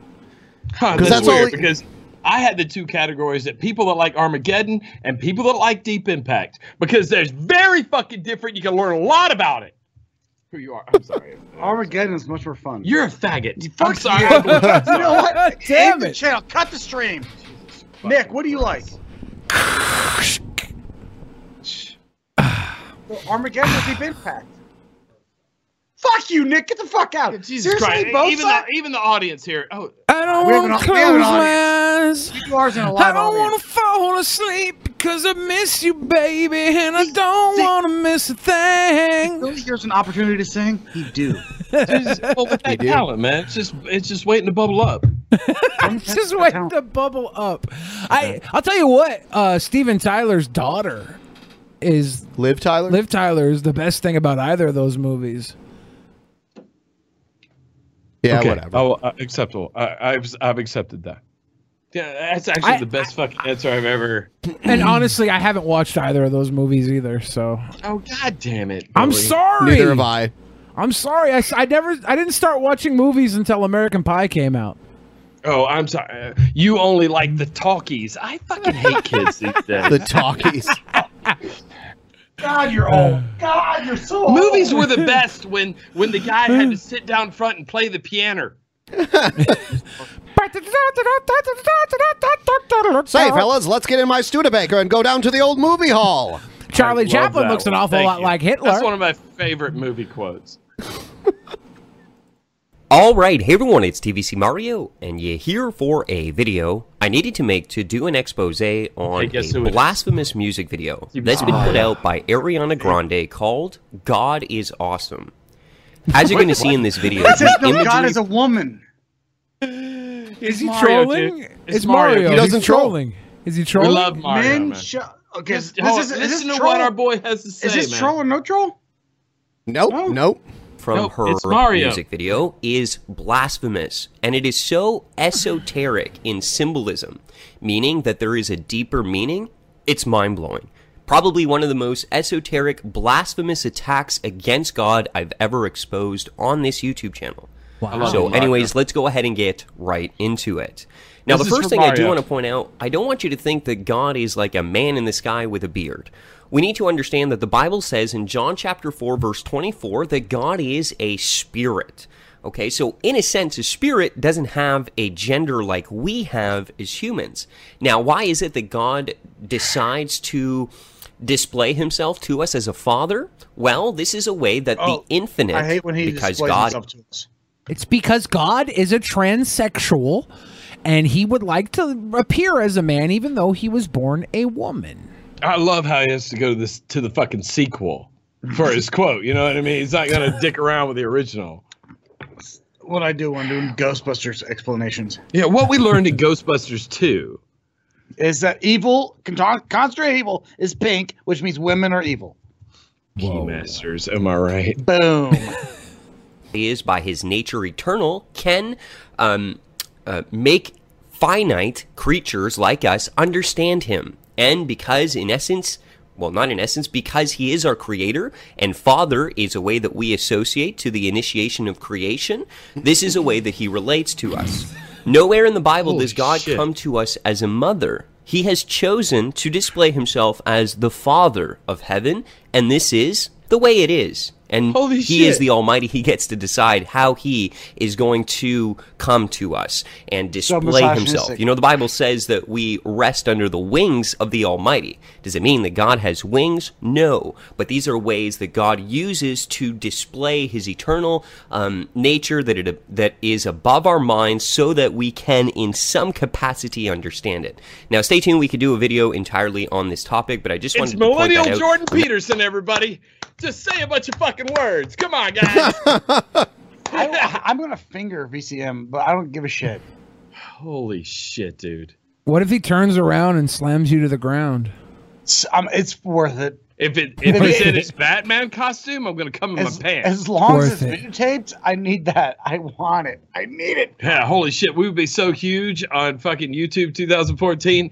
Huh, 'Cause that's, that's all weird he- because I had the two categories that people that like Armageddon and people that like Deep Impact because there's very fucking different. You can learn a lot about it. Who you are? I'm sorry. Armageddon is much more fun. You're a faggot. I'm sorry. *laughs* you. you know what? Damn End the it. channel. Cut the stream. Nick, what do you like? well, Armageddon or Deep Impact? Fuck you, Nick. Get the fuck out. Jesus Seriously, Christ. both Even the, sides? even the audience here. Oh, I don't We have want to an au- we have close an my eyes. Ours in a I live don't audience. want to fall asleep because I miss you, baby, and I don't want to miss a thing. Really, here's an opportunity to sing. *laughs* He do. Just- *laughs* well, with that talent, man, it's just it's just waiting to bubble up. *laughs* I'm just waiting to bubble up. I I'll tell you what. Uh, Steven Tyler's daughter is Liv Tyler. Liv Tyler is the best thing about either of those movies. Yeah, Okay. whatever. Oh, uh, acceptable. I, I've I've accepted that. Yeah, that's actually the best fucking answer I've ever. And *clears throat* honestly, I haven't watched either of those movies either. So Oh God damn it! I'm Billy. sorry. Neither have I. I'm sorry. I, s- I never. I didn't start watching movies until American Pie came out. Oh, I'm sorry. Uh, You only like the talkies. I fucking hate kids *laughs* these days. The talkies. God, you're old. God, you're so old. Movies were the best when when the guy had to sit down front and play the piano. Say, fellas, let's get in my Studebaker and go down to the old movie hall. *laughs* Charlie Love Chaplin that looks an one. awful Thank lot you. like Hitler. That's one of my favorite movie quotes. All right, hey everyone, it's TVC Mario, and you're here for a video I needed to make to do an expose on Hey, guess a who it is? blasphemous music video that's been Oh, put yeah. out by Ariana Grande called "God Is Awesome." As you're going to see in this video, It says, the no, God imagery- is a woman. Is he Mario, trolling? dude. It's, It's Mario. Mario. He doesn't He's troll. trolling. Is he trolling? love Mario, Men man. sh- okay, Just this hold- is, is this listen to troll? what our boy has to say. Is this man. troll or no troll? Nope, nope. from Nope, her it's Mario. music video is blasphemous and it is so esoteric in symbolism meaning that there is a deeper meaning it's mind-blowing probably one of the most esoteric blasphemous attacks against god i've ever exposed on this youtube channel I love so it, Mario. anyways let's go ahead and get right into it now This the is first for thing i do Mario. want to point out i don't want you to think that god is like a man in the sky with a beard we need to understand that the bible says in john chapter 4 verse 24 that god is a spirit okay so in a sense a spirit doesn't have a gender like we have as humans now why is it that god decides to display himself to us as a father well this is a way that Oh, the infinite I hate when he because displays god himself to us. It's because God is a transsexual and he would like to appear as a man even though he was born a woman. I love how he has to go to this to the fucking sequel for his quote. You know what I mean? He's not gonna dick around with the original. What I do when doing Ghostbusters explanations Yeah, what we learned *laughs* in Ghostbusters 2. is that evil, con- concentrate evil, is pink, which means women are evil. Keymasters, am I right? Boom. He is by his nature eternal can um, uh, make finite creatures like us understand him and because in essence well not in essence because he is our creator and father is a way that we associate to the initiation of creation this is a way that he relates to us Nowhere in the Bible does Holy God shit. come to us as a mother. He has chosen to display himself as the Father of heaven, and this is the way it is. And he is shit. the Almighty. He gets to decide how he is going to come to us and display himself. misogynistic. You know, the Bible says that we rest under the wings of the Almighty. Does it mean that God has wings? No. But these are ways that God uses to display His eternal um, nature that it that is above our minds, so that we can, in some capacity, understand it. Now, stay tuned. We could do a video entirely on this topic, but I just It's wanted to point millennial that out. Jordan Peterson, everybody. Just say a bunch of fucking words. Come on, guys. *laughs* I, I'm gonna finger VCM, but I don't give a shit. Holy shit, dude! What if he turns around and slams you to the ground? It's, um, it's worth it. If it if it's *laughs* in his Batman costume, I'm gonna *laughs* come in As- my pants. As long Worth as it's videotaped, I need that. I want it. I need it. Yeah, holy shit, we would be so huge on fucking YouTube 2014.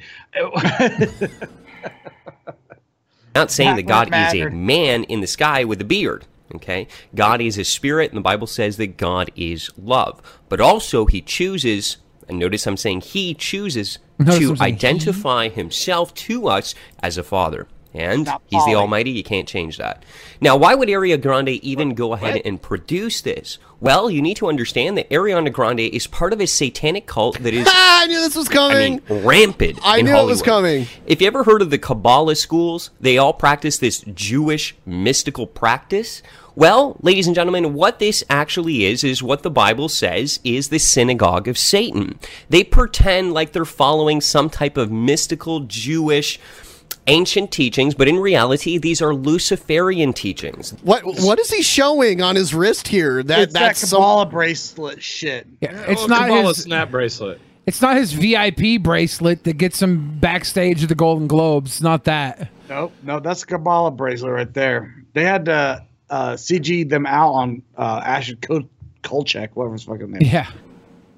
not saying That that God would is a matter. man in the sky with a beard. Okay? God is a spirit, and the Bible says that God is love. But also, he chooses, and notice I'm saying he chooses Notice to I'm saying identify himself to us as a father. And he's the falling. Almighty. You can't change that. Now, why would Ariana Grande even go ahead and produce this? Well, you need to understand that Ariana Grande is part of a satanic cult that is *laughs* I knew this was coming. I mean, rampant. I in knew it was Hollywood. coming. If you ever heard of the Kabbalah schools, they all practice this Jewish mystical practice. Well, ladies and gentlemen, what this actually is, is what the Bible says is the synagogue of Satan. They pretend like they're following some type of mystical Jewish ancient teachings, but in reality, these are Luciferian teachings. What what is he showing on his wrist here? That It's that that's some- Kabbalah bracelet shit. Yeah, it's not oh, Kabbalah his- snap bracelet. It's not his VIP bracelet that gets him backstage at the Golden Globes. Not that. Nope, no, that's a Kabbalah bracelet right there. They had to uh, CG them out on uh, Ashton Kut- Kolchak, whatever his fucking name. Yeah.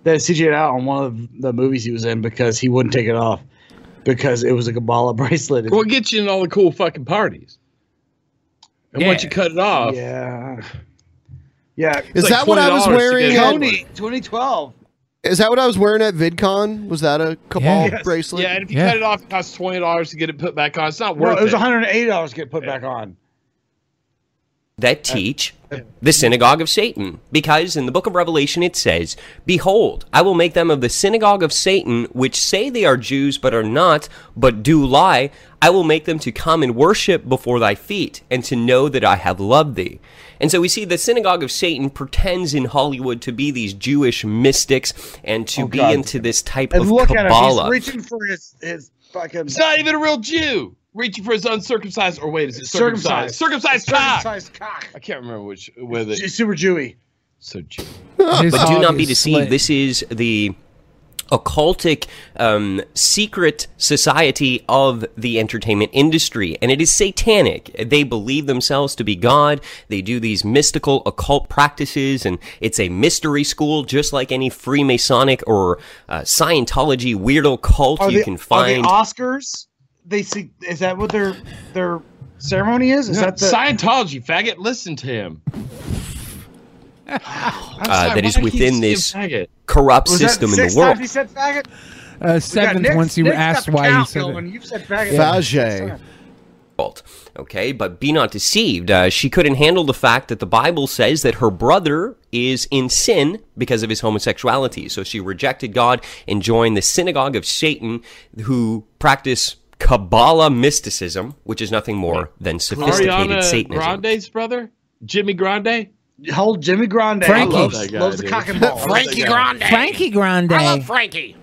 They had CG it out on one of the movies he was in because he wouldn't take it off because it was a Kabbalah *laughs* bracelet. We'll get you in all the cool fucking parties. And once you cut it off, yeah, yeah. Is that what I was wearing? at- Tony, 2012. Is that what I was wearing at VidCon? Was that a Cabal Yes. bracelet? Yeah, and if you cut it off, it costs twenty dollars to get it put back on. It's not No, worth it was it. $180 to get put back on. that teach the synagogue of Satan. Because in the book of Revelation it says, Behold, I will make them of the synagogue of Satan, which say they are Jews but are not, but do lie. I will make them to come and worship before thy feet, and to know that I have loved thee. And so we see the synagogue of Satan pretends in Hollywood to be these Jewish mystics and to be Oh, God. into this type And of look Kabbalah. at him. He's reaching for his, his fucking. It's not even a real Jew reaching for his uncircumcised. Or wait, is it circumcised? Circumcised, circumcised cock. I can't remember which with it. Super Jewy. So Jew. but His do not hog be is deceived. slit. This is the occultic um, secret society of the entertainment industry, and it is satanic. They believe themselves to be God. They do these mystical occult practices, and it's a mystery school, just like any Freemasonic or uh, Scientology weirdo cult Are you the- can Are find. the Oscars? They see. Is that what their their ceremony is? *laughs* Is No, that the Scientology faggot? Listen to him. uh, that is within this corrupt Was that system in six the world. Times he said faggot. Uh, seventh Nick's- once you Nick's asked got the why he count, said it. Gilman. You've said faggot. Faggot. fault, Okay, but be not deceived. Uh, she couldn't handle the fact that the Bible says that her brother is in sin because of his homosexuality. So she rejected God and joined the synagogue of Satan, who practice Kabbalah mysticism, which is nothing more than sophisticated Ariana Satanism. Grande's brother, Jimmy Grande. Hold Jimmy Grande. Frankie I love that guy, Loves the dude. cock and balls. Frankie Grande. Frankie Grande. I love Frankie.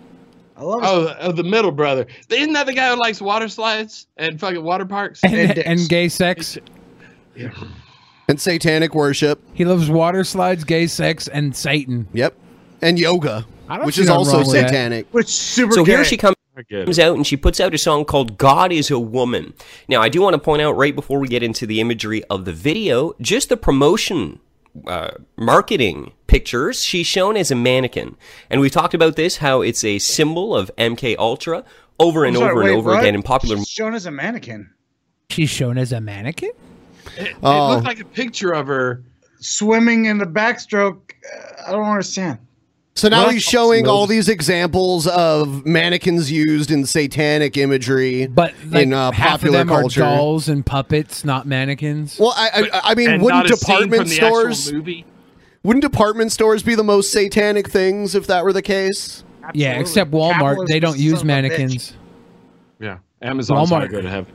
I love. Oh, oh, the middle brother. Isn't that the guy who likes water slides and fucking water parks And, and gay sex. And satanic worship. He loves water slides, gay sex, and Satan. Yep. And yoga, I don't which see is nothing also wrong with that. satanic. Which super. so here she comes comes out and she puts out a song called God is a Woman. Now, I do want to point out right before we get into the imagery of the video, just the promotion uh, marketing pictures, she's shown as a mannequin. And we've talked about this, how it's a symbol of MK Ultra over and I'm sorry, over wait, and over what? again in popular She's shown as a mannequin. She's shown as a mannequin. It, Oh. it looked like a picture of her swimming in the backstroke. uh, I don't understand. So now Well, he's showing no. all these examples of mannequins used in satanic imagery, but Like, in uh, half popular of them culture. are dolls and puppets, not mannequins. Well, I I, I mean, wouldn't department stores wouldn't department stores be the most satanic things if that were the case? Yeah, except Walmart, they don't use mannequins. Yeah, Amazon's Walmart. not good to have.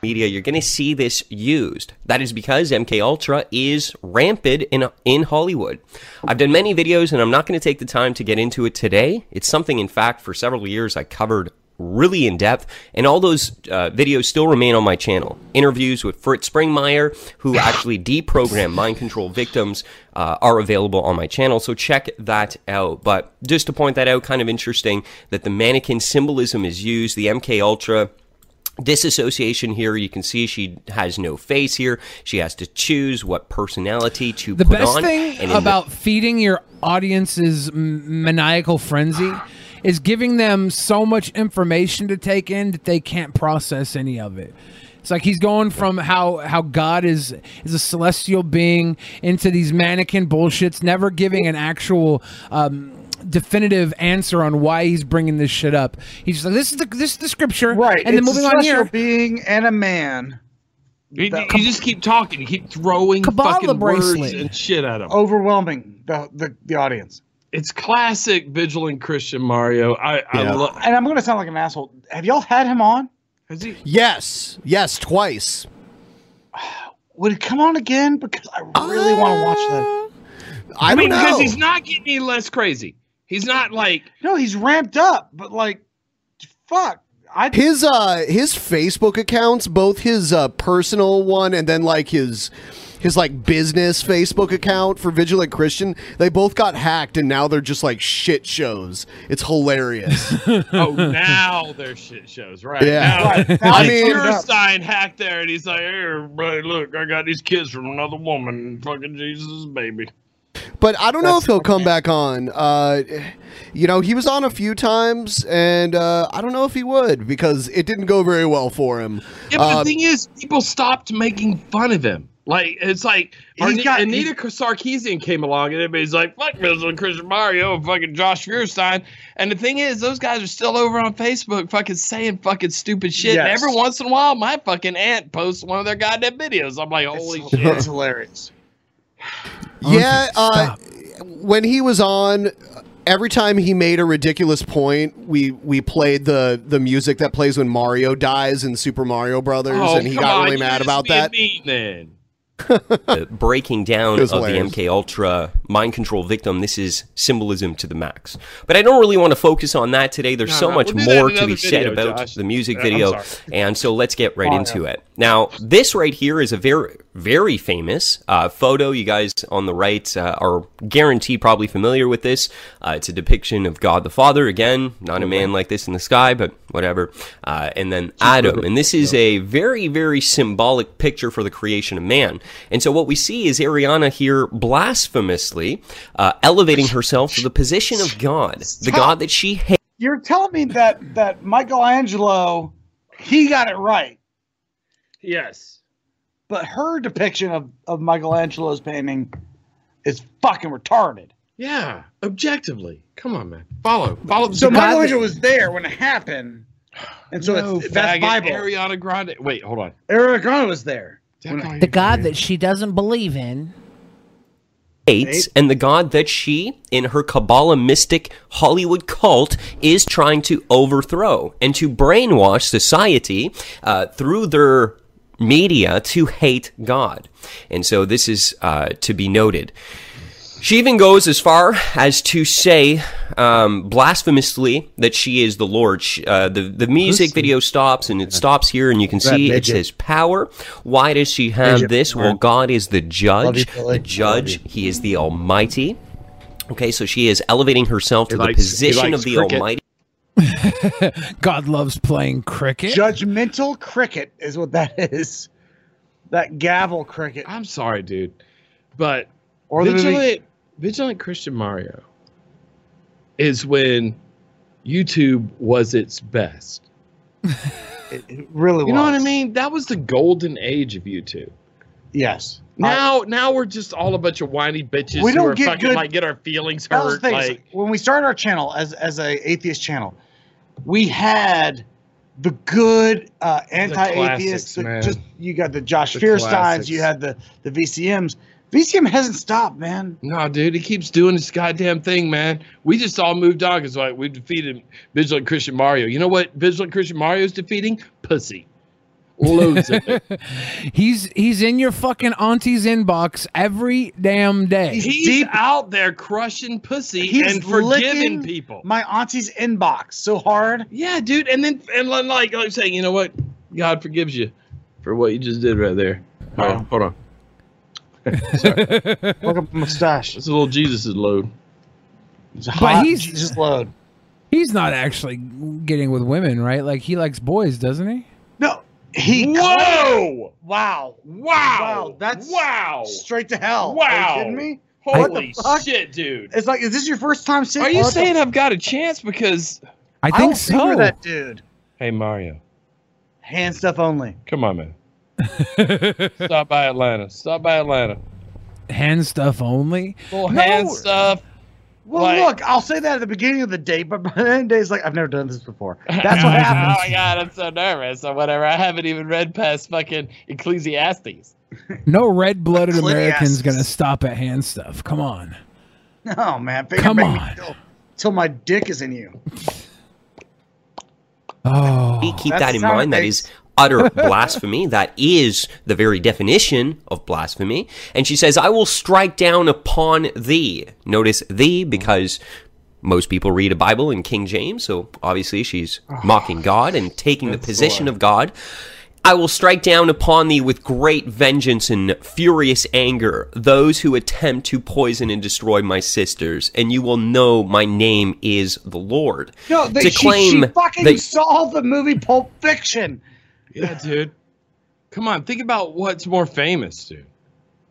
media you're going to see this used that is because mk ultra is rampant in in hollywood i've done many videos and i'm not going to take the time to get into it today it's something in fact for several years i covered really in depth and all those uh, videos still remain on my channel interviews with fritz springmeier who actually deprogrammed mind control victims uh, are available on my channel so check that out but just to point that out kind of interesting that the mannequin symbolism is used the mk ultra disassociation here you can see she has no face here she has to choose what personality to The put best on thing and in about feeding your audience's m- maniacal frenzy is giving them so much information to take in that they can't process any of it. It's like he's going from how how God is is a celestial being into these mannequin bullshits, never giving an actual. Um, definitive answer on why he's bringing this shit up he's just like this is the this is the scripture right and then it's a moving on celestial here being and a man. You, you just keep talking. You keep throwing fucking words and shit at them. Overwhelming the, the, the audience. It's classic vigilant Christian Mario. I, I love. and I'm going to sound like an asshole. Have y'all had him on? Has he? Yes, yes, twice. *sighs* Would it come on again? Because I really want to watch that. I mean, don't because know. he's not getting any less crazy. He's not like no, he's ramped up, but like, fuck. I his uh his Facebook accounts, both his uh, personal one and then like his his like business Facebook account for Vigilant Christian, they both got hacked and now they're just like shit shows. It's hilarious. *laughs* *laughs* oh, now their shit shows, right? Yeah. Now, Right. I I mean- uh, mean, Stein hacked there, and he's like, "Hey, everybody, look, I got these kids from another woman, fucking Jesus, baby." But I don't know if he'll come back on. Uh, you know, he was on a few times, and uh, I don't know if he would because it didn't go very well for him. Yeah, but Um, the thing is, people stopped making fun of him. Like it's like Arne- Anita Sarkeesian came along and everybody's like, "Fuck Mizzle and Christian Mario and fucking Josh Feuerstein." And the thing is, those guys are still over on Facebook, fucking saying fucking stupid shit. And Yes. every once in a while, my fucking aunt posts one of their goddamn videos. I'm like, *laughs* "Holy shit, It's hilarious." yeah, uh, when he was on, every time he made a ridiculous point, we we played the the music that plays when Mario dies in Super Mario Brothers, Oh, and he come got on, really you mad just about being that. mean then." the uh, breaking It down of was the hilarious. MK Ultra mind control victim. This is symbolism to the max. But I don't really want to focus on that today. There's No, so no, much we'll do that in more to another be said video, about Josh. the music Uh, I'm video, sorry. and so let's get right Oh, yeah. into it. Now, this right here is a very, very famous uh, photo. You guys on the right uh, are guaranteed probably familiar with this. Uh, it's a depiction of God the Father again, not a man like this in the sky, but whatever. Uh, and then Adam, and this is a very, very symbolic picture for the creation of man. And so what we see is Ariana here blasphemously uh, elevating herself to the position of God, the God that she hates. You're telling me that that Michelangelo, he got it right, Yes. but her depiction of of Michelangelo's painting is fucking retarded. Yeah, objectively. Come on, man. Follow, follow. So Michelangelo was there when it happened, and so No, it's, that's faggot. Bible. Ariana Grande. Wait, hold on. Ariana Grande was there. The God that she doesn't believe in. hates and the god that she, in her Kabbalah mystic Hollywood cult, is trying to overthrow and to brainwash society uh, through their media to hate God. And so this is uh, to be noted. She even goes as far as to say um, blasphemously that she is the Lord. She, uh, the the music video stops and it stops here, and you can That see it midget. says power. Why does she have Midget this? Well, porn. God is the Love you, judge. Billy. The judge. He is the Almighty. Okay, so she is elevating herself to the likes- he position likes of the cricket. Almighty. *laughs* God loves playing cricket. Judgmental cricket is what that *laughs* is. That gavel cricket. I'm sorry, dude, but or the vigilant, movie, vigilant Christian Mario is when YouTube was its best. *laughs* really You know what I was. mean? That was the golden age of YouTube. Yes. Now, now we're just all a bunch of whiny bitches We who don't are get fucking good- like get our feelings That was hurt. the thing. is Like, when we started our channel as as a atheist channel, we had the good uh, classics, anti-atheists. the- man. just you got the Josh The Fiersteins. classics. You had the the VCMs. VCM hasn't stopped, man. No, dude, he keeps doing this goddamn thing, man. We just all moved on because like we defeated Vigilant Christian Mario. You know what Vigilant Christian Mario's defeating? Pussy. Loads of it. *laughs* he's he's in your fucking auntie's inbox every damn day. He's out there crushing pussy He's and forgiving licking people. My auntie's inbox so hard. Yeah, dude, and then and like like I'm saying, you know what? God forgives you for what you just did right there. All right, hold on. *laughs* Look up my mustache. It's a little Jesus' load. But he's just load. He's not actually getting with women, right? Like he likes boys, doesn't he? No, he. Whoa! Wow! Wow! Wow! That's wow! Straight to hell. Are Wow. you kidding me? What the Holy fuck? shit, dude. It's like, is this your first time seeing? Are you what the saying I've got a chance because I don't remember that dude. Hey Mario. Hand stuff only. Come on, man. Stop by Atlanta. Stop by Atlanta. Hand stuff only. Little hand stuff. Well, Like- look, I'll say that at the beginning of the day, but by the end of the day, it's like I've never done *laughs* this before. That's Oh, what happens. Oh my god, I'm so nervous or whatever. I haven't even read past fucking Ecclesiastes. No red-blooded Clint American's gonna stop at hand stuff. Come on. No, man. Come on. Till, till my dick is in you. Oh, keep That's that in not mind. That a- is utter *laughs* blasphemy. That is the very definition of blasphemy. And she says, I will strike down upon thee. Notice thee because most people read a Bible in King James, so obviously she's Oh, mocking God and taking the position of God. I will strike down upon thee with great vengeance and furious anger those who attempt to poison and destroy my sisters, and you will know my name is the Lord. No, they, to she- claim she, fucking that- saw the movie Pulp Fiction. Yeah, dude. Come on, think about what's more famous, dude.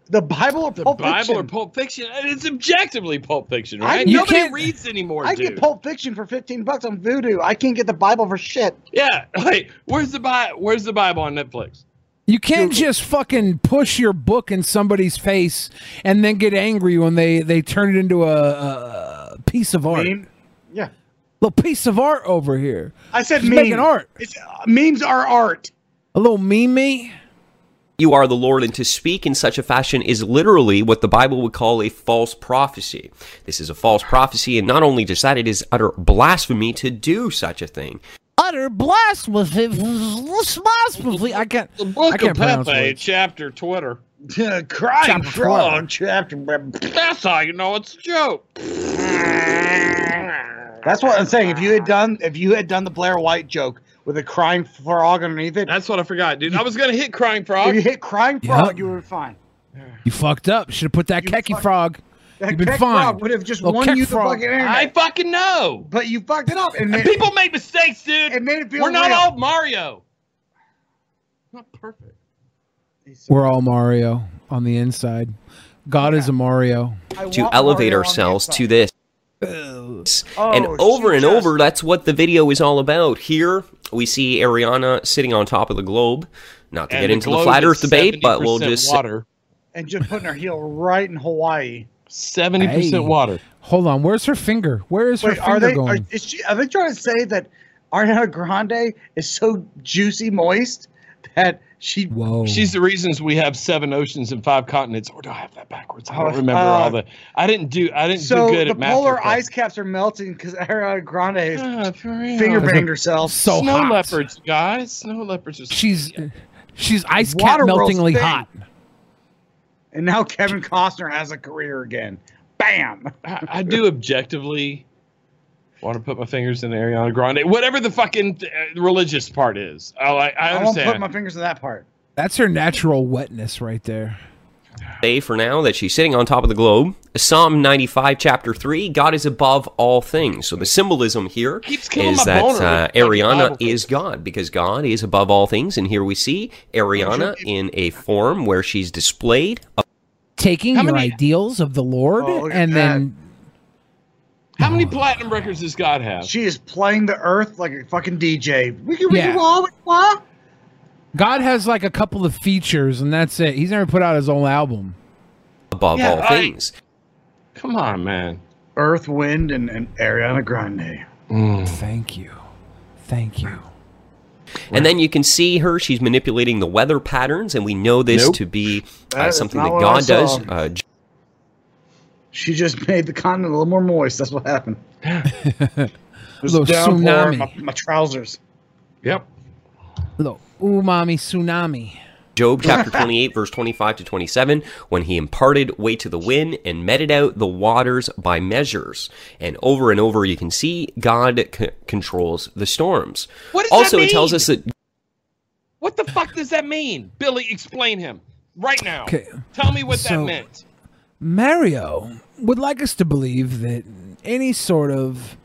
The Bible or Pulp Bible Fiction? or Pulp Fiction? And It's objectively Pulp Fiction, I- right? you Nobody can't- reads anymore, I dude. get Pulp Fiction for 15 bucks on Voodoo. I can't get the Bible for shit. yeah, *laughs* like where's the Bi- Where's the Bible on Netflix? You can't just fucking push your book in somebody's face and then get angry when they they turn it into a, a piece of art. Yeah. Little piece of art over here. I said She's meme. making art. It's, uh, memes are art. A little meme me. you are the Lord, and to speak in such a fashion is literally what the Bible would call a false prophecy. This is a false prophecy, and not only just that, it is utter blasphemy to do such a thing. Utter blasphemy. Blasphemy. I can't. I Book can't of pronounce Pepe, words. chapter *laughs* Twitter. Crying Chapter frog, chapter. That's how you know it's a joke. That's what I'm saying. If you had done, if you had done the Blair White joke with a crying frog underneath it, that's what I forgot, dude. I was gonna hit crying frog. If you hit crying Yeah. frog, you were fine. You fucked up. Should have put that kecky frog. That You've been Keck fine. Frog would have just Little won Keck you the frog. fucking internet. I fucking know. But you fucked it up. And And people make mistakes, dude. It made it feel We're not real. all Mario. Not perfect. We're all Mario on the inside. God is a Mario. to elevate ourselves to this. and Oh, over and over, that's what the video is all about. Here we see Ariana sitting on top of the globe. Not to And get the into the globe flat is Earth debate, but we'll 70% just water. and just putting her heel right in Hawaii. Seventy Hey. Hold on. Where's her finger? Where is her Wait, finger are they? Are, going? is she, are they trying to say that Ariana Grande is so juicy moist that she? Whoa. She's the reasons we have seven oceans and five continents. Or do I have that backwards? I don't Oh, remember uh, all the. I didn't do. I didn't So do good the at math. polar like that. ice caps are melting because Ariana Grande has real. finger banged herself. *laughs* So snow hot. leopards, guys. Snow leopards. Are She's she's ice cap Water World's meltingly thing. hot. And now Kevin Costner has a career again. Bam. I, *laughs* I do objectively want to put my fingers in Ariana Grande. Whatever the fucking uh, religious part is, I like. I I won't understand. put my fingers in that part. That's her natural wetness right there. say for now that she's sitting on top of the globe. Psalm 95, chapter 3 God is above all things. So the symbolism here killing is my that boner with uh, fucking Ariana Bible is God because God is above all things. And here we see Ariana in a form where she's displayed. Taking How your many- ideals of the Lord Oh, look at and then How Oh. many platinum records does God have? She is playing the earth like a fucking DJ. We can Yeah. yeah. wah, wah, wah. God has like a couple of features, and that's it. He's never put out his whole album. above Yeah, all I- things. Come on, man. Earth, Wind, and, and Ariana Grande. Hmm. Mm. Thank you. Thank you. And then you can see her; she's manipulating the weather patterns, and we know this Nope. to be uh, That is something not that what I God does. saw. Uh, j- She just made the continent a little more moist. That's what *laughs* happened. There's Little downpour in tsunami. My, my trousers. Yep. Little umami tsunami. *laughs* Job chapter 28, verse 25 to 27, when he imparted weight to the wind and meted out the waters by measures. And over and over, you can see God c- controls the storms. What does that also, it tells mean? us that What the fuck does that mean? Billy, explain him right now. Okay. Tell me what So- that meant. Mario would like us to believe that any sort of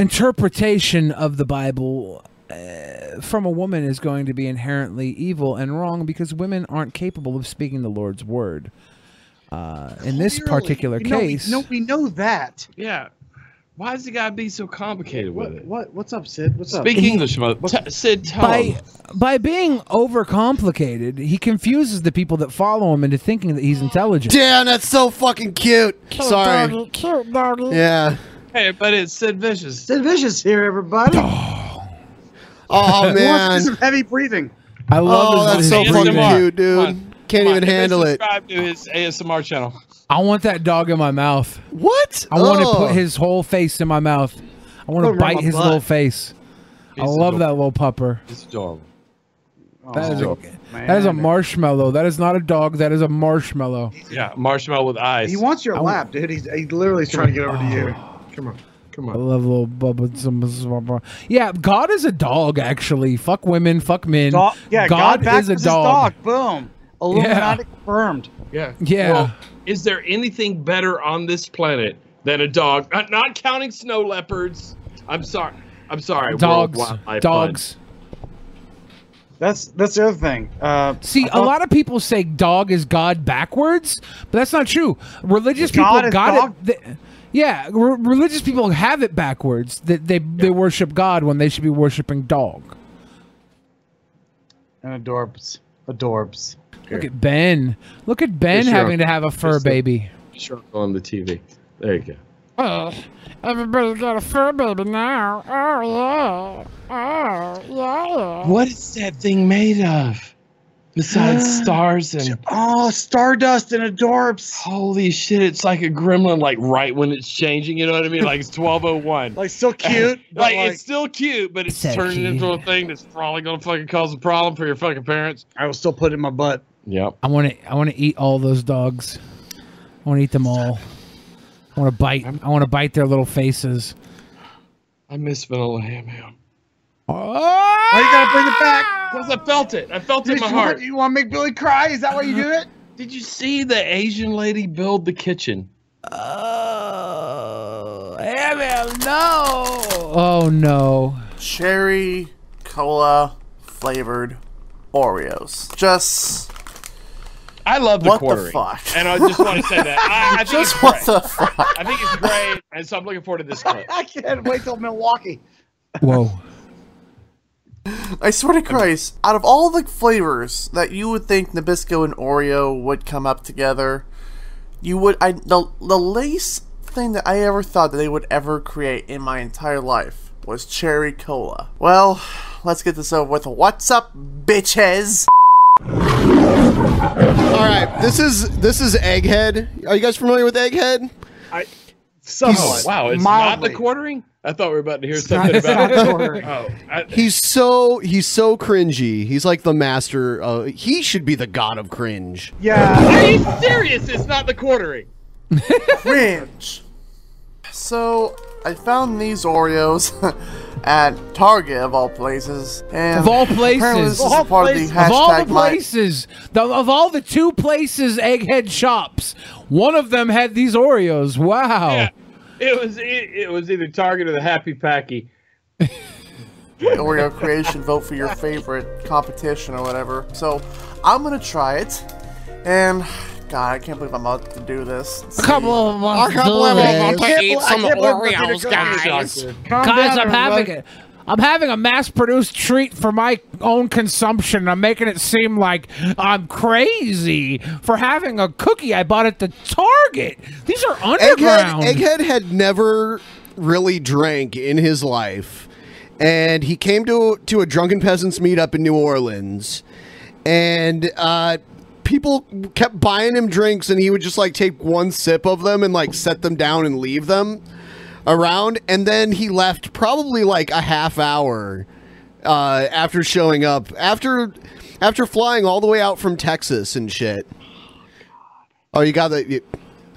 interpretation of the Bible uh, from a woman is going to be inherently evil and wrong because women aren't capable of speaking the Lord's word. Uh, in this Clearly. particular No, we- case, no, We know that. Yeah. Why does it gotta be so complicated with it? What? What's up, Sid? What's up? Speak English, mo- t- Sid. Tell him. by by being overcomplicated, he confuses the people that follow him into thinking that *gasps* he's intelligent. Damn, that's so fucking cute. Sorry. Yeah. Hey, but it's Sid Vicious. Sid Vicious here, everybody. Oh *laughs* Who wants man. some heavy breathing. I love Oh, his- that's so his fucking ASMR. cute, Come dude. on. Can't Come on, even handle it. Subscribe to his ASMR channel. I want that dog in my mouth. What? I want Oh. to put his whole face in my mouth. I Put it want to around bite my his butt. little face. I He's love adorable. that little pupper. It's adorable. That is Oh, a, that is a man. marshmallow. That is not a dog. That is a marshmallow. Yeah, marshmallow with eyes. He wants your lap, dude. He's he literally is trying to get over to you. Come on. Come I love little bubba. zum- zum- zum- Yeah, God is a dog. Actually, fuck women, fuck men. Dog, yeah, God, back is a his dog. dog. Boom. Illuminati confirmed. Yeah. Yeah. Well, is there anything better on this planet than a dog? Not, not counting snow leopards. I'm sorry. I'm sorry. World Dogs. Wildlife Fund. Dogs. That's that's the other thing. Uh, See, a lot of people say dog is God backwards, but that's not true. Religious God people is got dog? it. th- yeah, re- religious people have it backwards. That they they worship God when they should be worshiping dog. And adorbs. Adorbs. Look at Ben. Look at Ben Yes, you're having right. to have a fur Yes, sir. baby. Sure, on the TV. There you go. Uh, everybody's got a fur baby now. Oh yeah. Oh yeah. What is that thing made of? Besides stars and Ah, oh, stardust and adorbs. Holy shit! It's like a gremlin, like right when it's changing. You know what I mean? Like it's twelve oh one. Like *laughs* still cute, *laughs* but like, like- it's still cute, but it's So turning cute. into a thing that's probably gonna fucking cause a problem for your fucking parents. I will still put it in my butt. Yep. I want to. I want to eat all those dogs. I want to eat them all. I want to bite. I want to bite their little faces. I miss vanilla ham ham. Oh, you gotta bring it back. Cause I felt it. I felt it in Did my you want- heart. you want to make Billy cry? Is that why you do it? Did you see the Asian lady build the kitchen? no! Oh no. Cherry cola flavored Oreos. Just. I love the what quartering. the fuck. And I just want to say *laughs* that I, I think Just it's what great. the fuck. I think it's great, and so I'm looking forward to *laughs* this clip. I can't wait till Milwaukee. Whoa. I swear to Christ, out of all the flavors that you would think Nabisco and Oreo would come up together, you would I the the least thing that I ever thought that they would ever create in my entire life was cherry cola. Well, let's get this over with. What's up, bitches? All right, this is this is Egghead. Are you guys familiar with Egghead? I Somewhat. Oh, Wow, it's not the quartering? I thought we were about to hear something not- it's about not quartering. Oh, I, *laughs* He's so he's so cringy. He's like the master. Of, he should be the god of cringe. Are you serious? It's not the quartering. Cringe. So I found these Oreos *laughs* at Target of all places, and Of all apparently places, this is part of the hashtag of all the my- places, the, of all the two places, Egghead shops, one of them had these Oreos. Wow. It was it, it was either Target or the Happy Packy. *laughs* Oreo creation, vote for your favorite competition or whatever. So I'm gonna try it, and God, I can't believe I'm about to do this. A couple of us A couple do of us it. want to I can't eat bel- I some can't believe we're Oreos, gonna go to guys. this. Calm guys, down, I'm having everybody. it. I'm having a mass-produced treat for my own consumption. I'm making it seem like I'm crazy for having a cookie I bought at the Target. These are Egghead, underground. Egghead had never really drank in his life, and he came to to a drunken peasants meetup in New Orleans, and uh, people kept buying him drinks, and he would just like take one sip of them and like set them down and leave them around, and then he left probably like a half hour uh, after showing up after after flying all the way out from Texas and shit. Oh, you got the you-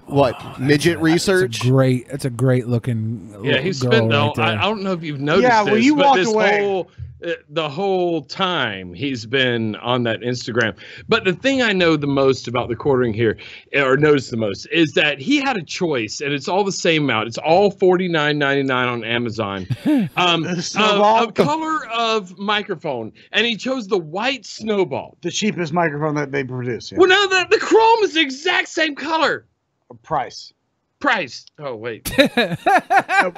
what Oh, midget research? great. That's a great looking. Yeah, he spent the. whole I, I don't know if you've noticed. Yeah, this, well, you but walked this away. Whole, uh, the whole time he's been on that Instagram. But the thing I know the most about the quartering here, or notice the most, is that he had a choice, and it's all the same amount. It's all forty nine ninety nine on *laughs* Amazon. Um, Snowball? of- of color of microphone, and he chose the white snowball. The cheapest microphone that they produce. yeah. Well, no, the, the chrome is the exact same color. Price. Price. Oh wait. The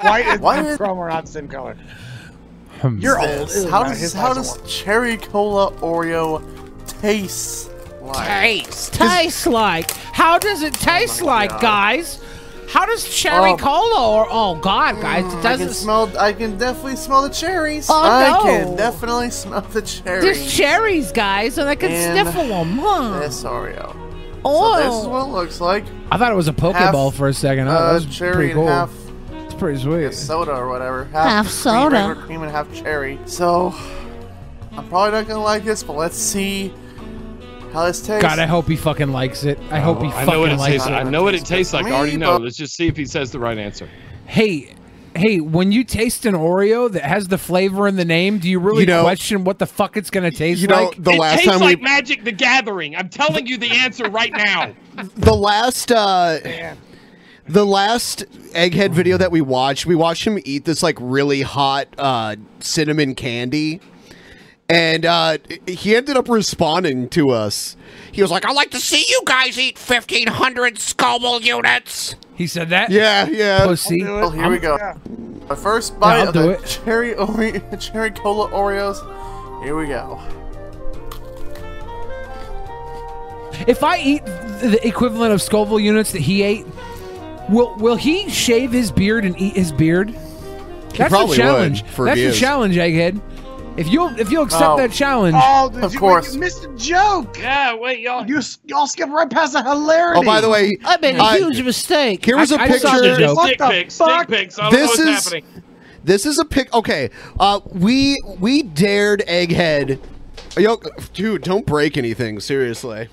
white and Why the chrome are not the same color. You're old. Ew, How no, does his how eyes does cherry cola Oreo taste? Like? Oh taste tastes like? How does it taste like, God. guys? How does cherry Oh. cola or oh god, guys, it mm, I can doesn't smell. I can definitely smell the cherries. Oh, I no. can definitely smell the cherries. There's cherries, guys, and I can And sniffle them, huh? This Oreo. Oh. So this is what it looks like. I thought it was a Pokeball Half, for a second. Oh, that uh, was cherry pretty and cool. half it's pretty sweet. soda or whatever. Half cream, soda. regular cream and half cherry. So I'm probably not gonna like this, but let's see how this tastes. God, I hope he fucking likes it. I hope he I fucking know what it likes tastes it. like. Oh, I know what it tastes like. I already Me, know. but- Let's just see if he says the right answer. Hey, hey, when you taste an Oreo that has the flavor in the name, do you really You know- question what the fuck it's gonna taste you know, like? the It last tastes time we- like Magic the Gathering. I'm telling you the answer right *laughs* now. The last uh the last egghead video that we watched, we watched him eat this like really hot uh cinnamon candy. And uh he ended up responding to us. He was like, I like to see you guys eat 1,500 Scoville units. He said that? Yeah, yeah. Pussy. Well, Oh, here we go. The first bite Yeah, I'll of do the it. cherry Oreo, *laughs* cherry cola Oreos. Here we go. If I eat the equivalent of Scoville units that he ate, will will he shave his beard and eat his beard? That's the probably challenge. would for That's the views. challenge, Egghead. If you'll if you'll accept Oh. that challenge, Oh, did you, course. you missed a joke. Yeah, wait, y'all. You s- y'all skipped right past the hilarity. Oh, by the way, I made a uh, huge mistake. Here was a a picture. What the fuck? this is this is a pic. Okay, uh, we we dared Egghead. Yo, dude, don't break anything. Seriously,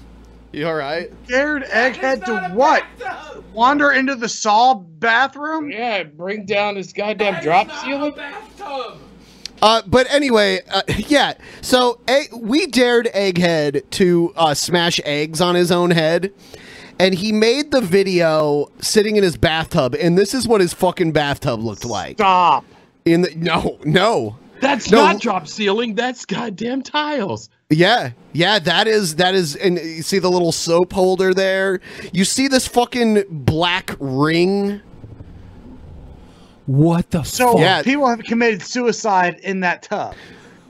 you all right? Scared egghead to what? Wander into the saw bathroom? Yeah, bring down this goddamn drop ceiling. Uh, but anyway, uh, *laughs* yeah. So egg, we dared Egghead to uh, smash eggs on his own head, and he made the video sitting in his bathtub. And this is what his fucking bathtub looked like. Stop. In the no, no. That's No. not drop ceiling. That's goddamn tiles. Yeah, yeah, that is that is, and you see the little soap holder there. You see this fucking black ring. What the So fuck? Yeah. people have committed suicide in that tub.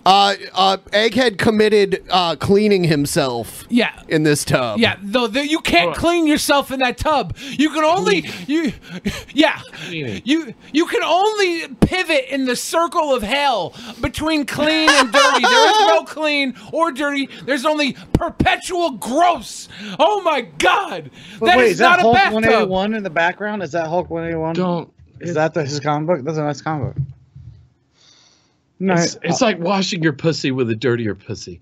Uh, uh, Egghead committed uh, cleaning himself. Yeah. in this tub. Yeah, though th- you can't clean yourself in that tub. You can only you, yeah, you you can only pivot in the circle of hell between clean and dirty. there *laughs* is no clean or dirty. There's only perpetual gross. Oh my god, But that wait, is, is not that Hulk a bathtub. 181 in the background? Is that Hulk 181? Don't. Is that the, his comic book? That's a nice comic book. No, It's, it's uh, like washing your pussy with a dirtier pussy.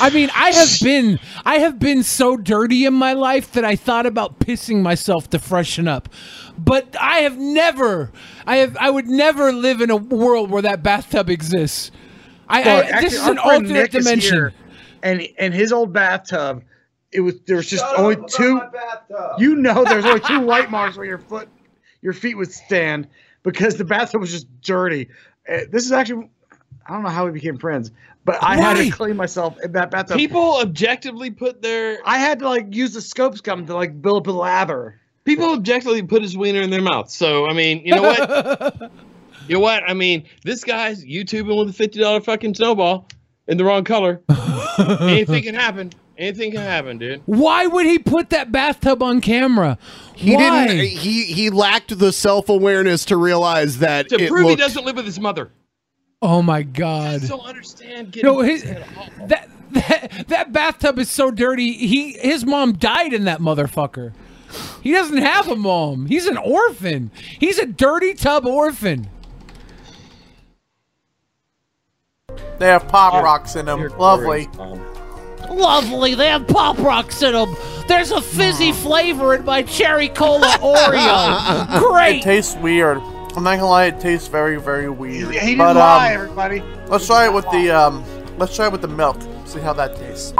I mean, I have been I have been so dirty in my life that I thought about pissing myself to freshen up. But I have never I have I would never live in a world where that bathtub exists. I, I Look, actually, this is our an friend alternate Nick is dimension. here, and and his old bathtub, it was there was just only two. You know, there's only *laughs* two white marks where your foot, your feet would stand because the bathtub was just dirty. Uh, this is actually, I don't know how we became friends, but I had to Right. clean myself in that bathtub. People objectively put their. I had to like use the scope scum to like build up a lather. People objectively put his wiener in their mouth. So I mean, you know *laughs* what? you know what? I mean, this guy's YouTubing with a fifty dollar fucking snowball in the wrong *laughs* color. Anything can happen. Anything can happen, dude. Why would he put that bathtub on camera? He Why? didn't. e- He he lacked the self awareness to realize that To it prove he looked. doesn't live with his mother. Oh my god. I don't understand. Getting No, his, that, that *laughs* that bathtub is so dirty. He his mom died in that motherfucker. He doesn't have a mom. He's an orphan. He's a dirty tub orphan. They have pop rocks in them. Lovely. Lovely, they have pop rocks in them. There's a fizzy flavor in my cherry cola *laughs* Oreo. Ah, It Great. tastes weird. I'm not gonna lie, it tastes very, very weird. He didn't but, lie, um, everybody. let's try it with the um, let's try it with the milk. See how that tastes.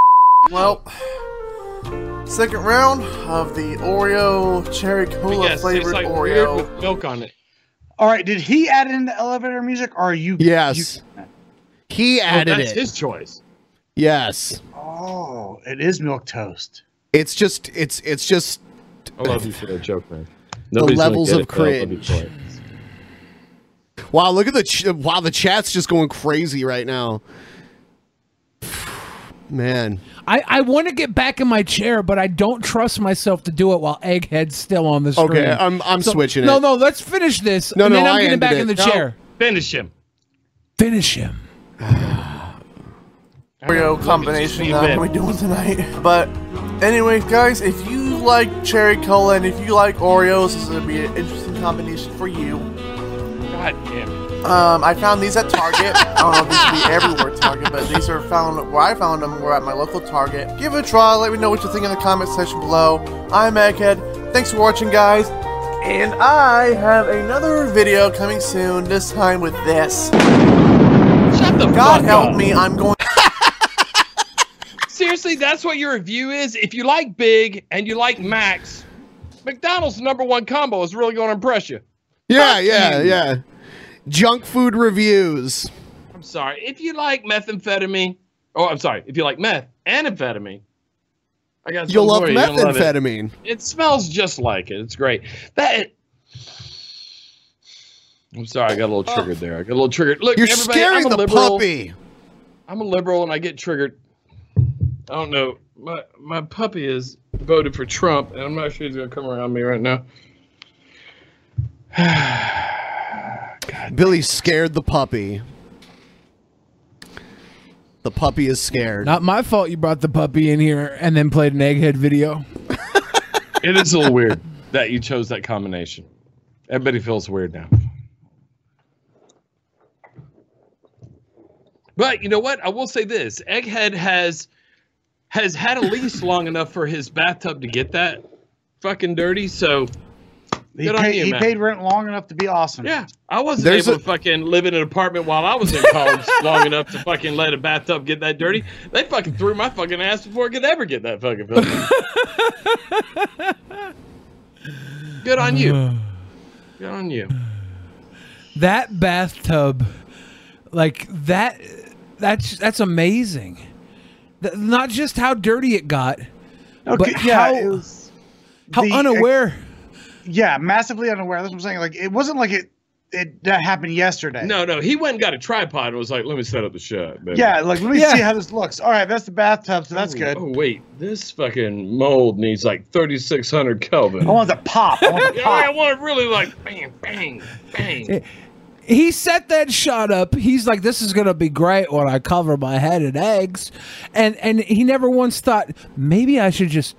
Well, second round of the Oreo cherry cola Yes, tastes flavored like weird Oreo. with milk on it. All right, did he add in the elevator music? Or are you? Yes. he Oh, added that's it. his choice. Yes. Oh, it is milk toast. It's just. It's it's just. I love you for that joke, man. The Nobody's gonna levels get of it, but I love you cringe. for it. Wow! Look at the ch- wow. The chat's just going crazy right now. *sighs* Man, I, I want to get back in my chair, but I don't trust myself to do it while Egghead's still on the screen. Okay, I'm- I'm switching No, it. no, let's finish this. No, and no, then I'm I getting ended back it. in the No. chair. Finish him. Finish him. Oreo combination that we're doing tonight. *laughs* But anyway, guys, if you like cherry cola and if you like Oreos, this is gonna be an interesting combination for you. God damn it. Um, I found these at Target. I don't know if these would be everywhere at Target, but these are found where I found them. Were at my local Target. Give it a try. Let me know what you think in the comment section below. I'm Egghead. Thanks for watching, guys. And I have another video coming soon. This time with this. Shut the God fuck help up. me. I'm going. Seriously, that's what your review is. If you like Big and you like Max, McDonald's number one combo is really going to impress you. Yeah, yeah, yeah. Junk food reviews. I'm sorry. If you like methamphetamine, oh, I'm sorry. If you like meth and amphetamine, I got You'll love something for you. You're gonna love it. *sighs* methamphetamine. It smells just like it. It's great. That. I'm sorry, I got a little triggered there. I got a little triggered. Look, Oh. You're everybody, scaring I'm a the liberal. puppy. I'm a liberal and I get triggered. I don't know. My my puppy is voted for Trump, and I'm not sure he's gonna come around me right now. Billy scared the puppy. The puppy is scared. Not Uh, my fault you brought the puppy in here and then played an Egghead video. It is a little weird that you chose that combination. Everybody feels weird now. But you know what? I will say this: Egghead has has had a lease long enough for his bathtub to get that fucking dirty. So He, good on paid, you, he man. paid rent long enough to be awesome. Yeah, I wasn't There's able a- to fucking live in an apartment while I was in college long enough to fucking let a bathtub get that dirty. They fucking threw my fucking ass before it could ever get that fucking filthy. *laughs* Good on *sighs* you. Good on you. That bathtub, like that, that's that's amazing. Th- not just how dirty it got, but Okay, yeah, how it how the- unaware. Yeah, massively unaware. That's what I'm saying. Like it wasn't like it it that happened yesterday. Oh, No, no, he went and got a tripod and was like, "Let me set up the shot." Baby. Yeah, like let me see how this looks. All right, that's the bathtub, so that's good. Oh wait, this fucking mold needs like 3600 Kelvin. I want the pop. I want the Yeah, pop. I want it really like bang, bang, bang. he set that shot up. He's like, "This is gonna be great when I cover my head in eggs," and and he never once thought maybe I should just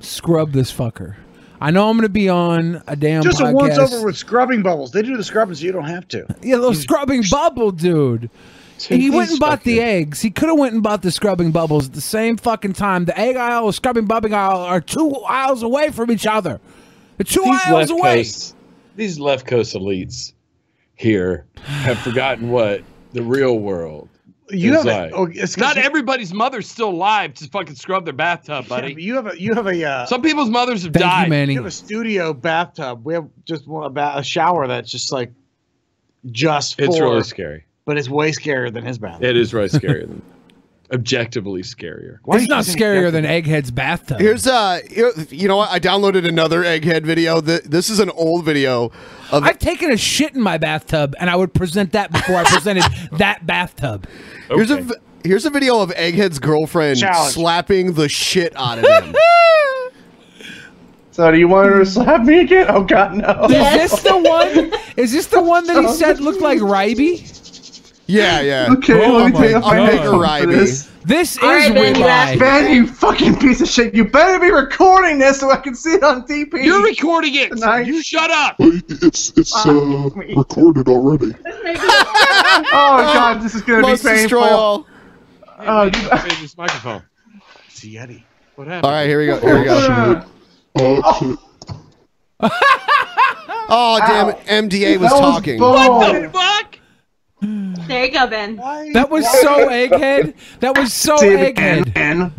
scrub this fucker. I know I'm gonna be on a Oh damn Just a podcast. once over with scrubbing bubbles. They do the scrubbing so you don't have to. Yeah, little scrubbing bubble, dude. Take He went these and bought the eggs. He could have went and bought the scrubbing bubbles at the same fucking time. The egg aisle, and scrubbing bubble aisle are two aisles away from each other. They're two aisles away. coast, these left coast elites here have forgotten what the real world. You is have a- like. oh, it's 'cause not you- everybody's mother's still alive to fucking scrub their bathtub, Yeah, buddy. but you have a you have a uh, Some people's mothers have died. You have a studio bathtub. We have just one about a shower that's just like just. It's for- really scary. but it's way scarier than his bathtub. It is really scary. objectively scarier. it's not scarier than Egghead's bathtub. Here's uh, here- you know what? I downloaded another Egghead video. Th- This is an old video of. I've taken a shit in my bathtub, and I would present that before I *laughs* presented that bathtub. Here's a v- here's a video of Egghead's girlfriend Challenge. slapping the shit out of *laughs* him. So do you want *laughs* her to slap me again? Oh God, no. Is this the one? Is this the one that he said looked like Ribe? Yeah, yeah. Oh Okay, let me take off my headphones for this. This All is right, Ben, you asked- Ben, you fucking piece of shit! You better be recording this so I can see it on DP. You're recording it. You shut up. It's it's uh, recorded already. *laughs* *laughs* oh God, this is gonna Must be painful. destroy all. Oh, you- this microphone. It's a Yeti. What happened? All right, here we go. Here we go. Uh, Oh damn! it. MDA was That was talking. What the fuck? There you go, Ben. That was so egghead. That was so Damn it, egghead.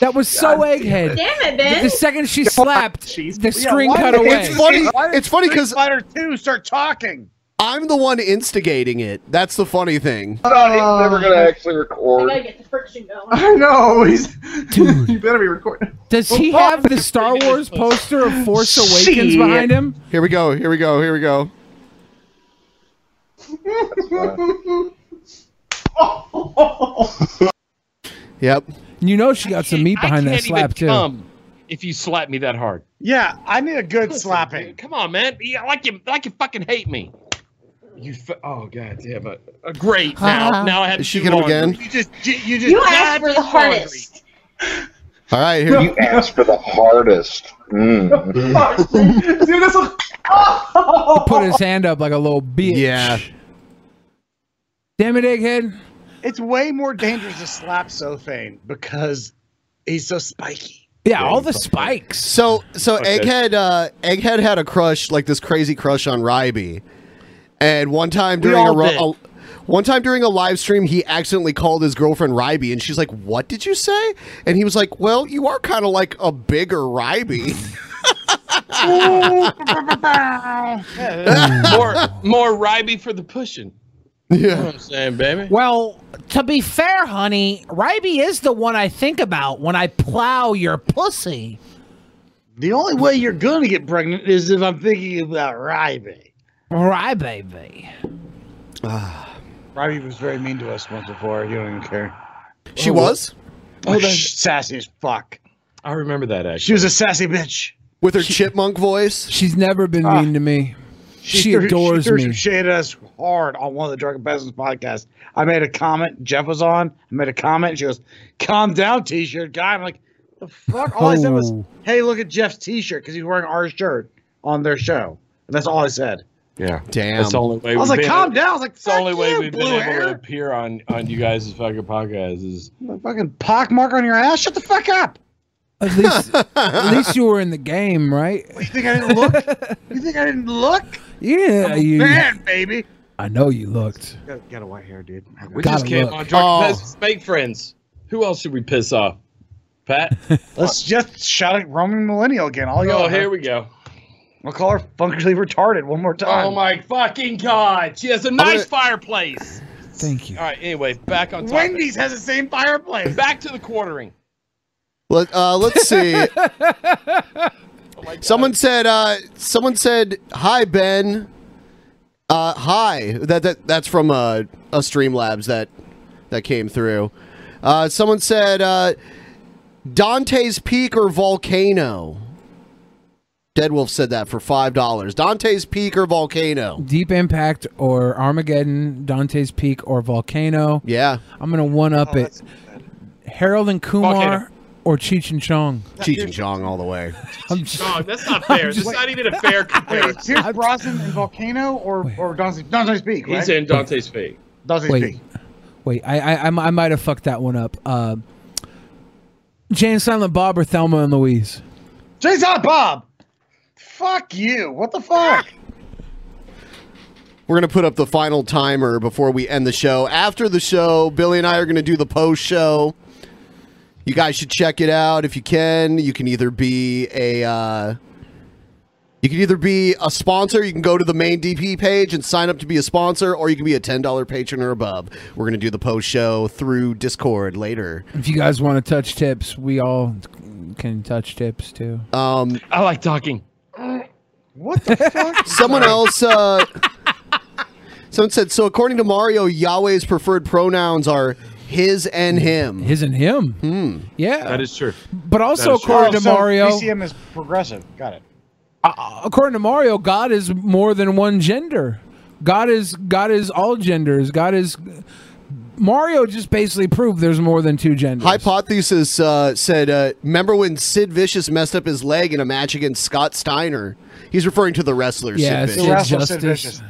That was so egghead. Damn it, The- Ben. The second she slapped, the Yeah, screen why cut did- away. It's funny. Why did It's funny because Street Fighter Two start talking. I'm the one instigating it. That's the funny thing. he's never gonna actually I record. gotta get the friction going. I know. He's, you better be recording. Does he have the Star Wars poster *laughs* of Force Awakens behind him? Here we go. Here we go. Here we go. Yep. You know she got some meat behind that slap too. if you slap me that hard. Yeah, I need a good slapping. Come on, man. Yeah, like you, like you fucking hate me. You, f- oh god damn it! Uh, great. Now, now I have Is she to gonna do laundry. again? You just, you, you just. Uh-huh. You asked for the hardest. All right. Here you asked for the hardest. Mm. He put his hand up like a little bitch. Yeah. Damn it, egghead. It's way more dangerous to slap Sophane because he's so spiky. Yeah, all the spikes. So so Okay. Egghead uh, Egghead had a crush like this crazy crush on Ryby, and one time We during a, all ro- did. a one time during a live stream, he accidentally called his girlfriend Ryby, and she's like, "What did you say?" And he was like, "Well, you are kind of like a bigger *laughs* Ryby." more, *laughs* more Ryby for the pushing. Yeah. You know what I'm saying, baby. Well, to be fair, honey, Ryby is the one I think about when I plow your pussy. The only way you're gonna get pregnant is if I'm thinking about Ryby. Rybaby. Ryby was very mean to us once before. You don't even care. She was? Oh, that's sassy as fuck. I remember that actually. She was a sassy bitch. With her chipmunk voice. She's never been Ah. mean to me. She, threw- adores she threw me. some shade at us hard on one of the Drunken Peasants podcasts. I made a comment. Jeff was on. I made a comment. She goes, "Calm down, T-shirt guy." I'm like, "The fuck!" All I said was, Oh. "Hey, look at Jeff's T-shirt because he's wearing our shirt on their show." And that's all I said. Yeah. Damn. That's the only way I was we've like, been- "Calm down." I was like, It's the only way you, we've been blue able hair. to appear on on you guys' fucking podcast is "Like, "Fucking pock mark on your ass. Shut the fuck up." At least, at least you were in the game, right? You think I didn't look? you think I didn't look? *laughs* Yeah, you. Man, baby. I know you looked. Got, got a white hair, dude. we Gotta just came look. on Drunken Oh. Peasants Make Friends. Who else should we piss off? Pat? *laughs* Let's just shout at Roman Millennial again. All y'all. oh, here we go. We'll call her functionally retarded one more time. Oh my fucking god. She has a nice fireplace. Thank you. All right, anyway, back on topic. Wendy's has the same fireplace. Back to the quartering. Let, uh, let's see. someone said. Uh, someone said, "Hi Ben." Uh, hi. That, that that's from uh, a Streamlabs that that came through. Uh, someone said, uh, "Dante's Peak or Volcano." Dead Wolf said that for five dollars. Dante's Peak or Volcano. Deep Impact or Armageddon, Dante's Peak or Volcano. Yeah. I'm going to one up Oh, it. Harold and Kumar Volcano. or Cheech and Chong? Cheech and Chong all the way. I'm just, Oh, that's not fair. That's not even a fair *laughs* Wait, comparison. Pierce Brosnan in Volcano or or Dante, Dante's Peak? *laughs* Right? He's in Dante's Fate. Dante's Wait. Peak. Wait, I I, I, I might have fucked that one up. Uh, Jane Silent Bob or Thelma and Louise? Jay's on Bob. Fuck you. What the fuck? We're going to put up the final timer before we end the show. After the show, Billy and I are going to do the post show. You guys should check it out if you can. You can either be a uh, You can either be a sponsor, you can go to the main DP page and sign up to be a sponsor, or you can be a $10 patron or above. We're going to do the post show through Discord later. If you guys want to touch tips, we all can touch tips too. Uh, Um, I like talking. What the fuck? *laughs* Someone else. Uh, someone said so. According to Mario, Yahweh's preferred pronouns are his and him. His and him. Hmm. Yeah. That is true. But also, according Oh, to Mario, uh, PCM is progressive. Got it. according to Mario, God is more than one gender. God is God is all genders. God is Mario just basically proved there's more than two genders. Hypothesis uh, said, uh, "Remember when Sid Vicious messed up his leg in a match against Scott Steiner? He's referring to the wrestler. yeah, Sid Sid Vicious. Justice,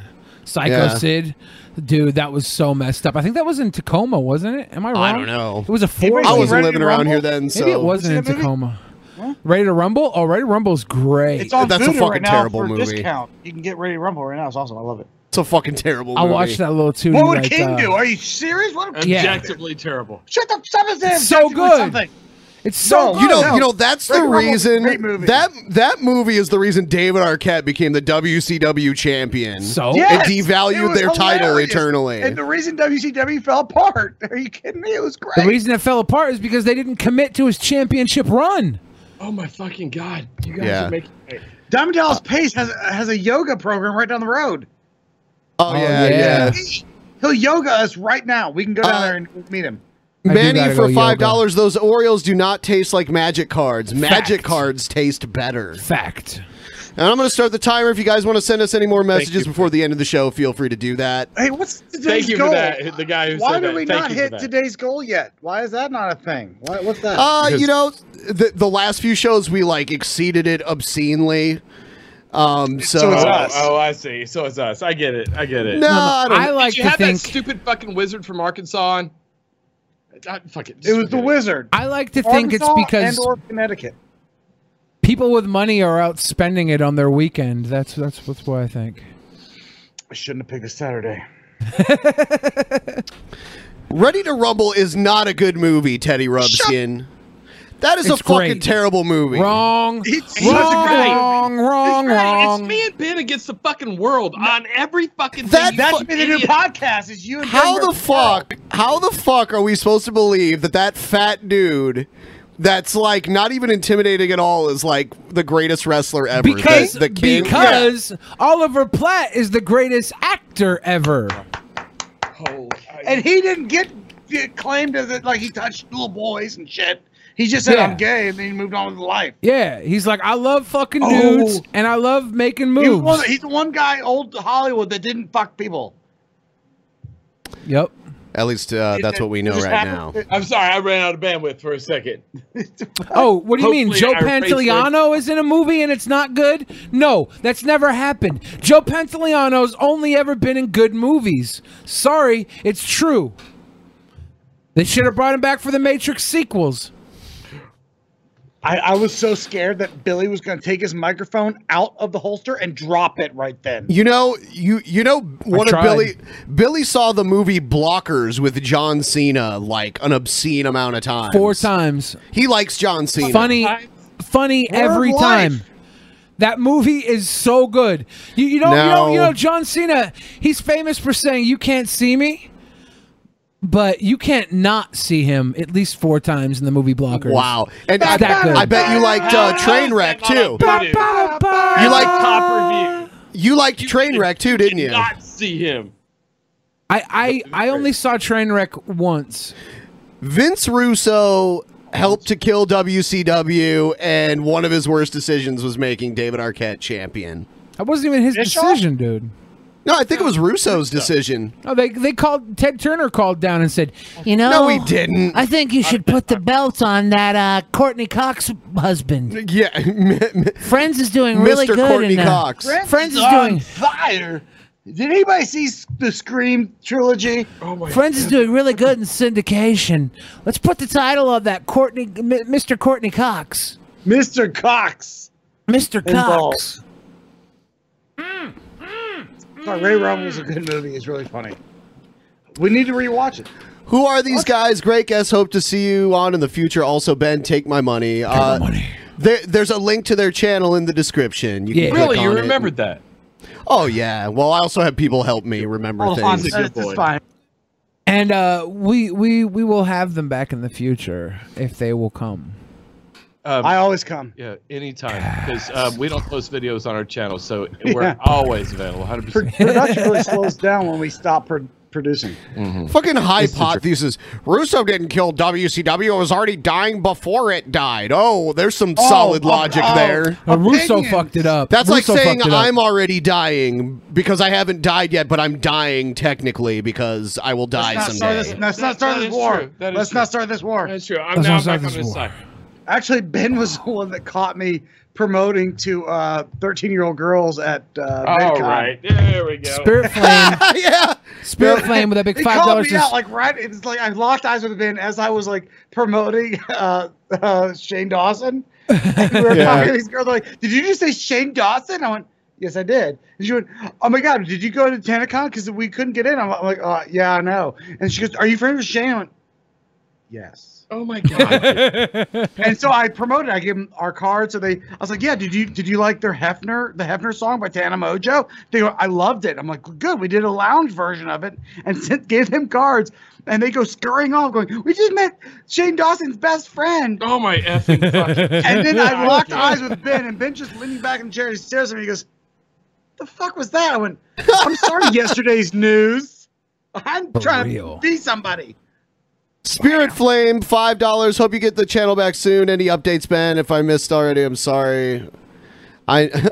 Psycho Yeah. Sid, dude, that was so messed up. I think that was in Tacoma, wasn't it? Am I wrong? I don't know. It was a Anybody four. seen I wasn't Ready to living around Rumble? here then, maybe so- it wasn't in Seen that movie? Tacoma. Ready to Rumble? Oh, Ready to Rumble's great. It's on Voodoo right now for Discount. You can get Ready to Rumble right now. It's awesome. I love it. *laughs* It's a fucking terrible. I watched that little uh, too. What would King do? Are you serious? What would King do? Objectively terrible. Shut the fuck up! It's so objectively good. Something. It's so You know, good. you know that's Rick the Rumble's a reason great movie. that that movie is the reason David Arquette became the WCW champion. So Yes! it It devalued was their title hilarious. eternally. And the reason WCW fell apart. *laughs* Are you kidding me? It was great. The reason it fell apart is because they didn't commit to his championship run. Oh my fucking god! You guys Yeah. are making. Diamond Dallas Pace has has a yoga program right down the road. Oh, yeah, yeah. Uh, He'll yoga us right now. We can go down there and meet him. Manny for five dollars. Those Orioles do not taste like magic cards. Magic cards taste better. Fact. And I'm going to start the timer. If you guys want to send us any more messages before the end of the show, feel free to do that. Hey, what's today's Thank you goal? for that. The guy who Why said did that. we Thank not you for hit that. today's goal yet? Why is that not a thing? Why, what's that? Uh, you know, the the last few shows we like exceeded it obscenely. Um, so, oh, oh, I see. So it's us. I get it. I get it. No, I don't- I like Did you to have think- that stupid fucking wizard from Arkansas on? I, fuck it. it was the wizard. I like to think it's because- and or Connecticut. People with money are out spending it on their weekend. That's that's that's what I think. I shouldn't have picked a Saturday. Ready to Rumble is not a good movie, Teddy Rubskin. that is It's a fucking great. terrible movie. Wrong. It's wrong, wrong, wrong, wrong. It's me and Ben against the fucking world on every fucking That- thing. that's you been the new idiot. podcast. Is you and How the fuck? How the fuck are we supposed to believe that that fat dude? That's like not even intimidating at all. Is like the greatest wrestler ever. The- Because the, king. because Oliver Platt is the greatest actor ever. And he didn't get, get claimed as it like he touched little boys and shit. He just said Yeah. I'm gay, and then he moved on with life. Yeah, he's like I love fucking Oh. dudes and I love making He was one- moves. he's the one guy old Hollywood that didn't fuck people. Yep. At least uh, that's what we know Just right now. happened- I'm sorry, I ran out of bandwidth for a second. Oh, what do you mean? Hopefully Joe our face Pantoliano is in a movie and it's not good? No, that's never happened. Joe Pantoliano's only ever been in good movies. Sorry, it's true. They should have brought him back for the Matrix sequels. I, I was so scared that Billy was going to take his microphone out of the holster and drop it right then. You know, you you know one of tried. Billy Billy saw the movie Blockers with John Cena like an obscene amount of times. Four times. He likes John Cena. Funny, funny Word of every life. time. That movie is so good. You, you know, you know, you No. know, John Cena. He's famous for saying, "You can't see me." But you can't not see him at least four times in the movie Blockers. Wow. And It's I, that good. I bet you liked uh, Trainwreck too. You like top review. You liked Trainwreck too, didn't you? Not see him. I, I I only saw Trainwreck once. Vince Russo helped to kill WCW, and one of his worst decisions was making David Arquette champion. *laughs* That wasn't even his decision, dude. No, I think it was Russo's decision. No, they they called Ted Turner called down and said, You know, No, he didn't. I think you should put the belt on that uh, Courtney Cox husband. Yeah, *laughs* Friends is doing really Mr. good. Courtney in, uh, Cox. Friends, is on doing fire. Did anybody see s- the Scream trilogy? Oh my Friends is doing really good in syndication. Let's put the title of that Courtney, M- Mr. Courtney Cox. Mr. Cox. Mr. Cox. Sorry, Ray Rumble's a good movie. It's really funny. We need to rewatch it. Who are these guys? Great guests. Hope to see you on in the future. Also, Ben, take my money. uh, There, there's a link to their channel in the description. You can click really, you on it. remembered that? Oh yeah. Well, I also have people help me remember Oh, things. Hans, good boy. And uh, we we we will have them back in the future if they will come. Um, I always come. Yeah, anytime because um, we don't post videos on our channel, *laughs* so we're Yeah. always available. 100. Pro- percent production really slows down when we stop pro- producing. Fucking hypothesis. Russo didn't kill WCW. It was already dying before it died. Oh, there's some Oh, solid oh, logic oh. there. Uh, Russo Opinions. fucked it up. That's Uh, Russo like saying fucked it up. I'm already dying because I haven't died yet, but I'm dying technically because I will Let's die not start someday. this, let's not That- start that this is war. true. That is Let's true. not start this war. That's true. I'm Let's now not start back on this his war. side. Actually, Ben was the one that caught me promoting to uh, 13-year-old girls at uh, All VidCon. right, there we go. *laughs* Spirit *laughs* flame. *laughs* yeah. Spirit flame with that big He $5 called me just- out like right. It's like I locked eyes with Ben as I was like promoting uh, uh, Shane Dawson. And we were Yeah. talking to these girls like, "Did you just say Shane Dawson?" I went, "Yes, I did." And she went, "Oh my god, did you go to TanaCon? Because we couldn't get in." I'm I'm like, uh, "Yeah, I know." And she goes, "Are you friends with Shane?" I went, "Yes." Oh my god! and so I promoted. I gave them our card. So they, I was like, "Yeah, did you did you like their Hefner the Hefner song by Tana Mojo?" They go, "I loved it." I'm like, "Good, we did a lounge version of it," and *laughs* sent, gave them cards. And they go scurrying off, going, "We just met Shane Dawson's best friend." Oh my *laughs* effing! and then I locked eyes with Ben, and Ben just leaned back in the chair and he stares at me. He goes, "The fuck was that?" I went, "I'm sorry, yesterday's news. I'm trying real. to be somebody." Spirit Flame, five dollars. Hope you get the channel back soon. Any updates, Ben? If I missed already, I'm sorry. I *laughs*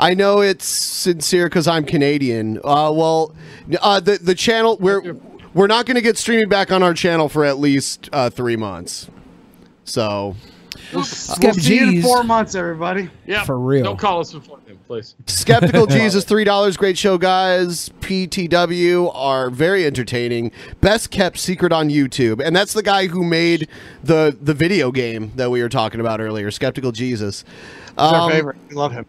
I know it's sincere because I'm Canadian. Uh, well, uh, the the channel we're we're not going to get streaming back on our channel for at least uh, three months. So We'll see you in four months, everybody. Yeah, For real. Don't call us before then, please. *laughs* Skeptical Jesus, three dollars. Great show, guys. PTW are very entertaining. Best kept secret on YouTube, and that's the guy who made the the video game that we were talking about earlier. Skeptical Jesus, He's our Um, favorite. We love him.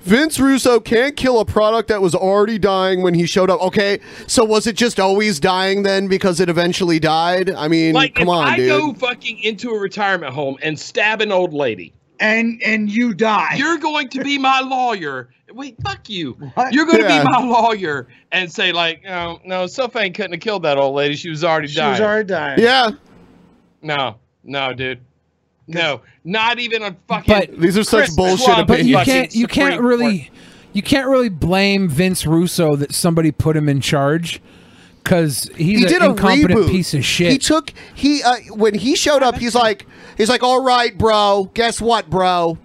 Vince Russo can't kill a product that was already dying when he showed up. Okay, so was it just always dying then because it eventually died? I mean, Like, come if on, I dude. go fucking into a retirement home and stab an old lady, and and you die, you're going to be my lawyer. Wait, fuck you. You're going to Yeah. be my lawyer and say like, oh, no, Sophane couldn't have killed that old lady. She was already She dying. was already dying. Yeah. No, no, dude. No, not even a fucking. But- These are such Chris bullshit Schwab opinions. But you fucking can't you can't Supreme really you can't really blame Vince Russo that somebody put him in charge because he's he an did a incompetent reboot. piece of shit. He took he uh, when he showed up, he's like he's like, all right, bro. Guess what, bro?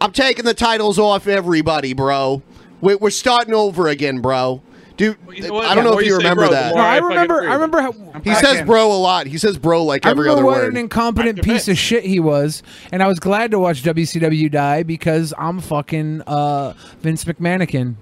I'm taking the titles off everybody, bro. We- We're starting over again, bro. Dude, what? I The don't know more if you you say remember bro, the that. more No, I I fucking remember- I remember how he says bro a lot. He says bro like I every remember other what word. an incompetent piece of shit he was, and I was glad to watch WCW die because I'm fucking uh, Vince McManikin.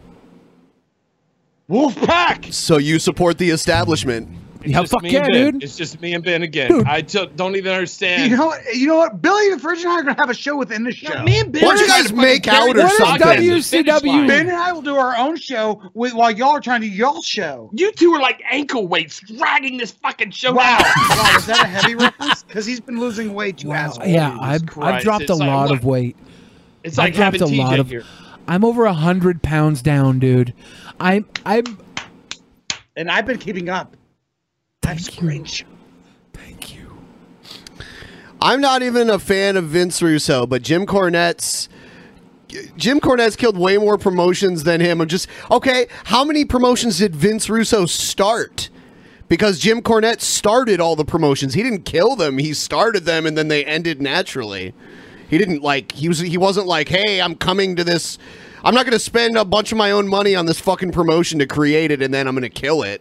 Wolfpack. So you support the establishment? It's Yeah, just fuck me and yeah, Ben. dude. It's just me and Ben again. Dude. I t- don't even *laughs* understand. You know, you know what? Billy and Fridge and I are gonna have a show within this show. me and Ben Why don't are you guys gonna make fucking out or carry something? this finish line. Ben and I will do our own show with, while y'all are trying to do y'all show. You two are like ankle weights dragging this fucking show. Wow, *laughs* wow is that a heavy reference? Because he's been losing weight, you asshole. yeah, I've, I've Christ, dropped a it's like, lot look, of weight. it's I've like having TJ here. I'm over a hundred pounds down, dude. I'm I'm and I've been keeping up. That's cringe. I'm not even a fan of Vince Russo, but Jim Cornette's Jim Cornette's killed way more promotions than him. I'm just okay. How many promotions did Vince Russo start? Because Jim Cornette started all the promotions. He didn't kill them. He started them, and then they ended naturally. He didn't like he was he wasn't like, hey, I'm coming to this. I'm not going to spend a bunch of my own money on this fucking promotion to create it, and then I'm going to kill it.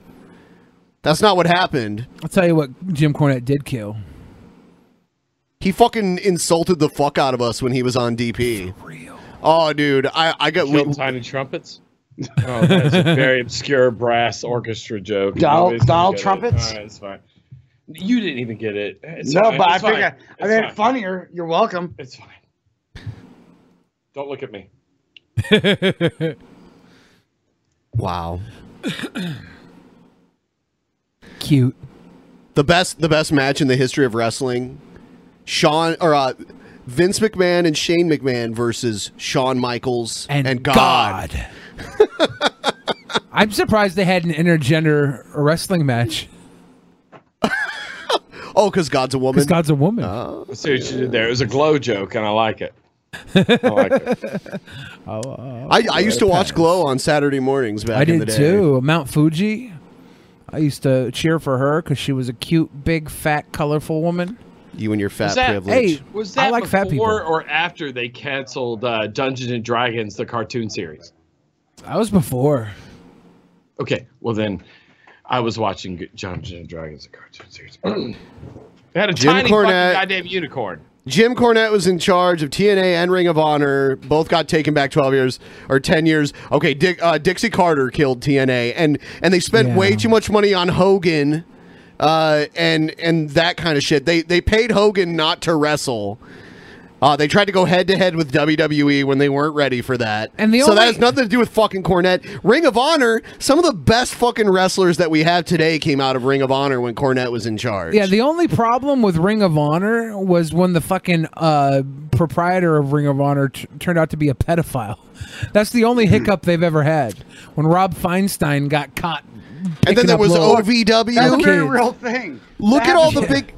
That's not what happened. I'll tell you what Jim Cornette did kill. He fucking insulted the fuck out of us when he was on DP. Oh, dude, I I got Killed tiny trumpets. Oh, that's a *laughs* very obscure brass orchestra joke. Donald- Nobody's gonna Donald get it. trumpets? All right, it's fine. You didn't even get it. It's no, fine, but I it's fine, think I, I it's made fine. it funnier. You're welcome. It's fine. Don't look at me. *coughs* Wow. Cute. The best the best match in the history of wrestling. Sean or uh, Vince McMahon and Shane McMahon versus Shawn Michaels and, God. I'm surprised they had an intergender wrestling match. oh, because God's a woman. Uh-huh. God's a woman. I see what you did there. It was a glow joke, and I like it. Oh, I, I used to watch Glow on Saturday mornings back I in did the day. too. Mount Fuji. I used to cheer for her because she was a cute, big, fat, colorful woman. You and your fat was that, Hey, was that I like before fat people. or after they canceled uh, Dungeons and Dragons, the cartoon series? I was before. Okay, well then, I was watching G- Dungeons and Dragons, the cartoon series. *clears throat* it had a Jim tiny Cornette. fucking goddamn unicorn. Jim Cornette was in charge of TNA and Ring of Honor. Both got taken back 12 years or 10 years. Okay, Dick, uh, Dixie Carter killed TNA, and and they spent way too much money on Hogan, uh, and and that kind of shit. They they paid Hogan not to wrestle. Uh, they tried to go head to head with WWE when they weren't ready for that. And the so that only- has nothing to do with fucking Cornette. Ring of Honor, some of the best fucking wrestlers that we have today came out of Ring of Honor when Cornette was in charge. Yeah, the only problem with Ring of Honor was when the fucking uh, proprietor of Ring of Honor t- turned out to be a pedophile. That's the Hmm. only hiccup they've ever had. When Rob Feinstein got caught. And then picking there up was little- OVW. little That's a very kids. real thing. Look That at all the happened. big.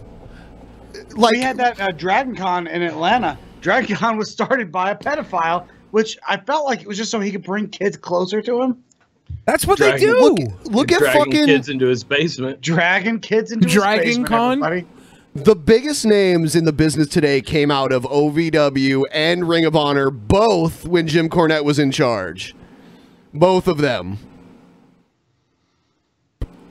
Like, *laughs* we had that uh, Dragon Con in Atlanta. Dragon Con was started by a pedophile, which I felt like it was just so he could bring kids closer to him. That's what Dragging- dragging kids into his basement. Dragon kids into Dragon his basement, Con? everybody. The biggest names in the business today came out of OVW and Ring of Honor, both when Jim Cornette was in charge. Both of them.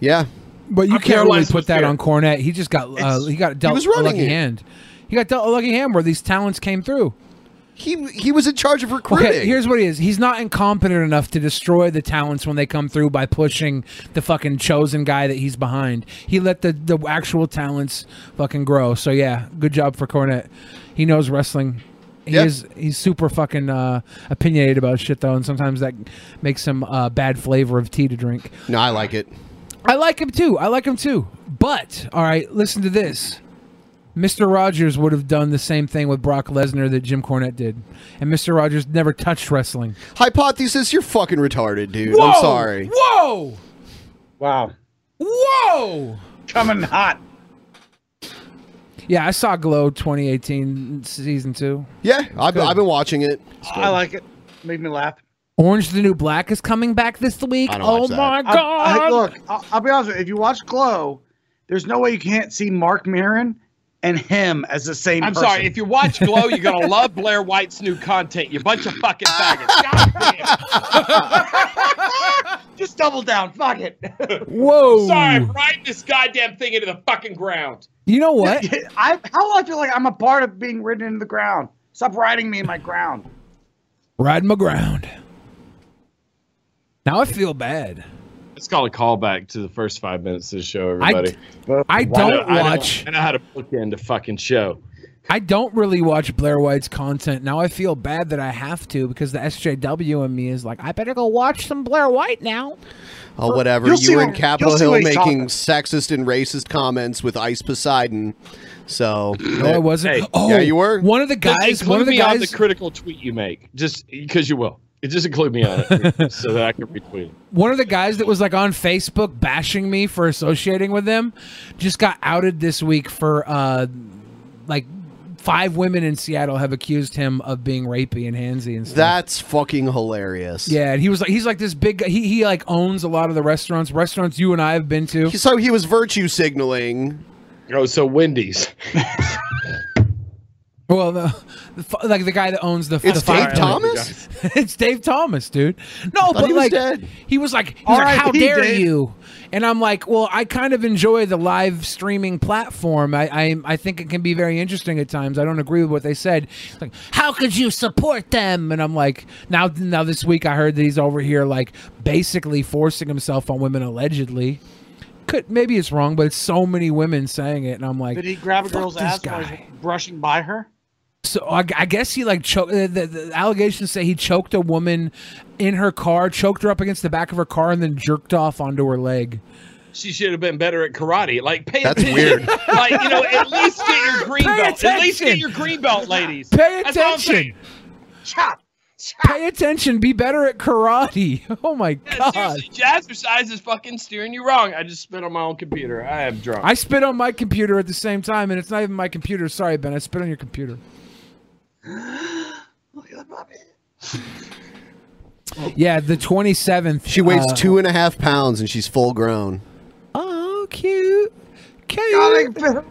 Yeah. But you Our can't really Caroline's put was that fair. on Cornette. He just got uh, he got dealt was a running lucky it. hand. He got dealt a lucky hand where these talents came through. He he was in charge of recruiting. Okay, here's what he is. He's not incompetent enough to destroy the talents when they come through by pushing the fucking chosen guy that he's behind. He let the the actual talents fucking grow. So yeah, good job for Cornette. He knows wrestling. He Yeah. is he's super fucking uh, opinionated about shit though, and sometimes that makes some uh, bad flavor of tea to drink. No, I like it. I like him too. I like him too. But all right, listen to this. Mr. Rogers would have done the same thing with Brock Lesnar that Jim Cornette did, and Mr. Rogers never touched wrestling. Hypothesis, you're fucking retarded, dude. I'm Whoa! sorry. Whoa! Wow. Whoa! Coming hot. Yeah, I saw Glow 2018 season two. Yeah, I've, I've been watching it. I like it. Made me laugh. Orange is the New Black is coming back this week. I don't Oh watch that. I- my I- god! look, I'll, I'll be honest with you. If you watch Glow, there's no way you can't see Mark Maron and him as the same I'm person. sorry. If you watch Glow, you're *laughs* *laughs* gonna love Blair White's new content. You bunch of fucking faggots. God damn. Just double down. Fuck it. Whoa. Sorry, I'm riding this goddamn thing into the fucking ground. You know what? *laughs* I how will I feel like I'm a part of being ridden into the ground? Stop riding me in my ground. Ride my ground. Now I feel bad. Let's call a callback to the first five minutes of the show, I- everybody. I Wow. don't I know- watch- I know how to book in the fucking show. I don't really watch Blair White's content. Now I feel bad that I have to because the SJW in me is like, I better go watch some Blair White now. Oh, whatever. You'll see you were in what- Capitol you'll see Hill what he's making talking- sexist and racist comments with Ice Poseidon. So No, I wasn't. Oh, yeah, you were. One of the Just guys, include one of the me on the guys, critical tweet you make, just because you will. Just include me on *laughs* it so that I can retweet it. one of the guys that was like on Facebook bashing me for associating with them, just got outed this week for uh, like five women in Seattle have accused him of being rapey and handsy and stuff. That's fucking hilarious. Yeah, and he was like he's like this big guy. He he like owns a lot of the restaurants, restaurants you and I have been to. So he was virtue signaling. Oh, so Wendy's. *laughs* Well, the, the fu- like the guy that owns the It's the fire Dave pit. Thomas? *laughs* it's Dave Thomas, dude. No, thought but he was like dead. he was like, he was like, R.I.P., how dare Dave. you? And I'm like, well, I kind of enjoy the live streaming platform. I I, I think it can be very interesting at times. I don't agree with what they said. It's Like, how could you support them? And I'm like, now now this week I heard that he's over here like basically forcing himself on women allegedly. Could maybe it's wrong, but it's so many women saying it, and I'm *laughs* like, Did he grab a girl's this ass while he's brushing by her? *gasps* so I, I guess he like choked. The, the, the allegations say he choked a woman in her car, choked her up against the back of her car, and then jerked off onto her leg. she should have been better at karate. Like, pay That's attention. weird. *laughs* like, you know, at least get *laughs* your green Pay belt. At least get attention. your green belt, ladies. Pay That's all I'm saying. attention. *laughs* Pay attention. Be better at karate. *laughs* Oh my god. Seriously, jazzercise is fucking steering you wrong. I just spit on my own computer. I am drunk. I spit on my computer at the same time, and it's not even my computer. Sorry, Ben. I spit on your computer. Oh. Yeah, the 27th. She weighs uh, two and a half pounds and she's full grown. Oh, cute. Cute. Uh,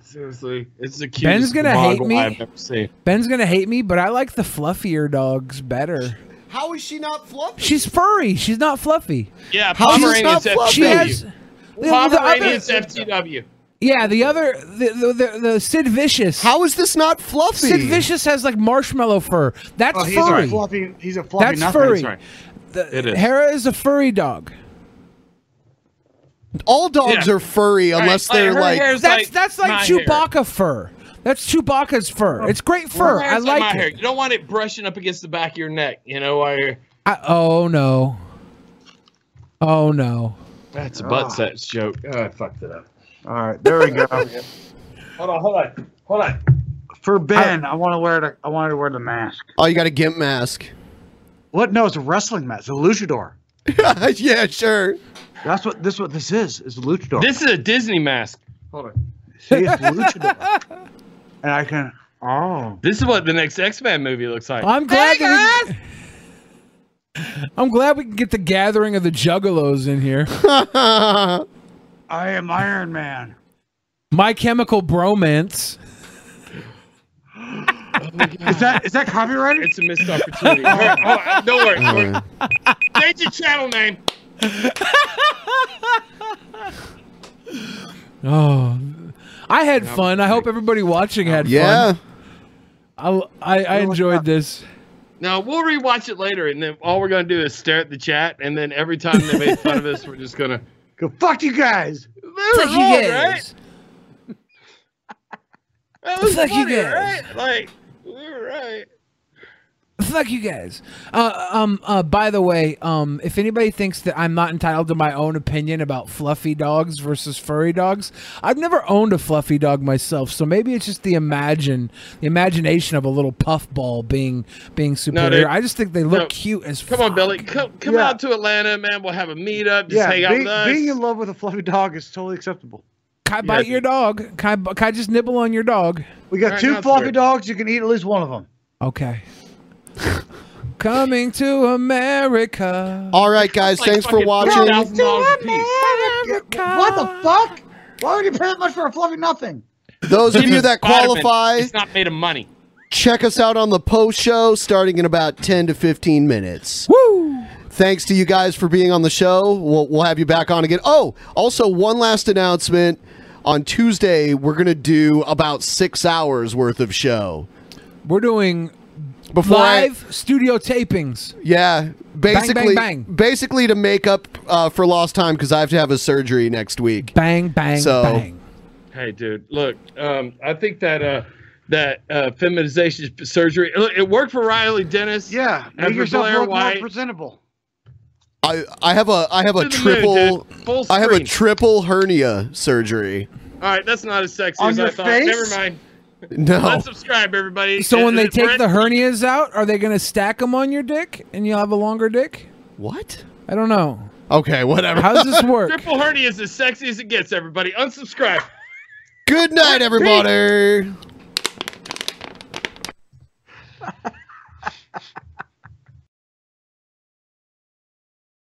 Seriously, it's the cutest Ben's gonna hate model me. I've ever seen. Ben's gonna hate me, but I like the fluffier dogs better. How is she not fluffy? She's furry. She's not fluffy. Yeah, She's Pomeranians not fluffy. She has. FTW. the other- Pomeranians FTW. Yeah, the other the, the the the Sid Vicious. How is this not fluffy? Sid Vicious has like marshmallow fur. That's Oh, he's furry. a fluffy. He's a fluffy. That's nothing. furry. Sorry. it is. Hera is a furry dog. All dogs are furry unless they're like. that's that's like Chewbacca fur. That's Chewbacca's fur. It's great fur. My I hair's my like hair. it. You don't want it brushing up against the back of your neck. You know, I, I, oh no. Oh no. that's a Ah. butt sex joke. Oh, I fucked it up. All right, there we *laughs* go. Hold on, hold on, hold on. For Ben, I, want to wear the I wanted to wear the mask. Oh, you got a gimp mask. What? No, it's a wrestling mask. It's a luchador. *laughs* yeah, sure. That's what this what this is. Is a luchador. This is a Disney mask. Hold on. See, it's luchador. and I can. Oh. This is what the next X Men movie looks like. I'm glad that we, *laughs* I'm glad we can get the gathering of the juggalos in here. *laughs* I am Iron Man. My chemical bromance. Is that is that copyrighted? It's a missed opportunity. *laughs* All right, *laughs* all right, don't worry. don't Oh. worry. Change your channel name. Oh, I had fun. I hope everybody watching had Yeah. fun. I, I, I enjoyed this. Now we'll rewatch it later, and then all we're gonna do is stare at the chat, and then every time they make fun of us, we're just gonna go fuck you guys. Fuck you guys. That was Fuck you funny, guys. right? Like, we're right. Fuck you guys. Uh, um. Uh. By the way, um. If anybody thinks that I'm not entitled to my own opinion about fluffy dogs versus furry dogs, I've never owned a fluffy dog myself, so maybe it's just the imagine, the imagination of a little puffball being being superior. dude. I just think they *laughs* look No. cute as. Come on, Billy. Come come Yeah. out to Atlanta, man. We'll have a meetup. Just Yeah, hang out being, with us. being in love with a fluffy dog is totally acceptable. Can I bite your dog? Can I, bu- can I just nibble on your dog? We got two fluffy dogs. You can eat at least one of them. *laughs* Okay. Coming to America. All right, guys. thanks for watching. What the fuck? Why would you pay that much for a fluffy nothing? Those of Even you that Spider-Man, qualify, It's not made of money. check us out on the post show starting in about 10 to 15 minutes. Woo! Thanks to you guys for being on the show. We'll, we'll have you back on again. Oh, also, one last announcement. On Tuesday, we're going to do about six hours worth of show. We're doing Before I- live studio tapings. Yeah, basically, bang. basically to make up uh, for lost time because I have to have a surgery next week. Bang, bang, so, bang. Hey, dude, look, um, I think that uh, that uh, feminization surgery look, it worked for Riley Dennis. Yeah, Make and for yourself Blair look White. more presentable. I I have a I have To the a moon, triple dude. Full I have a screen. triple hernia surgery. All right, that's not as sexy On as I your thought. face? Never mind. No. Unsubscribe, everybody. So when Uh, they uh, take Brett- the hernias out, are they going to stack them on your dick and you'll have a longer dick? What? I don't know. Okay, whatever. How *laughs* does this *laughs* work? Triple hernia is as sexy as it gets, everybody. Unsubscribe. Good night, everybody.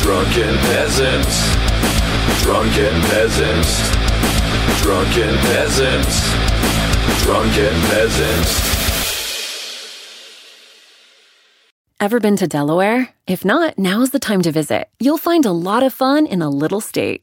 Drunken peasants. Drunken peasants. Drunken peasants. Drunken peasants. Ever been to Delaware? If not, now's the time to visit. You'll find a lot of fun in a little state.